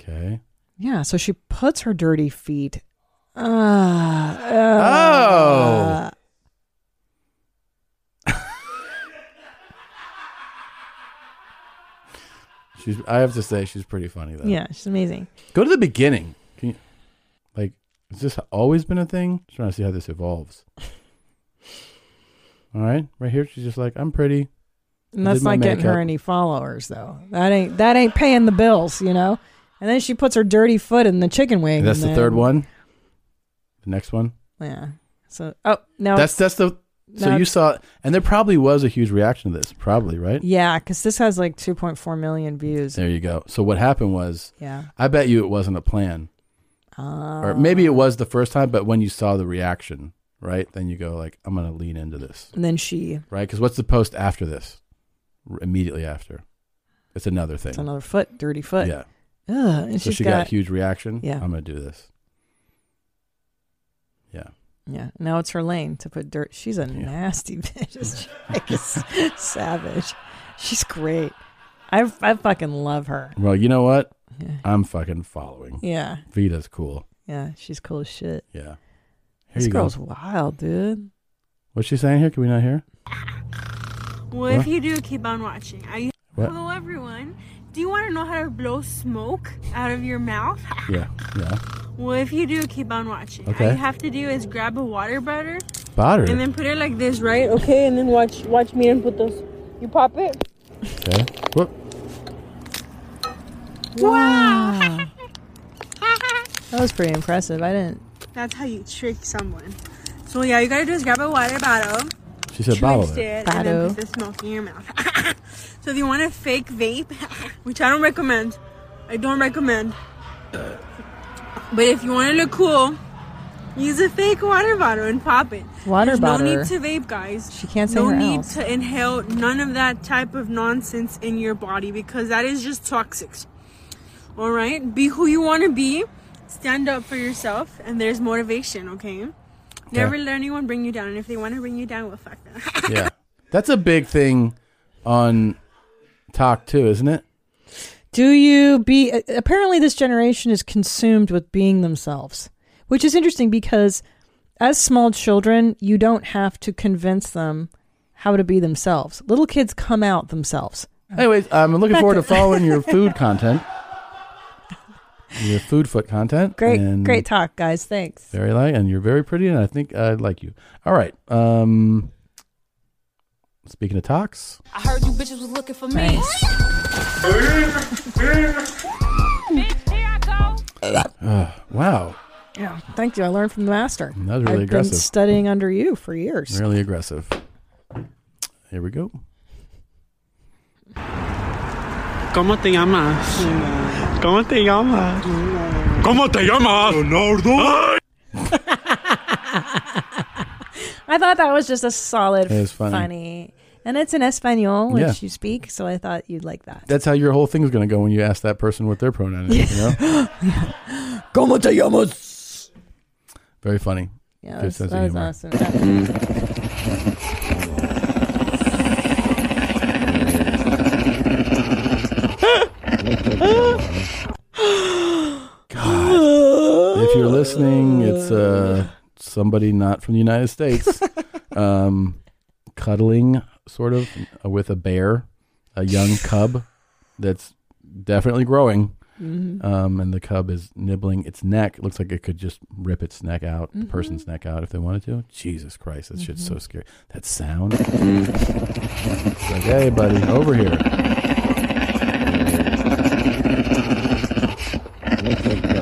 [SPEAKER 1] Okay.
[SPEAKER 2] Yeah, so she puts her dirty feet. Uh, uh,
[SPEAKER 1] Oh. She's. I have to say, she's pretty funny though.
[SPEAKER 2] Yeah, she's amazing.
[SPEAKER 1] Go to the beginning. Can you, like, has this always been a thing? Just trying to see how this evolves. All right, right here, she's just like, I'm pretty.
[SPEAKER 2] And
[SPEAKER 1] I
[SPEAKER 2] that's
[SPEAKER 1] did my
[SPEAKER 2] not getting her
[SPEAKER 1] makeup."
[SPEAKER 2] any followers though. That ain't that ain't paying the bills, you know. And then she puts her dirty foot in the chicken wing.
[SPEAKER 1] And that's
[SPEAKER 2] and
[SPEAKER 1] the
[SPEAKER 2] then-
[SPEAKER 1] third one. The next one.
[SPEAKER 2] Yeah. So oh no,
[SPEAKER 1] that's that's the. So
[SPEAKER 2] no,
[SPEAKER 1] you saw, and there probably was a huge reaction to this, probably right.
[SPEAKER 2] yeah, because this has like 2.4 million views.
[SPEAKER 1] There you go. So what happened was,
[SPEAKER 2] Yeah.
[SPEAKER 1] I bet you it wasn't a plan, or maybe it was the first time, but when you saw the reaction, right, then you go like, I'm gonna lean into this,
[SPEAKER 2] And then she
[SPEAKER 1] right? Because what's the post after this? R- immediately after, it's another thing.
[SPEAKER 2] It's another foot, dirty foot.
[SPEAKER 1] Yeah.
[SPEAKER 2] Ugh, and
[SPEAKER 1] so
[SPEAKER 2] she's
[SPEAKER 1] she got,
[SPEAKER 2] got-
[SPEAKER 1] a huge reaction.
[SPEAKER 2] Yeah.
[SPEAKER 1] I'm gonna do this. Yeah.
[SPEAKER 2] Yeah. Now it's her lane to put dirt. She's a nasty bitch. This chick is savage. She's great. I I fucking love her.
[SPEAKER 1] Well, you know what? I'm fucking following.
[SPEAKER 2] Yeah.
[SPEAKER 1] Vita's cool.
[SPEAKER 2] Yeah, she's cool as shit.
[SPEAKER 1] Yeah. Here
[SPEAKER 2] This
[SPEAKER 1] you go.
[SPEAKER 2] girl's wild, dude.
[SPEAKER 1] What's she saying here? Can we not hear?
[SPEAKER 18] Well, if you do, keep on watching. I
[SPEAKER 1] What?
[SPEAKER 18] Hello, everyone. Do you want to know how to blow smoke out of your mouth?
[SPEAKER 1] Yeah. Yeah.
[SPEAKER 18] Well, if you do, keep on watching.
[SPEAKER 1] Okay.
[SPEAKER 18] All you have to do is grab a water butter.
[SPEAKER 1] Butter?
[SPEAKER 18] And then put it like this, right? Okay, and then watch watch me and put those. You pop it.
[SPEAKER 1] Okay. Whoop.
[SPEAKER 2] Wow. that was pretty impressive. I didn't.
[SPEAKER 18] That's how you trick someone. So yeah, you gotta do is grab a water bottle.
[SPEAKER 1] She said bottle
[SPEAKER 18] Twist
[SPEAKER 1] it.
[SPEAKER 18] it, and then
[SPEAKER 2] Bottle.
[SPEAKER 18] put the smoke in your mouth. so if you want to fake vape, which I don't recommend, I don't recommend. But if you want to look cool, use a fake water bottle and pop it.
[SPEAKER 2] Water
[SPEAKER 18] There's No
[SPEAKER 2] butter.
[SPEAKER 18] need to vape, guys.
[SPEAKER 2] She can't say
[SPEAKER 18] No
[SPEAKER 2] her
[SPEAKER 18] need
[SPEAKER 2] else.
[SPEAKER 18] to inhale none of that type of nonsense in your body because that is just toxic. All right, be who you want to be. Stand up for yourself, and there's motivation. Okay. Never let anyone bring you down, and if they want to bring you down, well, fuck them.
[SPEAKER 1] yeah. That's a big thing on talk too, isn't it?
[SPEAKER 2] Do you be. a- Apparently, this generation is consumed with being themselves, which is interesting because as small children, you don't have to convince them how to be themselves. Little kids come out themselves.
[SPEAKER 1] Anyways, I'm looking forward to
[SPEAKER 2] Back to-
[SPEAKER 1] following your food content. Your food foot content.
[SPEAKER 2] Great,
[SPEAKER 1] and
[SPEAKER 2] great talk, guys. Thanks.
[SPEAKER 1] Very light, and you're very pretty, and I think I like you. All right. Um, speaking of talks,
[SPEAKER 3] I heard you bitches was looking for me.
[SPEAKER 1] uh, wow,
[SPEAKER 2] Yeah, thank you. I learned from the master.
[SPEAKER 1] That was really
[SPEAKER 2] I've
[SPEAKER 1] aggressive.
[SPEAKER 2] been studying under you for years.
[SPEAKER 1] really aggressive. Here we go.
[SPEAKER 19] ¿Cómo te llamas? ¿Cómo te llamas? ¿Cómo te llamas? Leonardo.
[SPEAKER 2] I thought that was just a solid,
[SPEAKER 1] It was funny.
[SPEAKER 2] and it's in Espanol, which
[SPEAKER 1] Yeah.
[SPEAKER 2] you speak. So I thought you'd like that.
[SPEAKER 1] That's how your whole thing's going to go when you ask that person what their pronoun is. You know,
[SPEAKER 2] ¿Cómo te llamas?
[SPEAKER 1] very funny.
[SPEAKER 2] Yeah,
[SPEAKER 1] Good
[SPEAKER 2] that's,
[SPEAKER 1] sense
[SPEAKER 2] that
[SPEAKER 1] of
[SPEAKER 2] was awesome.
[SPEAKER 1] humor.
[SPEAKER 2] That-
[SPEAKER 1] if you're listening, it's uh, somebody not from the United States um, cuddling, sort of, uh, with a bear, a young cub that's definitely growing.
[SPEAKER 2] Mhm.
[SPEAKER 1] Um, and the cub is nibbling its neck. It looks like it could just rip its neck out, the
[SPEAKER 2] Mhm.
[SPEAKER 1] person's neck out, if they wanted to. Jesus Christ, that shit's so
[SPEAKER 2] Mhm.
[SPEAKER 1] scary. That sound. It's like, hey, buddy, over here.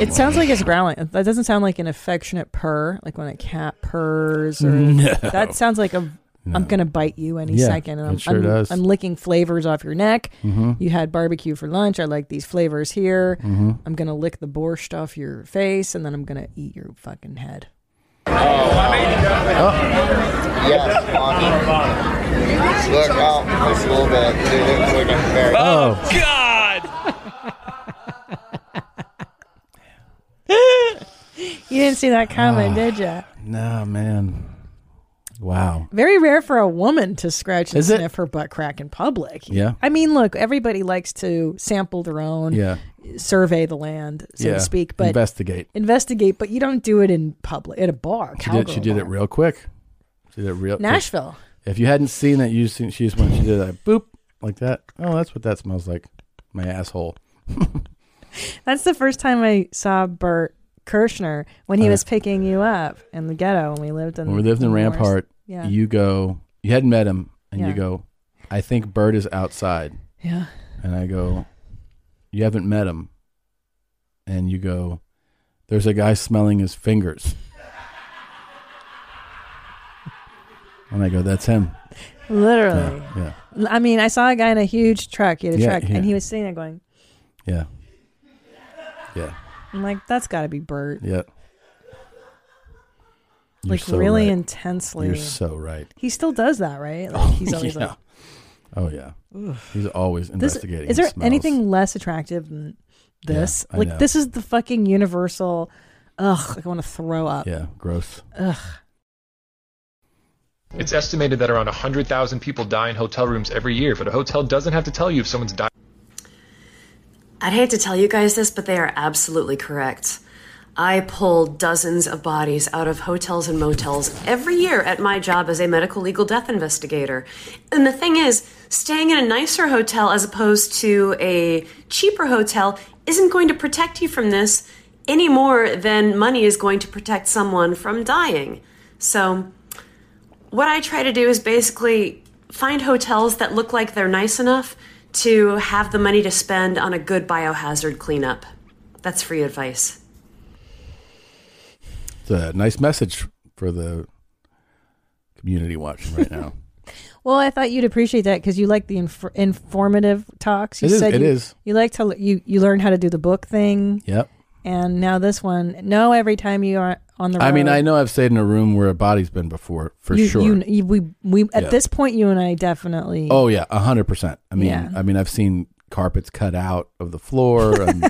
[SPEAKER 2] it sounds like it's growling. That doesn't sound like an affectionate purr, like when a cat purrs. Or
[SPEAKER 1] No.
[SPEAKER 2] that sounds like a I'm gonna bite you any
[SPEAKER 1] Yeah,
[SPEAKER 2] second.
[SPEAKER 1] it
[SPEAKER 2] And I'm,
[SPEAKER 1] sure
[SPEAKER 2] I'm,
[SPEAKER 1] does.
[SPEAKER 2] I'm licking flavors off your neck.
[SPEAKER 1] Mhm.
[SPEAKER 2] You had barbecue for lunch. I like these flavors here.
[SPEAKER 1] Mhm.
[SPEAKER 2] I'm gonna lick the borscht off your face, and then I'm gonna eat your fucking head.
[SPEAKER 3] Oh.
[SPEAKER 7] Yes, mommy. Look
[SPEAKER 15] oh,
[SPEAKER 7] out just a little bit. Dude, it was looking very.
[SPEAKER 1] Oh.
[SPEAKER 2] You didn't see that
[SPEAKER 1] Ah.
[SPEAKER 2] comment, did you?
[SPEAKER 1] No, man. Wow.
[SPEAKER 2] Very rare for a woman to scratch and
[SPEAKER 1] Is it?
[SPEAKER 2] sniff her butt crack in public.
[SPEAKER 1] Yeah.
[SPEAKER 2] I mean, look, everybody likes to sample their own,
[SPEAKER 1] Yeah.
[SPEAKER 2] survey the land, so
[SPEAKER 1] Yeah.
[SPEAKER 2] to speak, but
[SPEAKER 1] Investigate.
[SPEAKER 2] investigate. But you don't do it in public at a bar.
[SPEAKER 1] She did,
[SPEAKER 2] cowgirl
[SPEAKER 1] she did it
[SPEAKER 2] bar.
[SPEAKER 1] real quick. She did it real
[SPEAKER 2] Nashville.
[SPEAKER 1] If you hadn't seen it, you seen she just went. She did that boop like that. Oh, that's what that smells like. My asshole.
[SPEAKER 2] That's the first time I saw Bert Kirschner when he
[SPEAKER 1] Uh.
[SPEAKER 2] was picking you up in the ghetto when we lived in
[SPEAKER 1] When we lived in
[SPEAKER 2] Morris.
[SPEAKER 1] Rampart,
[SPEAKER 2] Yeah.
[SPEAKER 1] you go. You hadn't met him, and
[SPEAKER 2] Yeah.
[SPEAKER 1] you go. I think Bert is outside.
[SPEAKER 2] Yeah.
[SPEAKER 1] And I go. You haven't met him. And you go. There's a guy smelling his fingers. and I go. That's him.
[SPEAKER 2] Literally.
[SPEAKER 1] Yeah.
[SPEAKER 2] I mean, I saw a guy in a huge truck. He had a
[SPEAKER 1] Yeah,
[SPEAKER 2] truck,
[SPEAKER 1] yeah.
[SPEAKER 2] and he was sitting there going,
[SPEAKER 1] Yeah. Yeah.
[SPEAKER 2] I'm like, that's got to be Bert.
[SPEAKER 1] Yeah. You're
[SPEAKER 2] like,
[SPEAKER 1] so
[SPEAKER 2] really
[SPEAKER 1] right.
[SPEAKER 2] intensely.
[SPEAKER 1] You're so right.
[SPEAKER 2] He still does that, right? Like, he's always
[SPEAKER 1] yeah.
[SPEAKER 2] like,
[SPEAKER 1] oh yeah.
[SPEAKER 2] Ugh.
[SPEAKER 1] He's always
[SPEAKER 2] this,
[SPEAKER 1] investigating.
[SPEAKER 2] is there
[SPEAKER 1] smells.
[SPEAKER 2] anything less attractive than this?
[SPEAKER 1] I
[SPEAKER 2] like,
[SPEAKER 1] know.
[SPEAKER 2] this is the fucking universal, ugh, like, I want to throw up.
[SPEAKER 1] Yeah, gross.
[SPEAKER 2] Ugh.
[SPEAKER 20] It's estimated that around 100,000 people die in hotel rooms every year, but a hotel doesn't have to tell you if someone's dying.
[SPEAKER 21] I'd hate to tell you guys this, but they are absolutely correct. I pull dozens of bodies out of hotels and motels every year at my job as a medical legal death investigator. And the thing is, staying in a nicer hotel as opposed to a cheaper hotel isn't going to protect you from this any more than money is going to protect someone from dying. So, what I try to do is basically find hotels that look like they're nice enough to have the money to spend on a good biohazard cleanup. That's free advice.
[SPEAKER 1] It's a nice message for the community watching right now.
[SPEAKER 2] Well, I thought you'd appreciate that because you like the inf- informative talks. You
[SPEAKER 1] It is-
[SPEAKER 2] said
[SPEAKER 1] it
[SPEAKER 2] you,
[SPEAKER 1] is.
[SPEAKER 2] You like to you you learn how to do the book thing.
[SPEAKER 1] Yep.
[SPEAKER 2] And now this one, no, every time you are on the road.
[SPEAKER 1] I mean, I know I've stayed in a room where a body's been before, for
[SPEAKER 2] you,
[SPEAKER 1] sure.
[SPEAKER 2] You, you- we we at
[SPEAKER 1] Yeah.
[SPEAKER 2] this point, you and I definitely.
[SPEAKER 1] oh yeah, hundred percent. I mean,
[SPEAKER 2] Yeah.
[SPEAKER 1] I mean, I've seen carpets cut out of the floor, and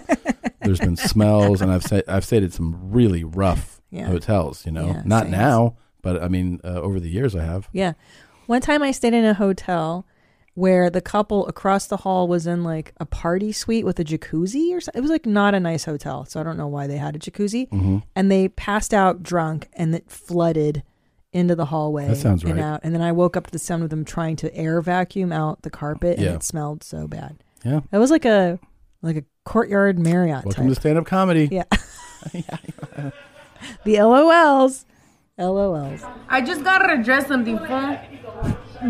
[SPEAKER 1] there's been smells, and I've stayed, I've stayed at some really rough
[SPEAKER 2] Yeah.
[SPEAKER 1] hotels. You know,
[SPEAKER 2] Yeah,
[SPEAKER 1] not
[SPEAKER 2] same.
[SPEAKER 1] now, but I mean, uh, over the years, I have.
[SPEAKER 2] Yeah. One time I stayed in a hotel where the couple across the hall was in like a party suite with a jacuzzi or something. It was like not a nice hotel. So I don't know why they had a jacuzzi.
[SPEAKER 1] Mhm.
[SPEAKER 2] And they passed out drunk and it flooded into the hallway
[SPEAKER 1] That sounds
[SPEAKER 2] and
[SPEAKER 1] right.
[SPEAKER 2] out. And then I woke up to the sound of them trying to air vacuum out the carpet and
[SPEAKER 1] Yeah.
[SPEAKER 2] it smelled so bad.
[SPEAKER 1] Yeah.
[SPEAKER 2] It was like a like a courtyard Marriott.
[SPEAKER 1] Welcome
[SPEAKER 2] type.
[SPEAKER 1] to stand-up comedy.
[SPEAKER 2] Yeah. the LOLs. LOLs.
[SPEAKER 22] I just gotta address something, fool.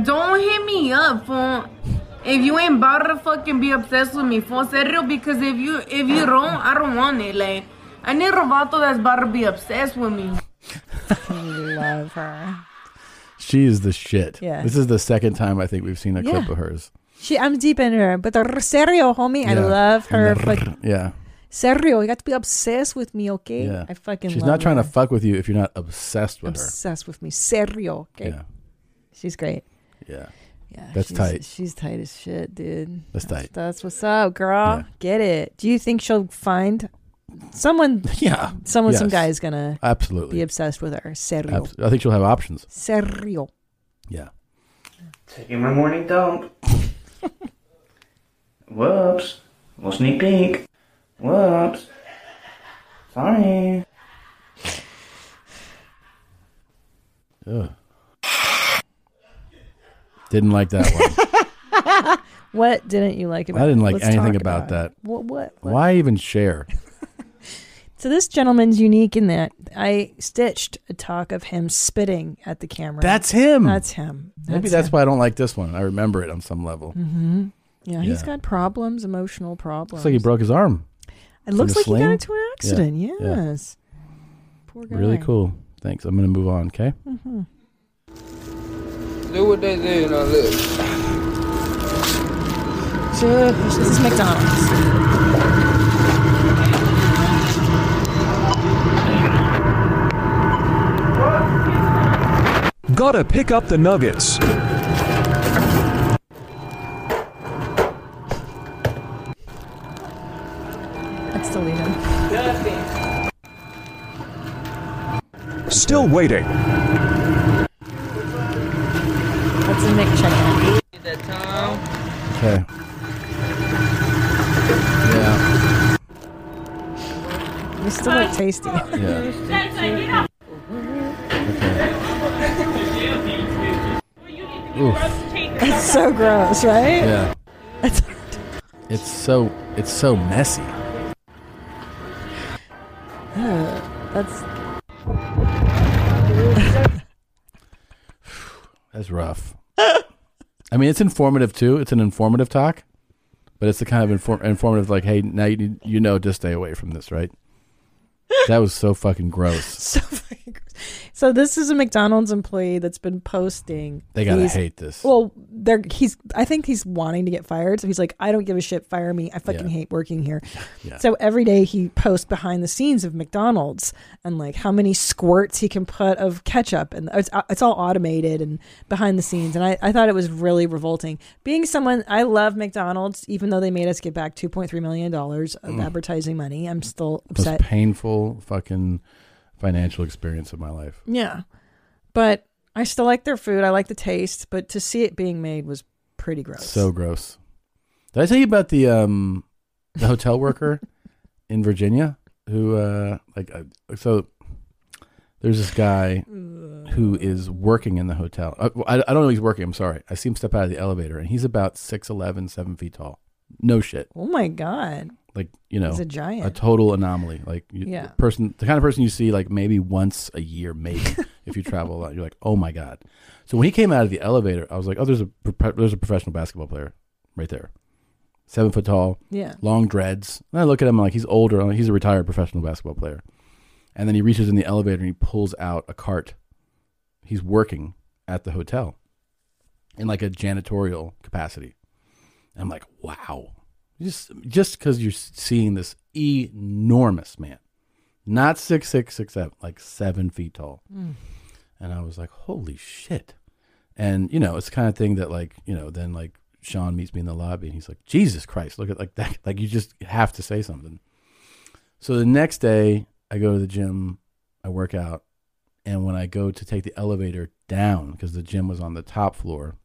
[SPEAKER 22] Don't hit me up, fool. If you ain't about to fucking be obsessed with me, fool, serio, because if you if you don't, I don't want it. Like, I need a vato that's about to be obsessed with me.
[SPEAKER 2] Love her.
[SPEAKER 1] She is the shit.
[SPEAKER 2] Yeah.
[SPEAKER 1] This is the second time I think we've seen a clip
[SPEAKER 2] Yeah.
[SPEAKER 1] of hers.
[SPEAKER 2] She, I'm deep in her, but the serio, homie, I
[SPEAKER 1] Yeah.
[SPEAKER 2] love her.
[SPEAKER 1] And the
[SPEAKER 2] But
[SPEAKER 1] Yeah.
[SPEAKER 2] serio, you got to be obsessed with me, okay?
[SPEAKER 1] Yeah.
[SPEAKER 2] I fucking.
[SPEAKER 1] She's
[SPEAKER 2] love
[SPEAKER 1] not trying
[SPEAKER 2] her.
[SPEAKER 1] to fuck with you if you're not obsessed with
[SPEAKER 2] obsessed with me, serio, okay?
[SPEAKER 1] Yeah.
[SPEAKER 2] She's great.
[SPEAKER 1] her. Yeah.
[SPEAKER 2] Yeah,
[SPEAKER 1] That's
[SPEAKER 2] she's,
[SPEAKER 1] tight.
[SPEAKER 2] She's tight as shit, dude.
[SPEAKER 1] That's tight.
[SPEAKER 2] That's what's up, girl. Get it. Do you think she'll find someone,
[SPEAKER 1] Yeah.
[SPEAKER 2] someone, some
[SPEAKER 1] Yes.
[SPEAKER 2] guy is gonna
[SPEAKER 1] Absolutely.
[SPEAKER 2] be obsessed with her. Serio,
[SPEAKER 1] Abs- I think she'll have options.
[SPEAKER 2] serio.
[SPEAKER 15] Taking my morning dump. Whoops. Well, sneak peek. Whoops. Sorry.
[SPEAKER 1] Ugh. Didn't like that one.
[SPEAKER 2] what didn't you like about?
[SPEAKER 1] I didn't
[SPEAKER 2] it?
[SPEAKER 1] like
[SPEAKER 2] Let's
[SPEAKER 1] anything
[SPEAKER 2] talk
[SPEAKER 1] about, that.
[SPEAKER 2] it. What, what?
[SPEAKER 1] Why even share?
[SPEAKER 2] So this gentleman's unique in that I stitched a talk of him spitting at the camera.
[SPEAKER 1] That's him.
[SPEAKER 2] That's him.
[SPEAKER 1] Maybe that's why I don't like this one. I remember it on some level.
[SPEAKER 2] hmm Yeah, he's
[SPEAKER 1] Yeah.
[SPEAKER 2] got problems, emotional problems.
[SPEAKER 1] Looks like he broke his arm.
[SPEAKER 2] It looks
[SPEAKER 1] From
[SPEAKER 2] like he
[SPEAKER 1] the sling?
[SPEAKER 2] got into an accident.
[SPEAKER 1] Yeah, yeah.
[SPEAKER 2] Yes. Poor guy.
[SPEAKER 1] Really cool. Thanks. I'm going to move on, okay?
[SPEAKER 2] Mhm.
[SPEAKER 10] Do what they do and I live.
[SPEAKER 2] This is McDonald's.
[SPEAKER 26] Gotta pick up the nuggets.
[SPEAKER 2] That's the leader.
[SPEAKER 26] Still waiting.
[SPEAKER 2] That's a Nick checking.
[SPEAKER 1] Okay. Yeah.
[SPEAKER 2] You still look tasty.
[SPEAKER 1] Yeah. Oof.
[SPEAKER 2] That's so gross, right?
[SPEAKER 1] Yeah.
[SPEAKER 2] It's,
[SPEAKER 1] It's so it's so messy.
[SPEAKER 2] Ugh, that's
[SPEAKER 1] That's rough. I mean, it's informative too. It's an informative talk, but it's the kind of inform- informative like, hey, now you need, you know, just stay away from this, right? That was so fucking gross.
[SPEAKER 2] so fucking gross. So this is a McDonald's employee that's been posting.
[SPEAKER 1] They gotta
[SPEAKER 2] these-
[SPEAKER 1] hate this.
[SPEAKER 2] Well, they're he's. I think he's wanting to get fired, so he's like, I don't give a shit. Fire me. I fucking
[SPEAKER 1] Yeah.
[SPEAKER 2] hate working here.
[SPEAKER 1] Yeah.
[SPEAKER 2] So every day he posts behind the scenes of McDonald's and like how many squirts he can put of ketchup, and it's uh, it's all automated and behind the scenes. And I I thought it was really revolting. Being someone I love McDonald's, even though they made us get back two point three million dollars of
[SPEAKER 1] Mm.
[SPEAKER 2] advertising money, I'm still
[SPEAKER 1] Most
[SPEAKER 2] upset.
[SPEAKER 1] painful fucking financial experience of my life.
[SPEAKER 2] Yeah. But I still like their food. I like the taste, but to see it being made was pretty gross.
[SPEAKER 1] So gross. Did I tell you about the um the hotel worker in Virginia who uh like uh, so there's this guy who is working in the hotel. Uh, well, I, I don't know if he's working. I'm sorry. I see him step out of the elevator and he's about 6'11", 7 feet tall. No shit.
[SPEAKER 2] oh my god.
[SPEAKER 1] Like, you know,
[SPEAKER 2] He's a giant.
[SPEAKER 1] total anomaly. Like you,
[SPEAKER 2] Yeah.
[SPEAKER 1] person the kind of person you see like maybe once a year maybe if you travel a lot. You're like, "Oh my god." So when he came out of the elevator, I was like, "Oh, there's a pro- there's a professional basketball player right there." Seven foot tall,
[SPEAKER 2] Yeah.
[SPEAKER 1] long dreads. And I look at him I'm like he's older. I'm like, he's a retired professional basketball player. And then he reaches in the elevator and he pulls out a cart. He's working at the hotel in like a janitorial capacity. And I'm like, wow, just just because you're s- seeing this enormous man, not six six six seven, like seven feet tall,
[SPEAKER 27] Mm.
[SPEAKER 1] and I was like, holy shit. And you know, it's the kind of thing that like you know, then like Sean meets me in the lobby and he's like, Jesus Christ, look at like that, like you just have to say something. So the next day, I go to the gym, I work out, and when I go to take the elevator down, because the gym was on the top floor,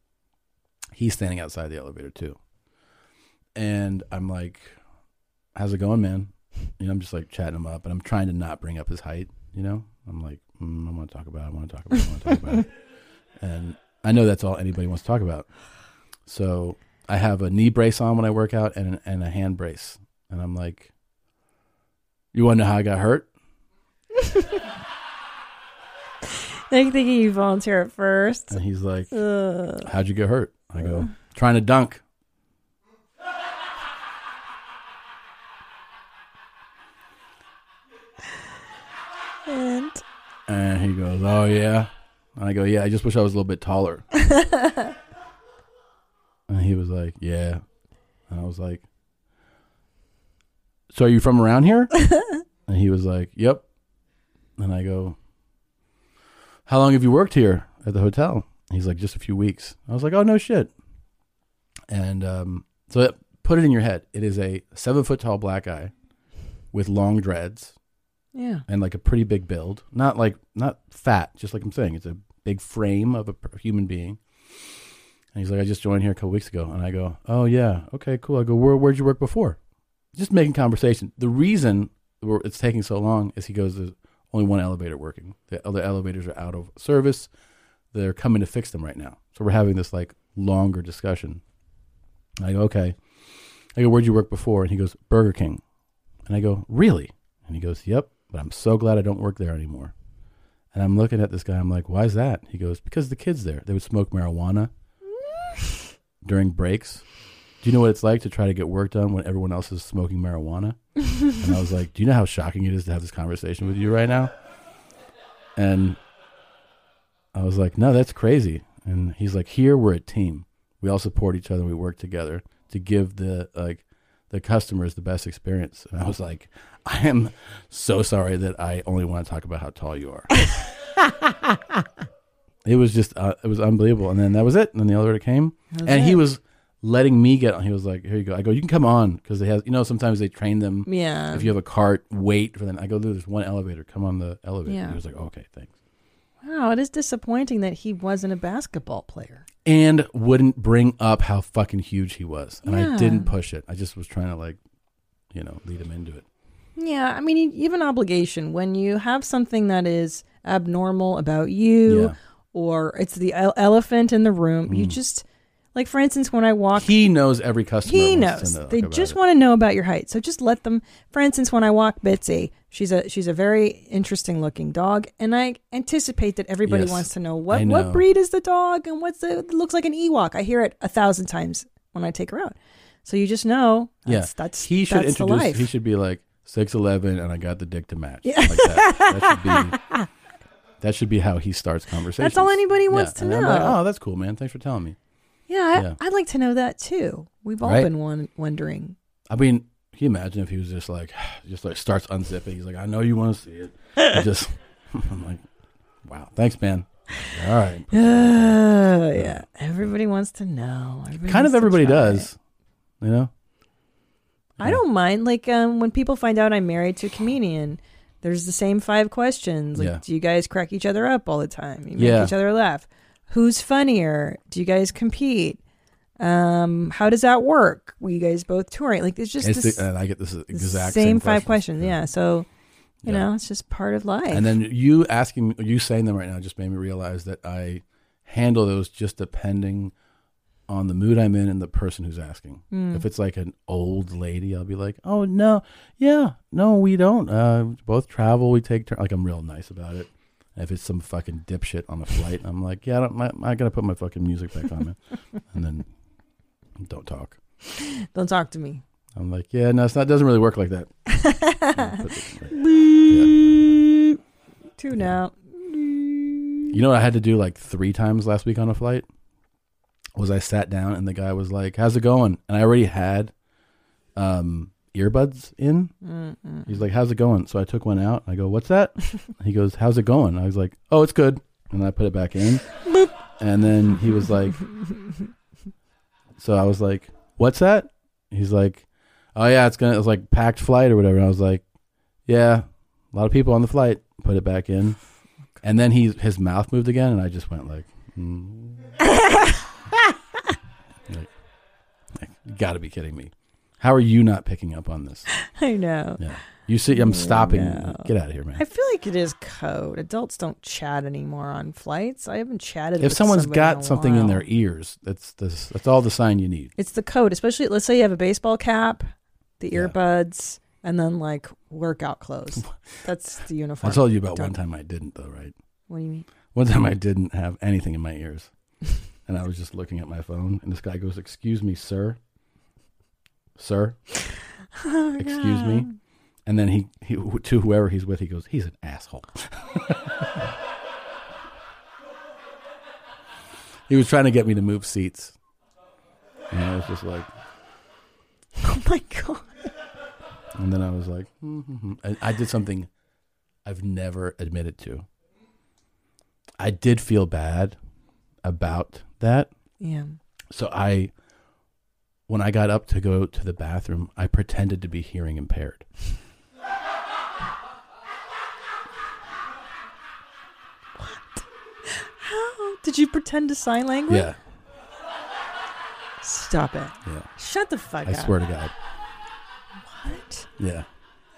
[SPEAKER 1] he's standing outside the elevator too. And I'm like, How's it going, man? You know, I'm just like chatting him up, and I'm trying to not bring up his height, you know? I'm like, mm, I want to talk about it, I want to talk about it, I want to talk about it. And I know that's all anybody wants to talk about. So I have a knee brace on when I work out and, and a hand brace. And I'm like, you want to know how I got hurt?
[SPEAKER 2] They think you volunteer at first.
[SPEAKER 1] And he's like,
[SPEAKER 2] Ugh.
[SPEAKER 1] How'd you get hurt? I go, Trying to dunk.
[SPEAKER 2] And
[SPEAKER 1] And he goes, Oh, yeah. And I go, Yeah, I just wish I was a little bit taller. and he was like, Yeah. And I was like, So are you from around here? and he was like, Yep. And I go, How long have you worked here at the hotel? And he's like, Just a few weeks. I was like, Oh, no shit. And um, so it, put it in your head. It is a seven foot tall black guy with long dreads.
[SPEAKER 2] Yeah.
[SPEAKER 1] And like a pretty big build. Not like, not fat, just like I'm saying. It's a big frame of a per- human being. And he's like, I just joined here a couple weeks ago. And I go, Oh, yeah. Okay, cool. I go, Where, Where'd you work before? Just making conversation. The reason we're- it's taking so long is he goes, There's only one elevator working. The other elevators are out of service. They're coming to fix them right now. So we're having this like longer discussion. I go, Okay. I go, Where'd you work before? And he goes, Burger King. And I go, Really? And he goes, Yep. But I'm so glad I don't work there anymore. And I'm looking at this guy. I'm like, Why is that? He goes, Because the kids there, they would smoke marijuana during breaks. Do you know what it's like to try to get work done when everyone else is smoking marijuana? and I was like, Do you know how shocking it is to have this conversation with you right now? And I was like, No, that's crazy. And he's like, Here we're a team. We all support each other. We work together to give the like the customers the best experience. And I was like, I am so sorry that I only want to talk about how tall you are. it was just uh, it was unbelievable and then that was it and then the elevator came
[SPEAKER 2] That was
[SPEAKER 1] and
[SPEAKER 2] it.
[SPEAKER 1] he was letting me get on he was like here you go i go you can come on because they have you know sometimes they train them
[SPEAKER 2] Yeah.
[SPEAKER 1] if you have a cart wait for them i go there's one elevator come on the elevator
[SPEAKER 2] Yeah.
[SPEAKER 1] he was like "Oh, okay thanks
[SPEAKER 2] Wow, it is disappointing that he wasn't a basketball player.
[SPEAKER 1] and wouldn't bring up how fucking huge he was and
[SPEAKER 2] Yeah.
[SPEAKER 1] i didn't push it i just was trying to like you know lead him into it
[SPEAKER 2] Yeah, I mean, you have an obligation when you have something that is abnormal about you,
[SPEAKER 1] Yeah. Mm.
[SPEAKER 2] or it's the el- elephant in the room. You just, like, for instance, when I walk,
[SPEAKER 1] he knows every customer
[SPEAKER 2] he
[SPEAKER 1] wants to
[SPEAKER 2] knows.
[SPEAKER 1] know
[SPEAKER 2] They
[SPEAKER 1] about
[SPEAKER 2] just want to know about your height, so just let them. For instance, when I walk Bitsy, she's a she's a very interesting looking dog, and I anticipate that everybody
[SPEAKER 1] Yes,
[SPEAKER 2] wants to know what
[SPEAKER 1] I
[SPEAKER 2] what
[SPEAKER 1] know.
[SPEAKER 2] breed is the dog and what's the it looks like an Ewok. I hear it a thousand times when I take her out, so you just know. That's,
[SPEAKER 1] yeah
[SPEAKER 2] that's
[SPEAKER 1] he should
[SPEAKER 2] that's the
[SPEAKER 1] introduce
[SPEAKER 2] life.
[SPEAKER 1] he should be like 611 and i got the dick to match
[SPEAKER 2] Yeah.
[SPEAKER 1] like that. that should be that should be how he starts conversations
[SPEAKER 2] That's all anybody wants
[SPEAKER 1] Yeah,
[SPEAKER 2] to
[SPEAKER 1] and I'm like,
[SPEAKER 2] know.
[SPEAKER 1] oh that's cool man thanks for telling me
[SPEAKER 2] Yeah, I,
[SPEAKER 1] Yeah.
[SPEAKER 2] I'd like to know that too. We've all
[SPEAKER 1] Right.
[SPEAKER 2] been won- wondering.
[SPEAKER 1] I mean, can you imagine if he was just like, just like starts unzipping? He's like, I know you want to see it. I just, I'm like, wow, thanks, man. All right.
[SPEAKER 2] Uh, yeah, everybody wants to know. Everybody
[SPEAKER 1] Kind
[SPEAKER 2] wants
[SPEAKER 1] of
[SPEAKER 2] to
[SPEAKER 1] everybody
[SPEAKER 2] try.
[SPEAKER 1] does, you know?
[SPEAKER 2] I don't mind. Like um, when people find out I'm married to a comedian, there's the same five questions. Like,
[SPEAKER 1] Yeah.
[SPEAKER 2] do you guys crack each other up all the time? You make
[SPEAKER 1] Yeah.
[SPEAKER 2] each other laugh. Who's funnier? Do you guys compete? Um, how does that work? Were you guys both touring? Like, there's just
[SPEAKER 1] It's
[SPEAKER 2] this,
[SPEAKER 1] the- and I get this exact
[SPEAKER 2] the
[SPEAKER 1] same
[SPEAKER 2] five questions. Yeah. So, you know, it's just part of life.
[SPEAKER 1] And then you asking, you saying them right now just made me realize that I handle those just depending on the mood I'm in and the person who's asking.
[SPEAKER 2] Mm.
[SPEAKER 1] If it's like an old lady, I'll be like, oh, no, yeah, no, we don't. Uh, we both travel, we take turns. Like, I'm real nice about it. And if it's some fucking dipshit on a flight, I'm like, yeah, I, don't, I, I gotta put my fucking music back on, man. and then don't talk.
[SPEAKER 2] don't talk to me.
[SPEAKER 1] I'm like, yeah, no, it's not, it doesn't really work like that.
[SPEAKER 2] Beep. Tune out.
[SPEAKER 1] You know what I had to do like three times last week on a flight? Was I sat down and the guy was like, How's it going? And I already had um earbuds in.
[SPEAKER 2] Mm-mm.
[SPEAKER 1] He's like, How's it going? So I took one out and I go, What's that? he goes, How's it going? I was like, Oh, it's good. And I put it back in. and then he was like So I was like, What's that? He's like, Oh yeah, it's gonna it's like packed flight or whatever. And I was like, Yeah, a lot of people on the flight. Put it back in. And then he his mouth moved again, and I just went like, mm. like, like, you got to be kidding me. How are you not picking up on this?
[SPEAKER 2] I know.
[SPEAKER 1] Yeah. You see, I'm stopping.
[SPEAKER 2] know.
[SPEAKER 1] Get out of here, man.
[SPEAKER 2] I feel like it is code. Adults don't chat anymore on flights. I haven't chatted.
[SPEAKER 1] If
[SPEAKER 2] with
[SPEAKER 1] someone's
[SPEAKER 2] somebody
[SPEAKER 1] got
[SPEAKER 2] a
[SPEAKER 1] something in
[SPEAKER 2] while.
[SPEAKER 1] their ears, that's this, that's all the sign you need.
[SPEAKER 2] it's the code. Especially, let's say you have a baseball cap, the earbuds, and then like workout clothes. That's the uniform.
[SPEAKER 1] I told you about
[SPEAKER 2] Done.
[SPEAKER 1] one time I didn't though, right?
[SPEAKER 2] What do you mean?
[SPEAKER 1] One time I didn't have anything in my ears, and I was just looking at my phone, and this guy goes, "Excuse me, sir, sir."
[SPEAKER 2] Oh,
[SPEAKER 1] excuse me and then he, he to whoever he's with he goes he's an asshole he was trying to get me to move seats and i was just like
[SPEAKER 2] oh my god
[SPEAKER 1] and then i was like mm-hmm. I, I did something i've never admitted to i did feel bad about that
[SPEAKER 2] Yeah.
[SPEAKER 1] so i when i got up to go to the bathroom i pretended to be hearing impaired
[SPEAKER 2] Did you pretend to sign language?
[SPEAKER 1] Yeah.
[SPEAKER 2] Stop it.
[SPEAKER 1] Yeah.
[SPEAKER 2] Shut the fuck
[SPEAKER 1] I
[SPEAKER 2] up.
[SPEAKER 1] swear to God.
[SPEAKER 2] What?
[SPEAKER 1] Yeah.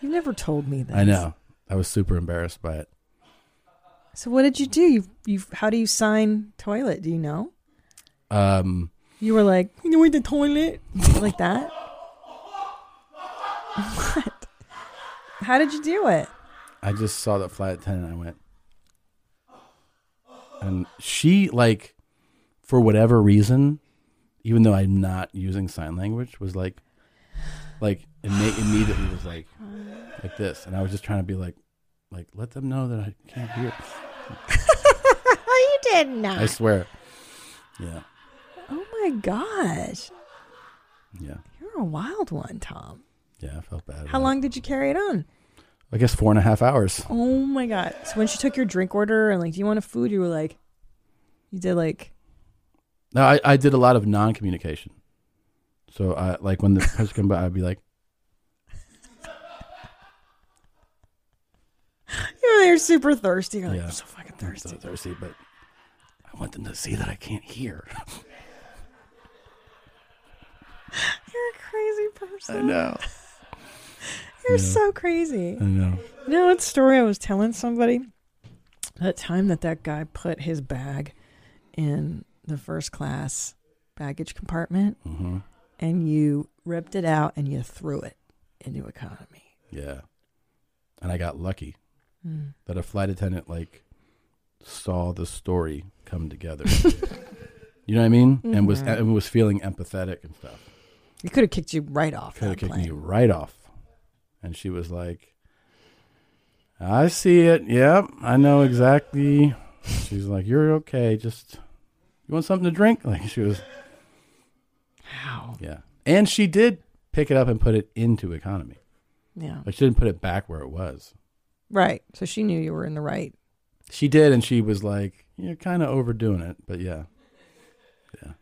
[SPEAKER 2] You never told me this.
[SPEAKER 1] I know. I was super embarrassed by it.
[SPEAKER 2] So what did you do? You, you how do you sign toilet? Do you know?
[SPEAKER 1] Um,
[SPEAKER 2] You were like, you know, in the toilet, like that. What? How did you do it?
[SPEAKER 1] I just saw that flight attendant. and I went, and she like, for whatever reason, even though I'm not using sign language, was like, like imme- immediately was like, like this, and I was just trying to be like, like let them know that I can't hear.
[SPEAKER 2] Oh, you did not.
[SPEAKER 1] I swear. Yeah.
[SPEAKER 2] Oh my gosh.
[SPEAKER 1] Yeah.
[SPEAKER 2] You're a wild one, Tom.
[SPEAKER 1] Yeah. I felt bad.
[SPEAKER 2] How long did you carry it on?
[SPEAKER 1] I guess four and a half hours.
[SPEAKER 2] Oh my god. So when she took your drink order and like, do you want a food? You were like, you did like,
[SPEAKER 1] No, I, I did a lot of non communication. So I like when the person come by, I'd be like,
[SPEAKER 2] you know, you're super thirsty. You're like,
[SPEAKER 1] yeah,
[SPEAKER 2] I'm so fucking thirsty.
[SPEAKER 1] I'm so thirsty, but I want them to see that I can't hear.
[SPEAKER 2] You're a crazy person.
[SPEAKER 1] I know.
[SPEAKER 2] You're
[SPEAKER 1] Yeah.
[SPEAKER 2] so crazy.
[SPEAKER 1] I know.
[SPEAKER 2] You know what story I was telling somebody? That time that that guy put his bag in the first class baggage compartment,
[SPEAKER 1] Mhm.
[SPEAKER 2] and you ripped it out and you threw it into economy.
[SPEAKER 1] Yeah. And I got lucky
[SPEAKER 2] Mm.
[SPEAKER 1] that a flight attendant like saw the story come together. you know what I mean? And was
[SPEAKER 2] Mhm.
[SPEAKER 1] and was feeling empathetic and stuff.
[SPEAKER 2] You could have kicked you right off.
[SPEAKER 1] Could have
[SPEAKER 2] that
[SPEAKER 1] kicked
[SPEAKER 2] plane.
[SPEAKER 1] me right off. And she was like, I see it. Yep. I know exactly. She's like, You're okay. Just, you want something to drink? Like, she was.
[SPEAKER 2] How?
[SPEAKER 1] Yeah. And she did pick it up and put it into economy.
[SPEAKER 2] Yeah.
[SPEAKER 1] But she didn't put it back where it was.
[SPEAKER 2] Right. So she knew you were in the right.
[SPEAKER 1] She did. And she was like, You're kind of overdoing it. But yeah. Yeah.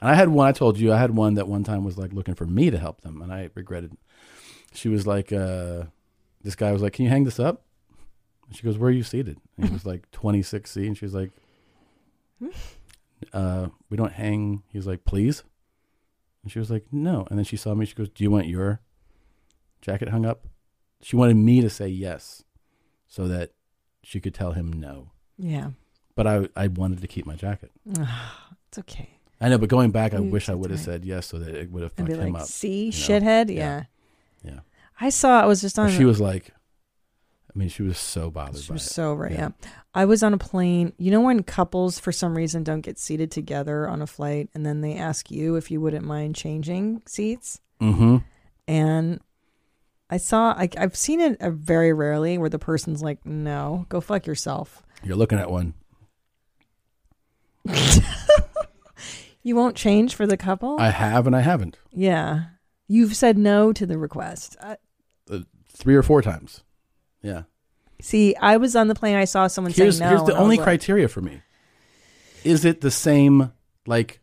[SPEAKER 1] And I had one, I told you, I had one that one time was like looking for me to help them. And I regretted. She was like, uh, This guy was like, Can you hang this up? And she goes, Where are you seated? And he was like 26C. And she was like, uh, We don't hang. He was like, Please. And she was like, No. And then she saw me. She goes, Do you want your jacket hung up? She wanted me to say yes so that she could tell him no.
[SPEAKER 2] Yeah.
[SPEAKER 1] But I, I wanted to keep my jacket.
[SPEAKER 2] it's okay.
[SPEAKER 1] I know, but going back, I
[SPEAKER 2] You
[SPEAKER 1] wish I
[SPEAKER 2] did
[SPEAKER 1] would have
[SPEAKER 2] Mm, right.
[SPEAKER 1] said yes so that it would have
[SPEAKER 2] And
[SPEAKER 1] fucked
[SPEAKER 2] be
[SPEAKER 1] him
[SPEAKER 2] like,
[SPEAKER 1] up.
[SPEAKER 2] see,
[SPEAKER 1] you know?
[SPEAKER 2] shithead. Yeah.
[SPEAKER 1] Yeah.
[SPEAKER 2] I saw. I was just on.
[SPEAKER 1] But she was like, I mean, she was so bothered
[SPEAKER 2] She
[SPEAKER 1] by
[SPEAKER 2] was
[SPEAKER 1] it.
[SPEAKER 2] so right. Yeah. I was on a plane. You know when couples for some reason don't get seated together on a flight and then they ask you if you wouldn't mind changing seats?
[SPEAKER 1] Mhm.
[SPEAKER 2] And I saw I, I've seen it uh, very rarely where the person's like, "No, go fuck yourself.
[SPEAKER 1] You're looking at one.
[SPEAKER 2] You won't change for the couple."
[SPEAKER 1] I have and I haven't.
[SPEAKER 2] yeah. You've said no to the request. I,
[SPEAKER 1] Uh, three or four times. Yeah.
[SPEAKER 2] see, I was on the plane. I saw someone
[SPEAKER 1] here's,
[SPEAKER 2] say no.
[SPEAKER 1] here's the
[SPEAKER 2] and I was
[SPEAKER 1] only
[SPEAKER 2] like,
[SPEAKER 1] criteria for me is it the same like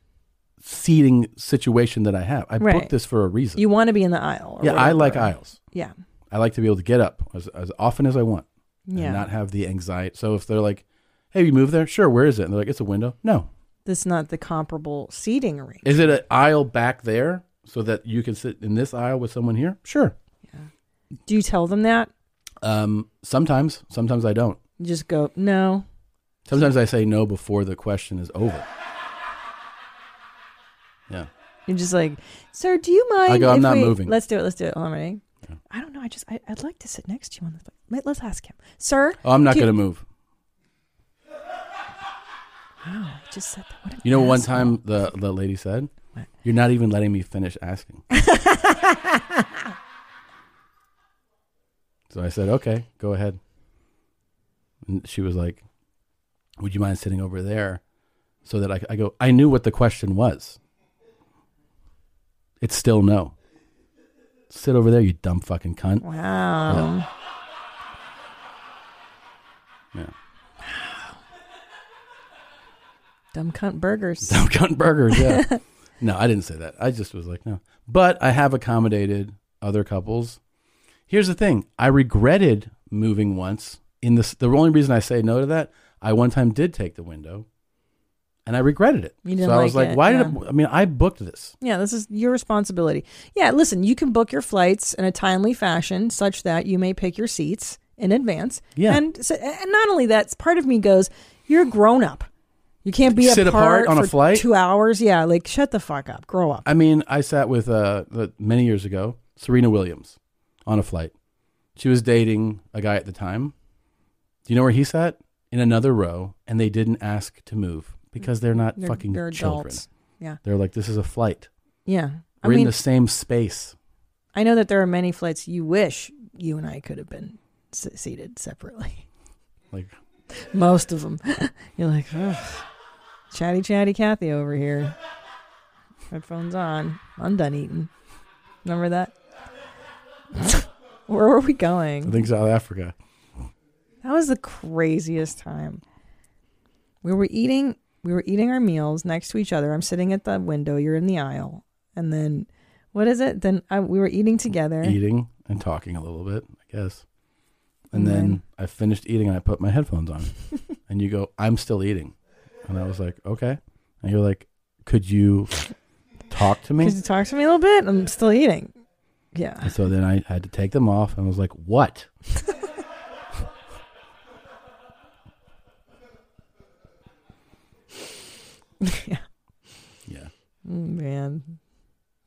[SPEAKER 1] seating situation that i have i
[SPEAKER 2] Right.
[SPEAKER 1] booked this for a reason
[SPEAKER 2] You want to be in the aisle. or
[SPEAKER 1] yeah i like
[SPEAKER 2] whatever.
[SPEAKER 1] aisles
[SPEAKER 2] Yeah.
[SPEAKER 1] i like to be able to get up as, as often as i want
[SPEAKER 2] Yeah.
[SPEAKER 1] and not have the anxiety so if they're like hey you move there sure where is it and they're like it's a window no
[SPEAKER 2] This is not the comparable seating arrangement.
[SPEAKER 1] is it an aisle back there so that you can sit in this aisle with someone here sure
[SPEAKER 2] Do you tell them that?
[SPEAKER 1] um sometimes sometimes i don't
[SPEAKER 2] You just go, no.
[SPEAKER 1] sometimes i say no before the question is over yeah
[SPEAKER 2] You're just like, sir, do you mind?
[SPEAKER 1] I go, "I'm
[SPEAKER 2] if
[SPEAKER 1] not
[SPEAKER 2] we-"
[SPEAKER 1] moving.
[SPEAKER 2] Let's do it. Let's do it. Hold on, ready? I don't know. I just, I, I'd like to sit next to you on the flight. Wait, Let's ask him, sir.
[SPEAKER 1] oh i'm not
[SPEAKER 2] do you-"
[SPEAKER 1] gonna move
[SPEAKER 2] Wow, I just said that. What an
[SPEAKER 1] You know, one
[SPEAKER 2] asshole.
[SPEAKER 1] time the, the lady said, You're not even letting me finish asking. so I said, Okay, go ahead. And she was like, Would you mind sitting over there? So that I, I go, I knew what the question was. It's still no. Sit over there, you dumb fucking cunt.
[SPEAKER 2] Wow.
[SPEAKER 1] Yeah. Yeah.
[SPEAKER 2] Dumb cunt burgers.
[SPEAKER 1] Dumb cunt burgers. Yeah. no, I didn't say that. I just was like, no. But I have accommodated other couples. Here's the thing: I regretted moving once. In this, the only reason I say no to that, I one time did take the window and I regretted it.
[SPEAKER 2] You didn't
[SPEAKER 1] so I was
[SPEAKER 2] like
[SPEAKER 1] like,
[SPEAKER 2] it,
[SPEAKER 1] why
[SPEAKER 2] yeah.
[SPEAKER 1] did it, I mean I booked this?
[SPEAKER 2] Yeah, this is your responsibility. Yeah, listen, you can book your flights in a timely fashion such that you may pick your seats in advance.
[SPEAKER 1] Yeah.
[SPEAKER 2] And, so, and not only that, part of me goes, you're a grown up. You can't be
[SPEAKER 1] Sit apart on a
[SPEAKER 2] for
[SPEAKER 1] flight?
[SPEAKER 2] two hours. Yeah, like shut the fuck up, grow up.
[SPEAKER 1] I mean, I sat with uh the- many years ago Serena Williams on a flight. She was dating a guy at the time. Do you know where he sat? In another row, and they didn't ask to move because they're not
[SPEAKER 2] They're-
[SPEAKER 1] fucking
[SPEAKER 2] they're
[SPEAKER 1] children.
[SPEAKER 2] adults. Yeah.
[SPEAKER 1] They're like, this is a flight.
[SPEAKER 2] Yeah. I
[SPEAKER 1] We're in
[SPEAKER 2] mean-
[SPEAKER 1] the same space.
[SPEAKER 2] I know that there are many flights you wish you and I could have been s- seated separately.
[SPEAKER 1] Like
[SPEAKER 2] Most of them. You're like, Ugh. chatty, chatty Kathy over here. Headphones on. I'm done eating. Remember that? Where were we
[SPEAKER 1] I
[SPEAKER 2] going?
[SPEAKER 1] think South Africa.
[SPEAKER 2] That was the craziest time. We were eating we were eating our meals next to each other. I'm sitting at the window, you're in the aisle. And then what is it? Then I, we were eating together.
[SPEAKER 1] Eating and talking a little bit, I guess. And
[SPEAKER 2] And
[SPEAKER 1] then I finished eating and I put my headphones on. and you go, I'm still eating. And I was like, okay. And you're like, could you talk to me?
[SPEAKER 2] Could you talk to me a little bit? I'm still eating. Yeah.
[SPEAKER 1] And so then I had to take them off and I was like, what?
[SPEAKER 2] yeah.
[SPEAKER 1] Yeah. Mm,
[SPEAKER 2] Man.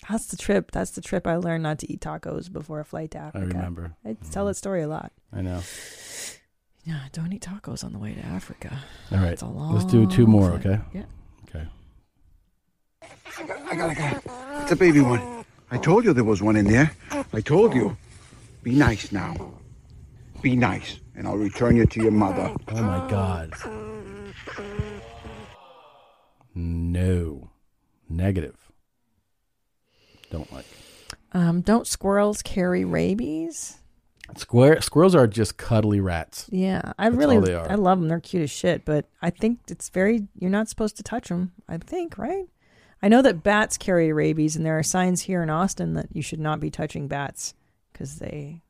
[SPEAKER 2] That's the trip. That's the trip I learned not to eat tacos before a flight to Africa.
[SPEAKER 1] remember. Mm.
[SPEAKER 2] I tell that story a lot.
[SPEAKER 1] I know.
[SPEAKER 2] Yeah, don't eat tacos on the way to Africa.
[SPEAKER 1] All right.
[SPEAKER 2] It's a
[SPEAKER 1] Let's do two
[SPEAKER 2] long
[SPEAKER 1] more,
[SPEAKER 2] flight.
[SPEAKER 1] okay?
[SPEAKER 2] Yeah.
[SPEAKER 1] Okay.
[SPEAKER 26] I got a guy. It's a baby one. I told you there was one in there. I told you. Be nice now. Be nice, and I'll return you to your mother.
[SPEAKER 1] Oh my God. No. Negative. Don't like.
[SPEAKER 2] Um, don't squirrels carry rabies?
[SPEAKER 1] Square squirrels are just cuddly rats.
[SPEAKER 2] Yeah, I
[SPEAKER 1] That's
[SPEAKER 2] really,
[SPEAKER 1] all they are.
[SPEAKER 2] I love them. They're cute as shit, but I think it's very. You're not supposed to touch them. I think, right? I know that bats carry rabies, and there are signs here in Austin that you should not be touching bats because they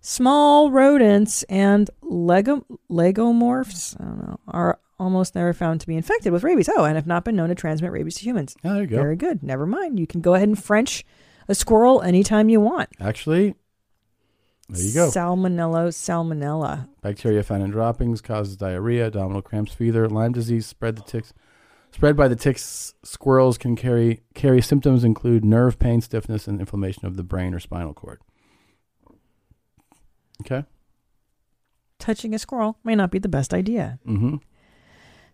[SPEAKER 2] small rodents and lego legomorphs. I don't know are almost never found to be infected with rabies. Oh, and have not been known to transmit rabies to humans.
[SPEAKER 1] Oh, there you go.
[SPEAKER 2] Very good. Never mind. You can go ahead and French a squirrel anytime you want.
[SPEAKER 1] Actually, there you go.
[SPEAKER 2] Salmonella, salmonella.
[SPEAKER 1] Bacteria found in droppings causes diarrhea, abdominal cramps, fever, Lyme disease. Spread the ticks. Spread by the ticks, squirrels can carry carry symptoms include nerve pain, stiffness, and inflammation of the brain or spinal cord. Okay.
[SPEAKER 2] touching a squirrel may not be the best idea.
[SPEAKER 1] Mm-hmm.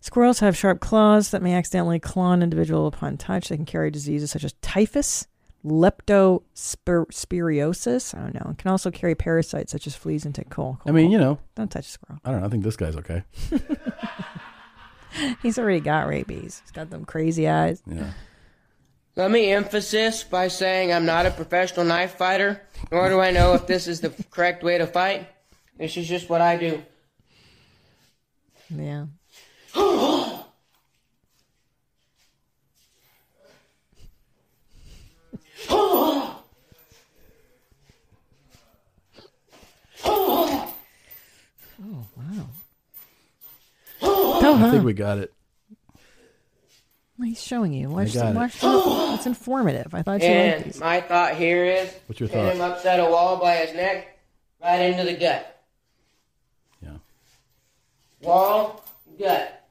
[SPEAKER 2] Squirrels have sharp claws that may accidentally claw an individual upon touch. They can carry diseases such as typhus, leptospiriosis. I don't know. And can also carry parasites such as fleas and tick. Cool.
[SPEAKER 1] I mean, you know.
[SPEAKER 2] Don't touch a squirrel.
[SPEAKER 1] I don't know. I think this guy's okay.
[SPEAKER 2] cool. He's already got rabies. He's got them crazy eyes.
[SPEAKER 1] Yeah.
[SPEAKER 27] Let me emphasize by saying I'm not a professional knife fighter, nor do I know if this is the correct way to fight. This is just what I do.
[SPEAKER 2] Yeah. Oh wow. Oh,
[SPEAKER 1] I think
[SPEAKER 2] huh.
[SPEAKER 1] we got it.
[SPEAKER 2] He's showing you. Watch,
[SPEAKER 1] got
[SPEAKER 2] the,
[SPEAKER 1] it.
[SPEAKER 2] watch the, It's informative. I thought you liked
[SPEAKER 27] And
[SPEAKER 2] these.
[SPEAKER 27] my thought here is
[SPEAKER 1] What's your
[SPEAKER 27] pin
[SPEAKER 1] thought?
[SPEAKER 27] him upside a wall by his neck, right into the gut. Yeah. Wall, gut.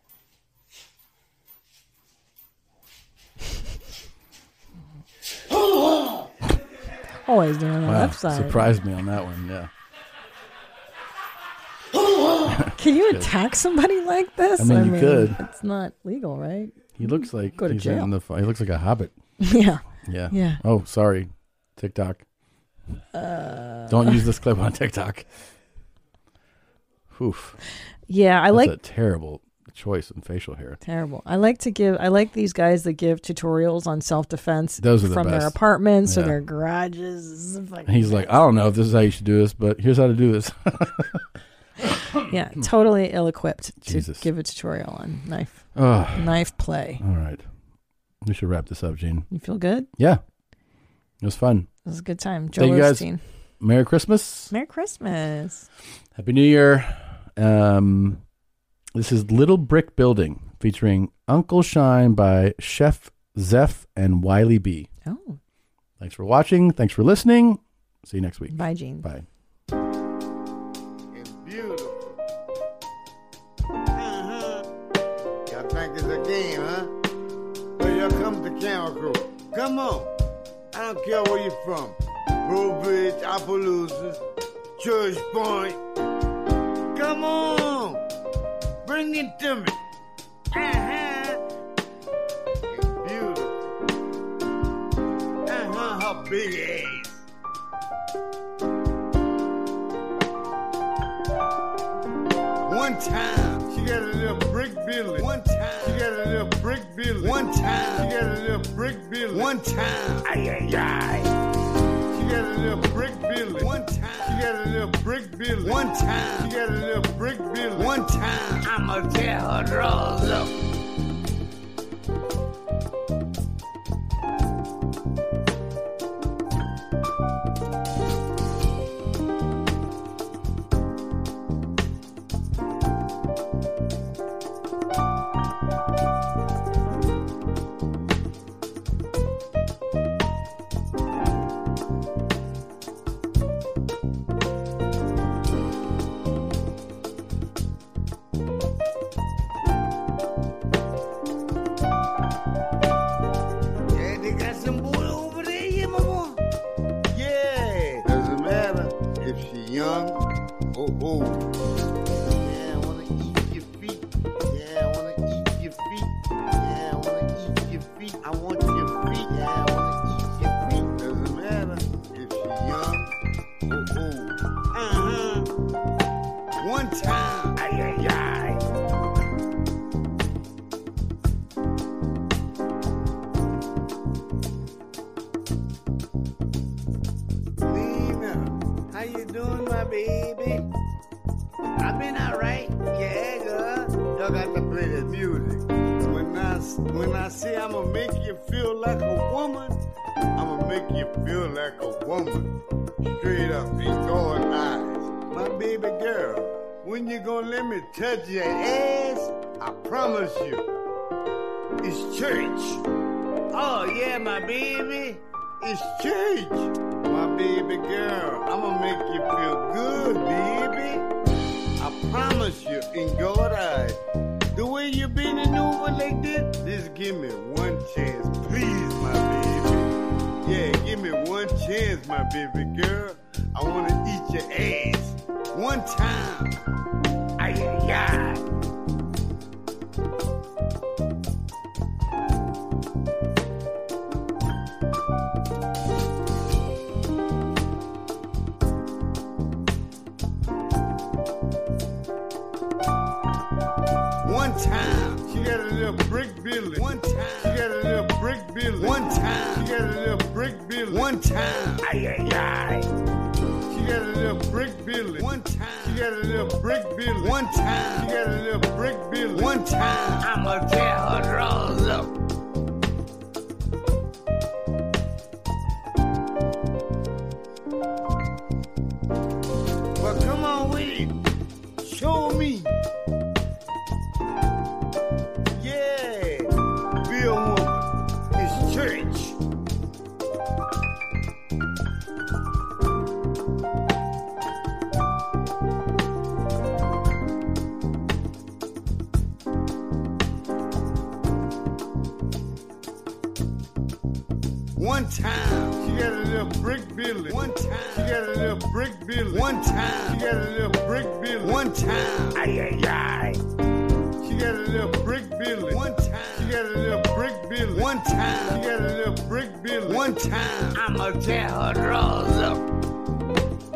[SPEAKER 2] Always doing it on the
[SPEAKER 1] Wow,
[SPEAKER 2] left side.
[SPEAKER 1] surprised me on that one. Yeah.
[SPEAKER 2] Can you
[SPEAKER 1] Good.
[SPEAKER 2] attack somebody like this?
[SPEAKER 1] I mean, you could.
[SPEAKER 2] It's not legal, right?
[SPEAKER 1] He looks like
[SPEAKER 2] Go to
[SPEAKER 1] he's
[SPEAKER 2] jail.
[SPEAKER 1] in the fu- he looks like a hobbit.
[SPEAKER 2] Yeah.
[SPEAKER 1] Yeah.
[SPEAKER 2] Yeah.
[SPEAKER 1] Oh, sorry, TikTok.
[SPEAKER 2] Uh,
[SPEAKER 1] Don't use this clip on TikTok. Oof.
[SPEAKER 2] Yeah, I
[SPEAKER 1] That's
[SPEAKER 2] like-
[SPEAKER 1] a terrible choice in facial hair.
[SPEAKER 2] Terrible. I like to give. I like these guys that give tutorials on self defense.
[SPEAKER 1] Those are the
[SPEAKER 2] from their
[SPEAKER 1] best.
[SPEAKER 2] apartments or
[SPEAKER 1] Yeah.
[SPEAKER 2] their garages. This is fucking-
[SPEAKER 1] And he's like, I don't know if this is how you should do this, but here's how to do this.
[SPEAKER 2] yeah, totally ill equipped to
[SPEAKER 1] Jesus.
[SPEAKER 2] give a tutorial on knife
[SPEAKER 1] Ugh.
[SPEAKER 2] knife play.
[SPEAKER 1] All right, we should wrap this up, Gene.
[SPEAKER 2] You feel good?
[SPEAKER 1] Yeah, it was fun.
[SPEAKER 2] It was a good time. Joe
[SPEAKER 1] Thank you guys.
[SPEAKER 2] Osteen.
[SPEAKER 1] Merry Christmas.
[SPEAKER 2] Merry Christmas.
[SPEAKER 1] Happy New Year. Um, This is Little Brick Building featuring Uncle Shine by Chef Zeph and Wiley B.
[SPEAKER 2] Oh.
[SPEAKER 1] Thanks for watching. Thanks for listening. See you next week.
[SPEAKER 2] Bye, Gene.
[SPEAKER 1] Bye.
[SPEAKER 12] Y'all think it's a game, huh? Well, y'all come to Camera Crew. Come on. I don't care where you're from. Brobridge, Appaloosa, Church Point. Come on. Bring it to me. Uh-huh. It's beautiful. Uh-huh, her big ass. One time, she got a little brick building. One time, she got a little brick building. One time, she got a little brick building. One time, ay ay ay. She got a little brick building. One time, she got a little brick building. One time, she got a little brick building. One time, I'ma tear her drawers up. Yeah, they got some boy over there, yeah, my boy. Yeah, doesn't matter if she young or old. Yeah, I wanna eat your feet. Yeah, I wanna eat your feet. Yeah, I wanna eat your feet. I want your feet. Yeah, I wanna eat your feet. Doesn't matter if she young or old. Uh huh. One time. Ay, ay, ay. Lena, how you doing, my baby? I've been alright. Yeah, girl. Y'all got to play the music. When I when I say I'ma make you feel like a woman, I'ma make you feel like a woman. Straight up and going eyes. My baby girl, when you gonna let me touch your ass? I promise you. It's church. Oh yeah, my baby. It's church. My baby girl, I'ma make you feel good, baby. I promise you, in God eyes. The way you been and over like this, just give me one chance, please, my baby. Yeah, give me one chance, my baby girl. I wanna eat your ass one time. Ay, ay, ay. One time, she got a little brick building. One time, she got a little brick building. One time, she got a little brick building. One time, ay ay ay. She got a little brick building. One time, she got a little brick building. One time, she got a little brick building. One time, I'ma tear her drawers up. Well, come on with it. Show me. Yeah, be a woman. It's church. One time, she got a little brick building. One time, she got a little brick building. One time, she got a little brick building. One time, ay ay ay. She got a little brick building. One time, she got a little brick building. One time, she got a little brick building. One time, I'ma tear her drawers up.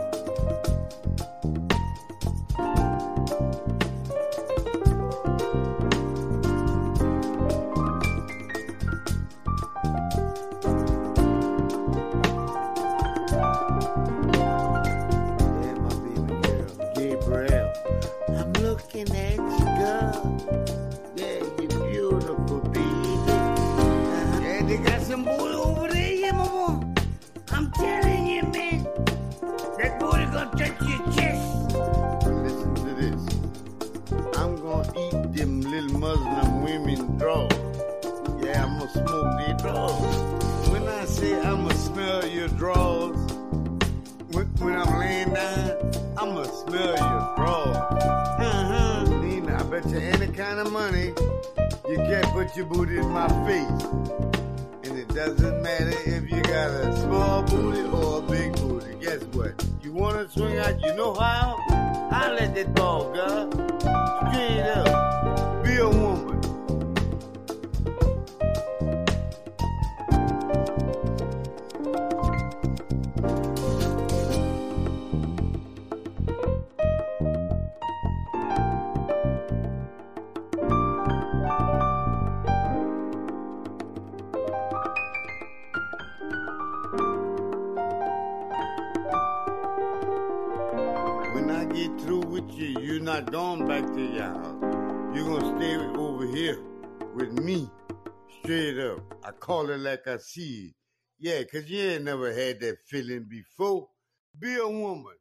[SPEAKER 12] Gabriel. I'm looking at you, girl. Yeah, you're beautiful, baby. Yeah, they got some boy over there, yeah, my boy. I'm telling you, man. That boy gonna touch your chest. Listen to this. I'm gonna eat draw. Yeah, I'ma smoke their draws. When I say I'ma smell your draws, when, when I'm laying down, I'ma smell your draws. Uh huh. Nina, I bet you any kind of money you can't put your booty in my face. And it doesn't matter if you got a small booty or a big booty. Guess what? You wanna swing out, you know how? I let that ball go. Get it up. Be a woman. When I get through with you, you're not going back to your house. You're gonna stay over here with me, straight up. I call it like I see it. Yeah, 'cause you ain't never had that feeling before. Be a woman.